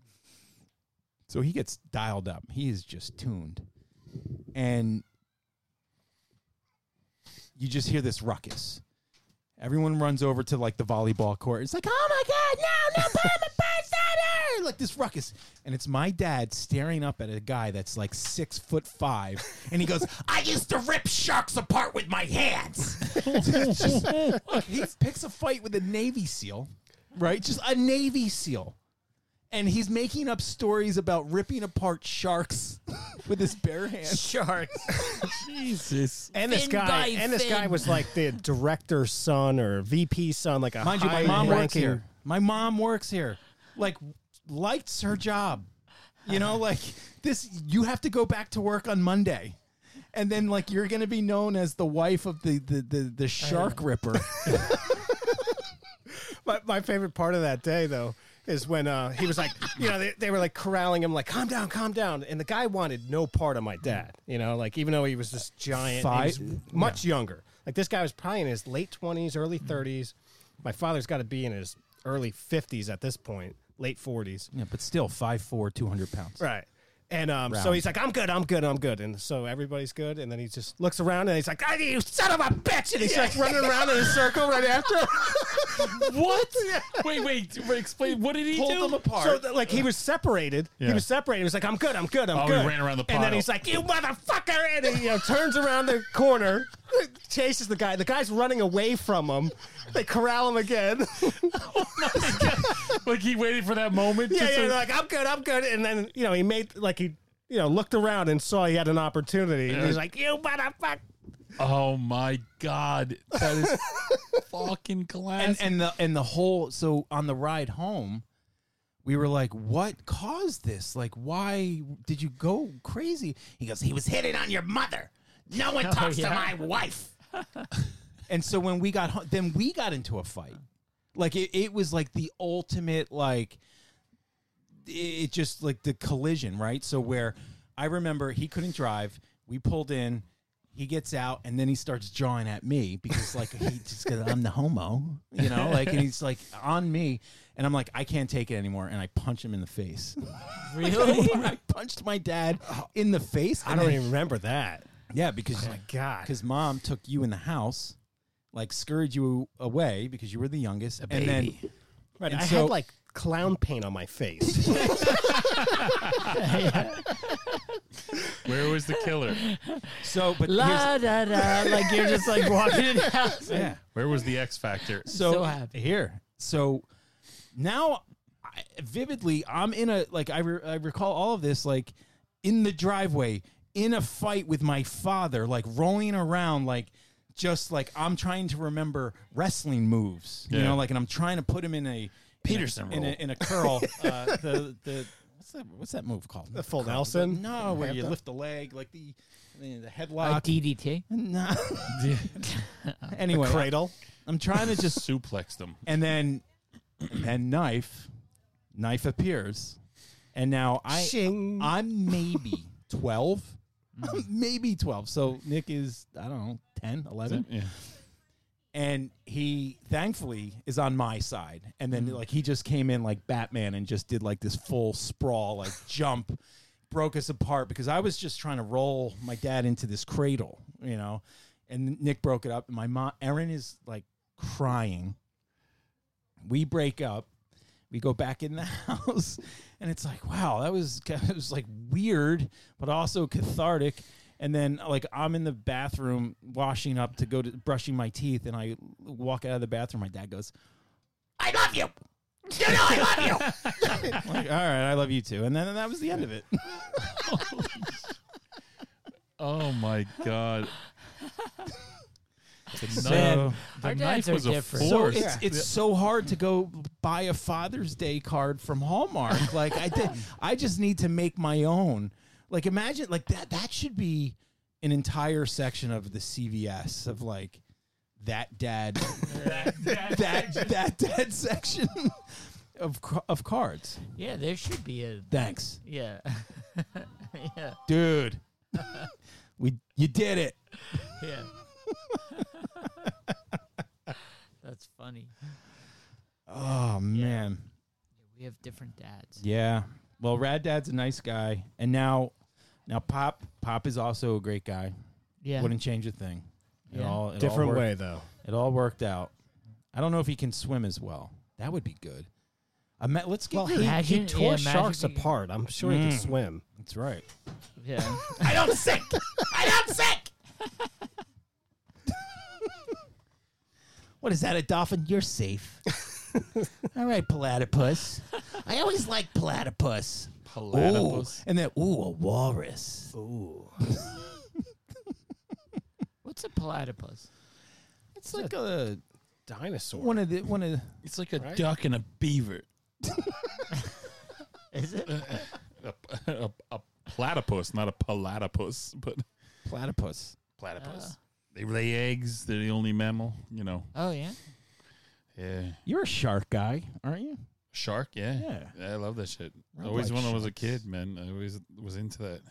So he gets dialed up. He is just tuned, and you just hear this ruckus. Everyone runs over to like the volleyball court. It's like, oh my god, no, no, put him a bird Like this ruckus, and it's my dad staring up at a guy that's like six foot five, and he goes, "I used to rip sharks apart with my hands." It's just- he picks a fight with a Navy SEAL, right? Just a Navy SEAL. And he's making up stories about ripping apart sharks *laughs* with his bare hands. Sharks. Jesus. And this Fin guy, by and this guy fin. was like the director's son or VP son, like a Mind you, my high mom works ranking- here. My mom works here. Like, likes her job. You know, like this, you have to go back to work on Monday. And then, like, you're going to be known as the wife of the, the, the, the shark ripper. My, my favorite part of that day though is when uh, he was like, you know, they, they were like corralling him, like calm down, calm down, and the guy wanted no part of my dad. You know, like even though he was this giant, Five- he was much younger. Like this guy was probably in his late twenties, early thirties. My father's got to be in his early fifties at this point, late forties. yeah, but Oh, still, 5'4, 200 pounds. Right. And um, so Round. he's like, I'm good, I'm good, I'm good. And so everybody's good. And then he just looks around and he's like, "Ah, You son of a bitch. And he starts running around in a circle right *laughs* after. *laughs* What? Wait, wait, wait, Explain. What did he do? So, th- like, he was separated. Yeah. He was separated. He was like, I'm good, I'm good, I'm Oh, he good. ran around the And then pile. he's like, You motherfucker. And he you know, turns around the corner, *laughs* chases the guy. The guy's running away from him. They corral him again. *laughs* like he waited for that moment. yeah, just yeah. to- They're like, I'm good, I'm good. And then, you know, he made, like, he, you know, looked around and saw he had an opportunity. And he's like, You motherfucker. oh my god, that is fucking and classic. and the and the whole so on the ride home we were like what caused this like why did you go crazy he goes he was hitting on your mother no one talks to my wife *laughs* and so when we got home then we got into a fight like it, it was like the ultimate like it- it just like the collision right so where i remember he couldn't drive we pulled in he gets out and then he starts jawing at me because like he just goes, i'm the homo you know like and he's like on me and i'm like i can't take it anymore and i punch him in the face *laughs* really *laughs* i punched my dad in the face I and don't then- even remember that. Oh yeah because like God. because mom took you in the house, like scurried you away because you were the youngest, and then Right, And I so- had like clown paint on my *laughs* face. Where was the killer? so but here's, La da da, *laughs* like you're just like walking in the house. yeah, Where was the X Factor? so, so happy. here, so now I, vividly, I'm in a like I re- I recall all of this like in the driveway in a fight with my father, like rolling around like. Just like I'm trying to remember wrestling moves, you Yeah. know, like, and I'm trying to put him in a Peterson in a, in a, roll. in a curl. uh, the the what's that? What's that move called? The full Curl. Nelson? No, where you Hamper? lift the leg like the the, the Like headlock. DDT. No. *laughs* anyway, Cradle. I'm trying to just Suplexed him. and then *clears throat* and knife knife appears, and now I Shing. I'm maybe twelve, maybe 12. So Nick is, I don't know, 10, 11 Yeah. and he thankfully is on my side and then like he just came in like batman and just did like this full sprawl like jump broke us apart because i was just trying to roll my dad into this cradle you know and nick broke it up and my mom erin is like crying we break up we go back in the *laughs* house and it's like wow that was *laughs* it was like weird but also cathartic and then like i'm in the bathroom washing up to go to brushing my teeth and i walk out of the bathroom my dad goes i love you you know i love you *laughs* I'm like all right i love you too and then that was the end of it Oh my god. The knife, Man, the our dads knife are was a different. so force. it's, it's so hard to go buy a father's day card from hallmark like i did i just need to make my own like imagine like that that should be an entire section of the cvs of like that dad that that dad section of ca- of cards Yeah, there should be a thanks yeah, *laughs* yeah, dude we you did it *laughs* yeah. That's funny. oh man We have different dads. Yeah. Well, Rad Dad's a nice guy, and now, now Pop Pop is also a great guy. Yeah, Wouldn't change a thing. It Yeah. all it all Different worked- way though. It all worked out. I don't know if he can swim as well. That would be good. I met, let's get Well, really- he, he imagine- tore yeah, imagine sharks if you- apart. I'm sure he Mm. can swim. That's *laughs* right. yeah. I don't sink. I don't sink. what is that, a dolphin? You're *laughs* safe. all right, platypus. I always like platypus. Platypus. Ooh, and then ooh, a walrus. What's a platypus? It's like a Dinosaur. one of the one of. The, It's like a duck and a beaver. Is it? a, a, a platypus, not a platypus, but Platypus. platypus. they lay eggs. They're the only mammal, you know. Oh yeah. Yeah, You're a shark guy, aren't you? shark. Yeah, Yeah. I love that shit. I I always like when I was a kid, man, I always was into that.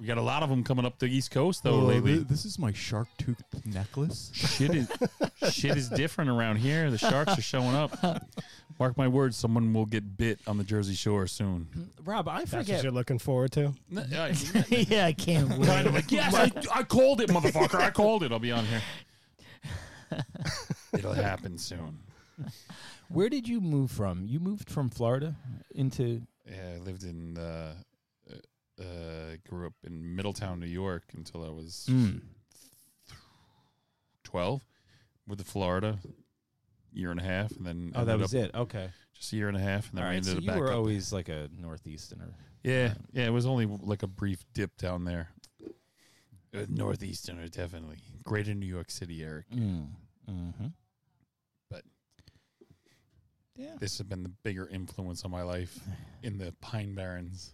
We got a lot of them coming up the East Coast though lately. Oh, this is my shark tooth necklace. shit is shit is different around here. The sharks are showing up. Mark my words, someone will get bit on the Jersey Shore soon. Rob, I That's what forget. you're looking forward to. No, I- *laughs* yeah, I can't kind of like, yes, I, I called it, motherfucker. I called it. I'll be *laughs* on here. It'll happen soon. Where did you move from? You moved from Florida into Yeah, I lived in, uh, uh, uh, grew up in Middletown, New York until I was 12. With the Florida, year and a half, and then Oh, that ended was up it. Okay. Just a year and a half, and then All I right. ended So up you back were up. always like a northeasterner. Yeah, yeah. It was only like a brief dip down there. Uh, Northeasterner, definitely. Greater New York City, Eric. Mm. Mm-hmm. This has been the bigger influence on my life in the Pine Barrens.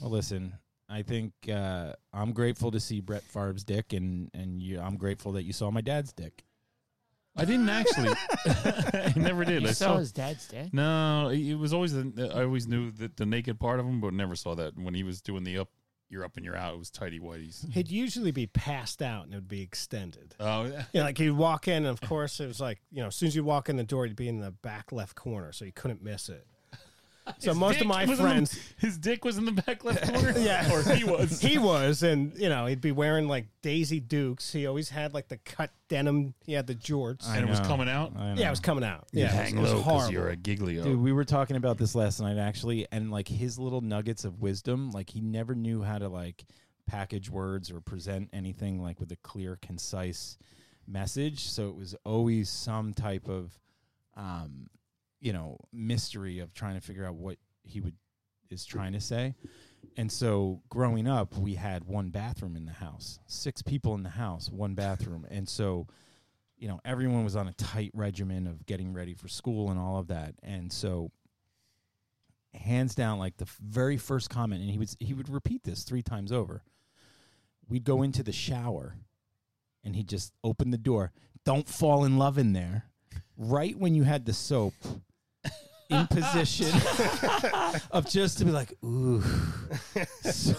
Well, listen. I think uh, I'm grateful to see Brett Favre's dick, and and you, I'm grateful that you saw my dad's dick. I didn't actually. *laughs* I never did. I You saw. saw his dad's dad. no, it was always the. I always knew that the naked part of him, but never saw that when he was doing the up. You're up and you're out. It was tidy whities. He'd usually be passed out and it would be extended. Oh, yeah. Yeah, like he'd walk in, and of course, it was like, you know, as soon as you walk in the door, he'd be in the back left corner, so you couldn't miss it. So His most dick of my was in the- friends, his dick was in the back left corner. Yeah. or he was. he was, and, you know, he'd be wearing like Daisy Dukes. He always had like the cut denim, he had the jorts. and it was know. coming out. I yeah, know. it was coming out. Yeah, it was- hang it was, low because horrible. you're a giglio. Dude, we were talking about this last night actually, and like his little nuggets of wisdom, like he never knew how to like package words or present anything like with a clear, concise message. So it was always some type of, um, you know, mystery of trying to figure out what he would is trying to say. And so growing up, we had one bathroom in the house, six people in the house, one bathroom. And so, you know, everyone was on a tight regimen of getting ready for school and all of that. And so, hands down, like the f- very first comment, and he would s- he would repeat this three times over. We'd go into the shower, and he would just open the door. Don't fall in love in there. Right when you had the soap, in position of just to be like, ooh, *laughs* so-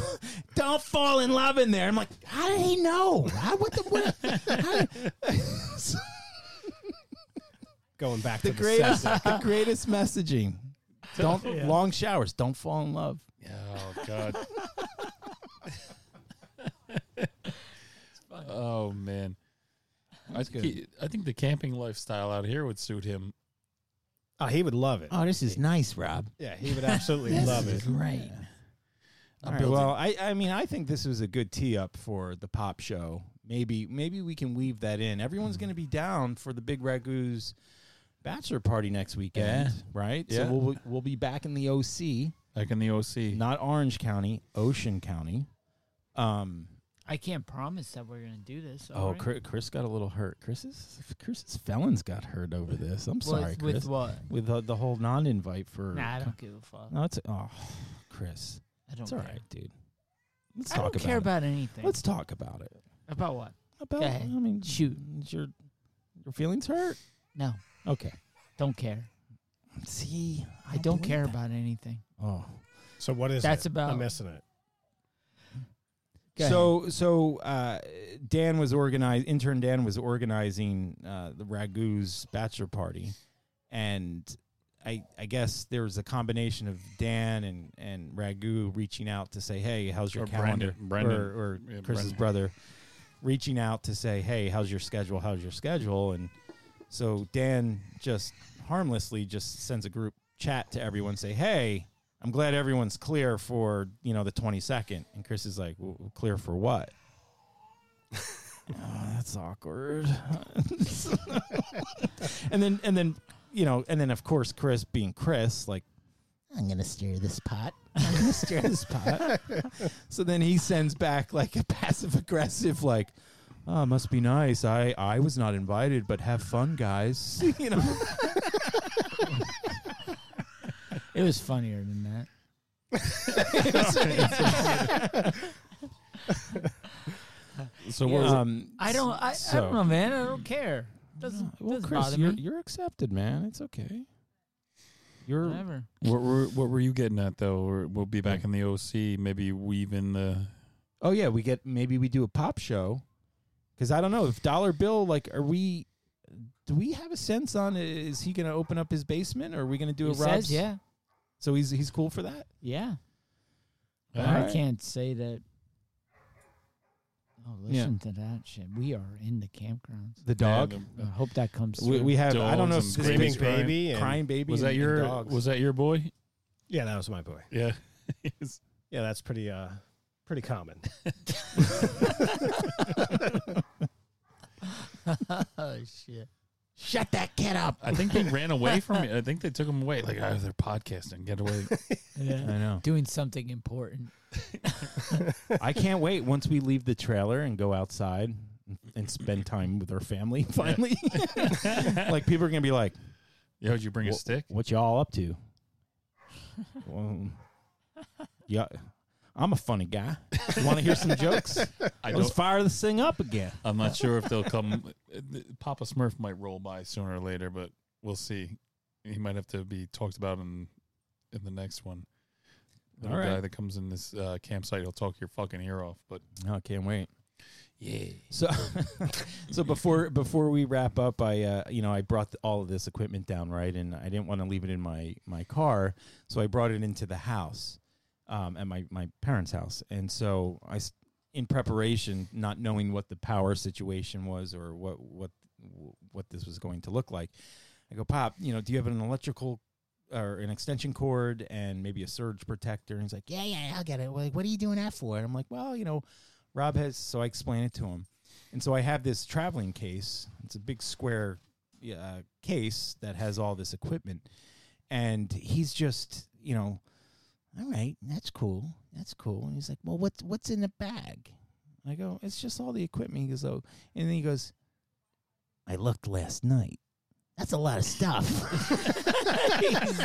don't fall in love in there. I'm like, how did he know? How, what the, what, how did- So Going back the to the greatest, septic. the greatest messaging. Don't long showers. Don't fall in love. Oh God. oh man. I think, good. he- I think the camping lifestyle out here would suit him. Oh, he would love it. Uh, Oh, this is nice, Rob. Yeah, he would absolutely love it. Great. I'll All right, build well, I, I mean, I think this was a good tee up for the pop show. Maybe maybe we can weave that in. Everyone's going to be down for the Big Ragu's bachelor party next weekend, Yeah. right? Yeah. So we'll we'll be back in the OC, back in the OC. not Orange County, Ocean County. Um. I can't promise that we're gonna do this. oh, alright? Chris, Chris got a little hurt. Chris's Chris's felons got hurt over this. I'm sorry, with, Chris. with With, what? the, the whole non-invite for Nah, I don't give a fuck. no, it's oh, Chris. I don't. It's care. all right, dude. Let's I talk don't about care it. about anything. Let's talk about it. about what? About Go ahead. I mean, Shoot. is your your feelings hurt? No, Okay. don't care. See, I don't care about anything. Oh. So what is That's it? about- I'm missing it. Go so so uh, Dan was organized. Intern Dan was organizing uh, the Ragu's bachelor party, and I I guess there was a combination of Dan and and Ragu reaching out to say, hey, how's your Or calendar? Brandon- Brandon. or, or Yeah, Chris's Brandon. brother reaching out to say, hey, how's your schedule? How's your schedule? And so Dan just harmlessly just sends a group chat to everyone, say, hey. I'm glad everyone's clear for you know the 22nd, and Chris is like, well, clear for what? *laughs* oh, that's awkward. *laughs* and then and then you know and then of course Chris being Chris, like I'm gonna stir this *laughs* pot. I'm gonna stir this pot. so then he sends back like a *laughs* passive aggressive like. Oh, must be nice. I, I was not invited, but have fun, guys. you know, It was funnier than that. *laughs* So Yeah. what was it? um, I don't. I, I So- don't know, man. I don't care. Doesn't, well, doesn't Chris, bother you're, me. you're accepted, man. It's okay. You're Whatever. what, were, what were you getting at though? We're- We'll be back in the OC. Maybe weave in the. Oh yeah, we get maybe we do a pop show because I don't know if Dollar Bill like are we do we have a sense on i- is he going to open up his basement or are we going to do He a Rob's? says, yeah, So he's he's cool for that. yeah. All But I right. can't say that. Oh, Yeah. listen to that shit. We are in the campgrounds. The dog. I hope that comes we, *laughs* through. we have I don't Dogs know if and this Screaming is crying- baby. And, crying baby. Was and- that and your dogs. was that your boy? Yeah, that was my boy. *laughs* Yeah. Yeah, that's pretty uh pretty common. oh shit! Shut that kid up. I think they ran away from me. I think they took him away. Like oh, they're podcasting. Get away. Yeah. I know. Doing *laughs* something important. *laughs* I can't wait once we leave the trailer and go outside and spend time with our family *laughs* finally. like people are going to be like, *laughs* Yo, did you bring a Wha- stick? What y'all up to? um, yeah, I'm a funny guy. Want to hear some jokes? I Let's fire this thing up again. I'm not sure if they'll come. Papa Smurf might roll by sooner or later, but we'll see. He might have to be talked about in in the next one. The All right. guy that comes in this uh, campsite, he'll talk your fucking ear off. But No, Oh, I can't wait. yeah, So, *laughs* so before before we wrap up, I uh, you know I brought th- all of this equipment down right, and I didn't want to leave it in my my car, so I brought it into the house, um, at my my parents' house, and so I, s- in preparation, not knowing what the power situation was or what what what this was going to look like, I go, Pop, you know, do you have an electrical or an extension cord and maybe a surge protector? And he's like, Yeah, yeah, I'll get it. Like, what are you doing that for? And I'm like, Well, you know, Rob has. So I explain it to him, and so I have this traveling case. It's a big square uh, case that has all this equipment, and he's just, you know, All right, that's cool. That's cool. And he's like, well, what's what's in the bag? I go, it's just all the equipment. He goes, oh, and then he goes, I looked last night. That's a lot of stuff.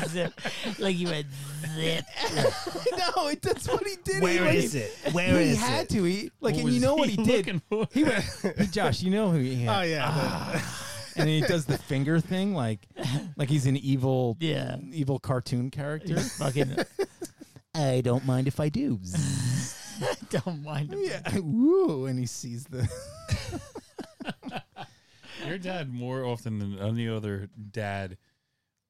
Zip. like you had *laughs* zip. *laughs* no, it, that's what he did. Where he, is it? Where he is had it? to eat. Like, What and you was know what he did? looking for? He went, Josh, you know who he had. Oh yeah. and he does *laughs* the finger thing, like like he's an evil, Yeah. evil cartoon character. fucking I don't mind if *laughs* I do. *laughs* don't mind him. Yeah, woo, and he sees the. Your dad, more often than any other dad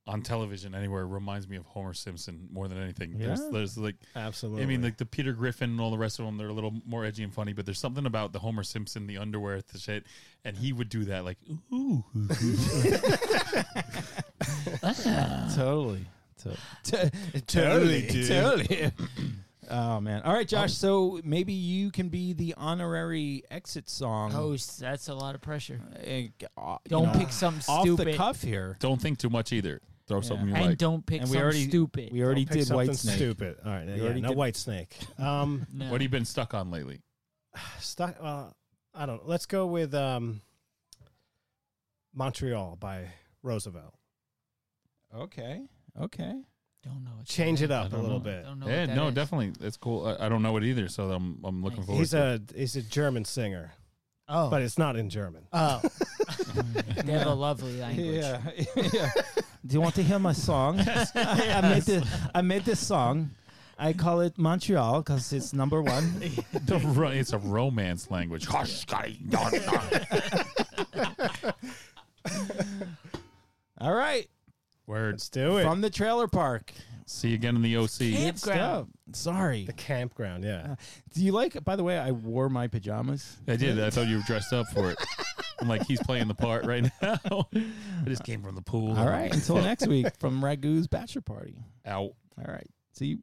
on television anywhere, reminds me of Homer Simpson more than anything. There's, Yeah. there's like, Absolutely. I mean, like the Peter Griffin and all the rest of them, they're a little more edgy and funny, but there's something about the Homer Simpson, the underwear, the shit, and he would do that, like, ooh. uh, totally. To- *laughs* totally, totally. *clears throat* oh man! All right, Josh. Oh. So maybe you can be the honorary exit song. Oh, s- that's a lot of pressure. eh, uh, you Don't know, pick something off stupid. the cuff here. Don't think too much either. Throw something you And like. don't pick And we something already stupid. We already Pick did something White Snake. stupid. All right, yeah, already no did- White Snake. Um, *laughs* No. What have you been stuck on lately? stuck. Uh, I don't. know. Let's go with um, Montreal by Roosevelt. Okay. Okay. don't know. what Change that it up a don't little know. bit. Don't know. Yeah, what that no, is. definitely. It's cool. I, I don't know it either, so I'm, I'm looking Nice. forward He's to it. a he's a German singer, Oh, but it's not in German. oh. *laughs* they have a lovely language. *laughs* Yeah, yeah. Do you want to hear my song? *laughs* *laughs* I, made the, I made this song. I call it Montreal because it's number one. *laughs* *laughs* The ro- it's a romance *laughs* language. All right, Words. Let's do it. from the trailer park. See you again in the OC. Good stuff. Sorry. the campground. Yeah. Do you like? By the way, I wore my pajamas. I did. I thought you were dressed up for it. I'm like, he's playing the part right *laughs* now. I just came from the pool. All right. Until next week from Ragu's bachelor party. Out. All right. See you.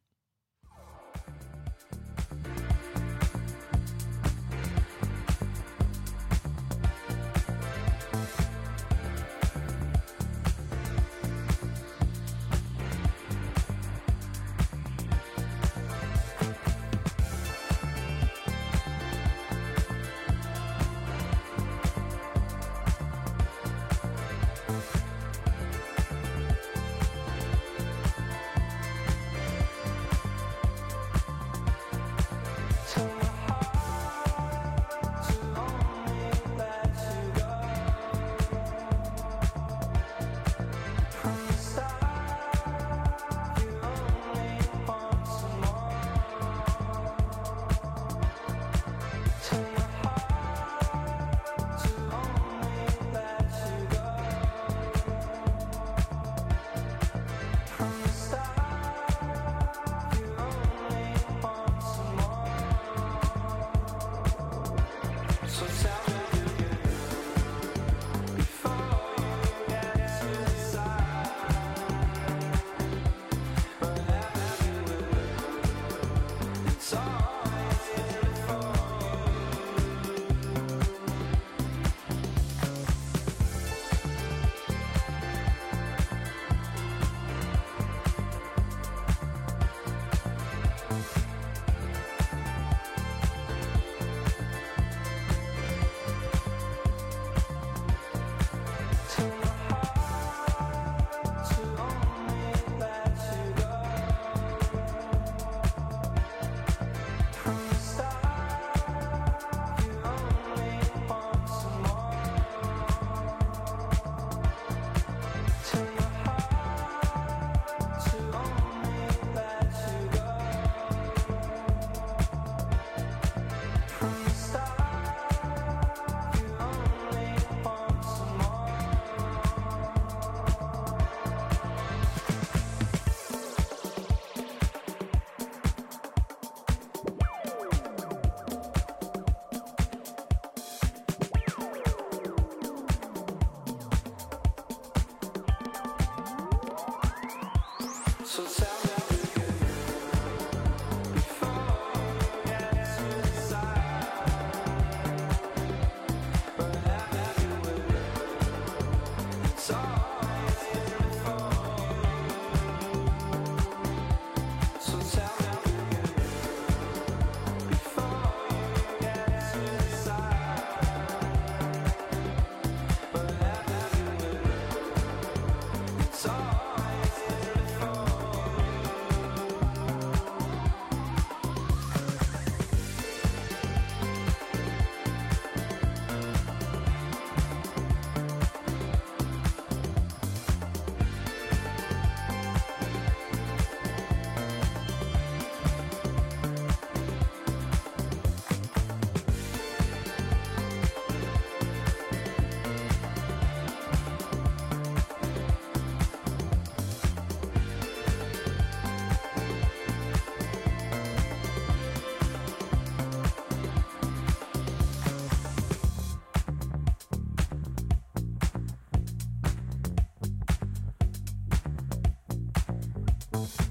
Bye.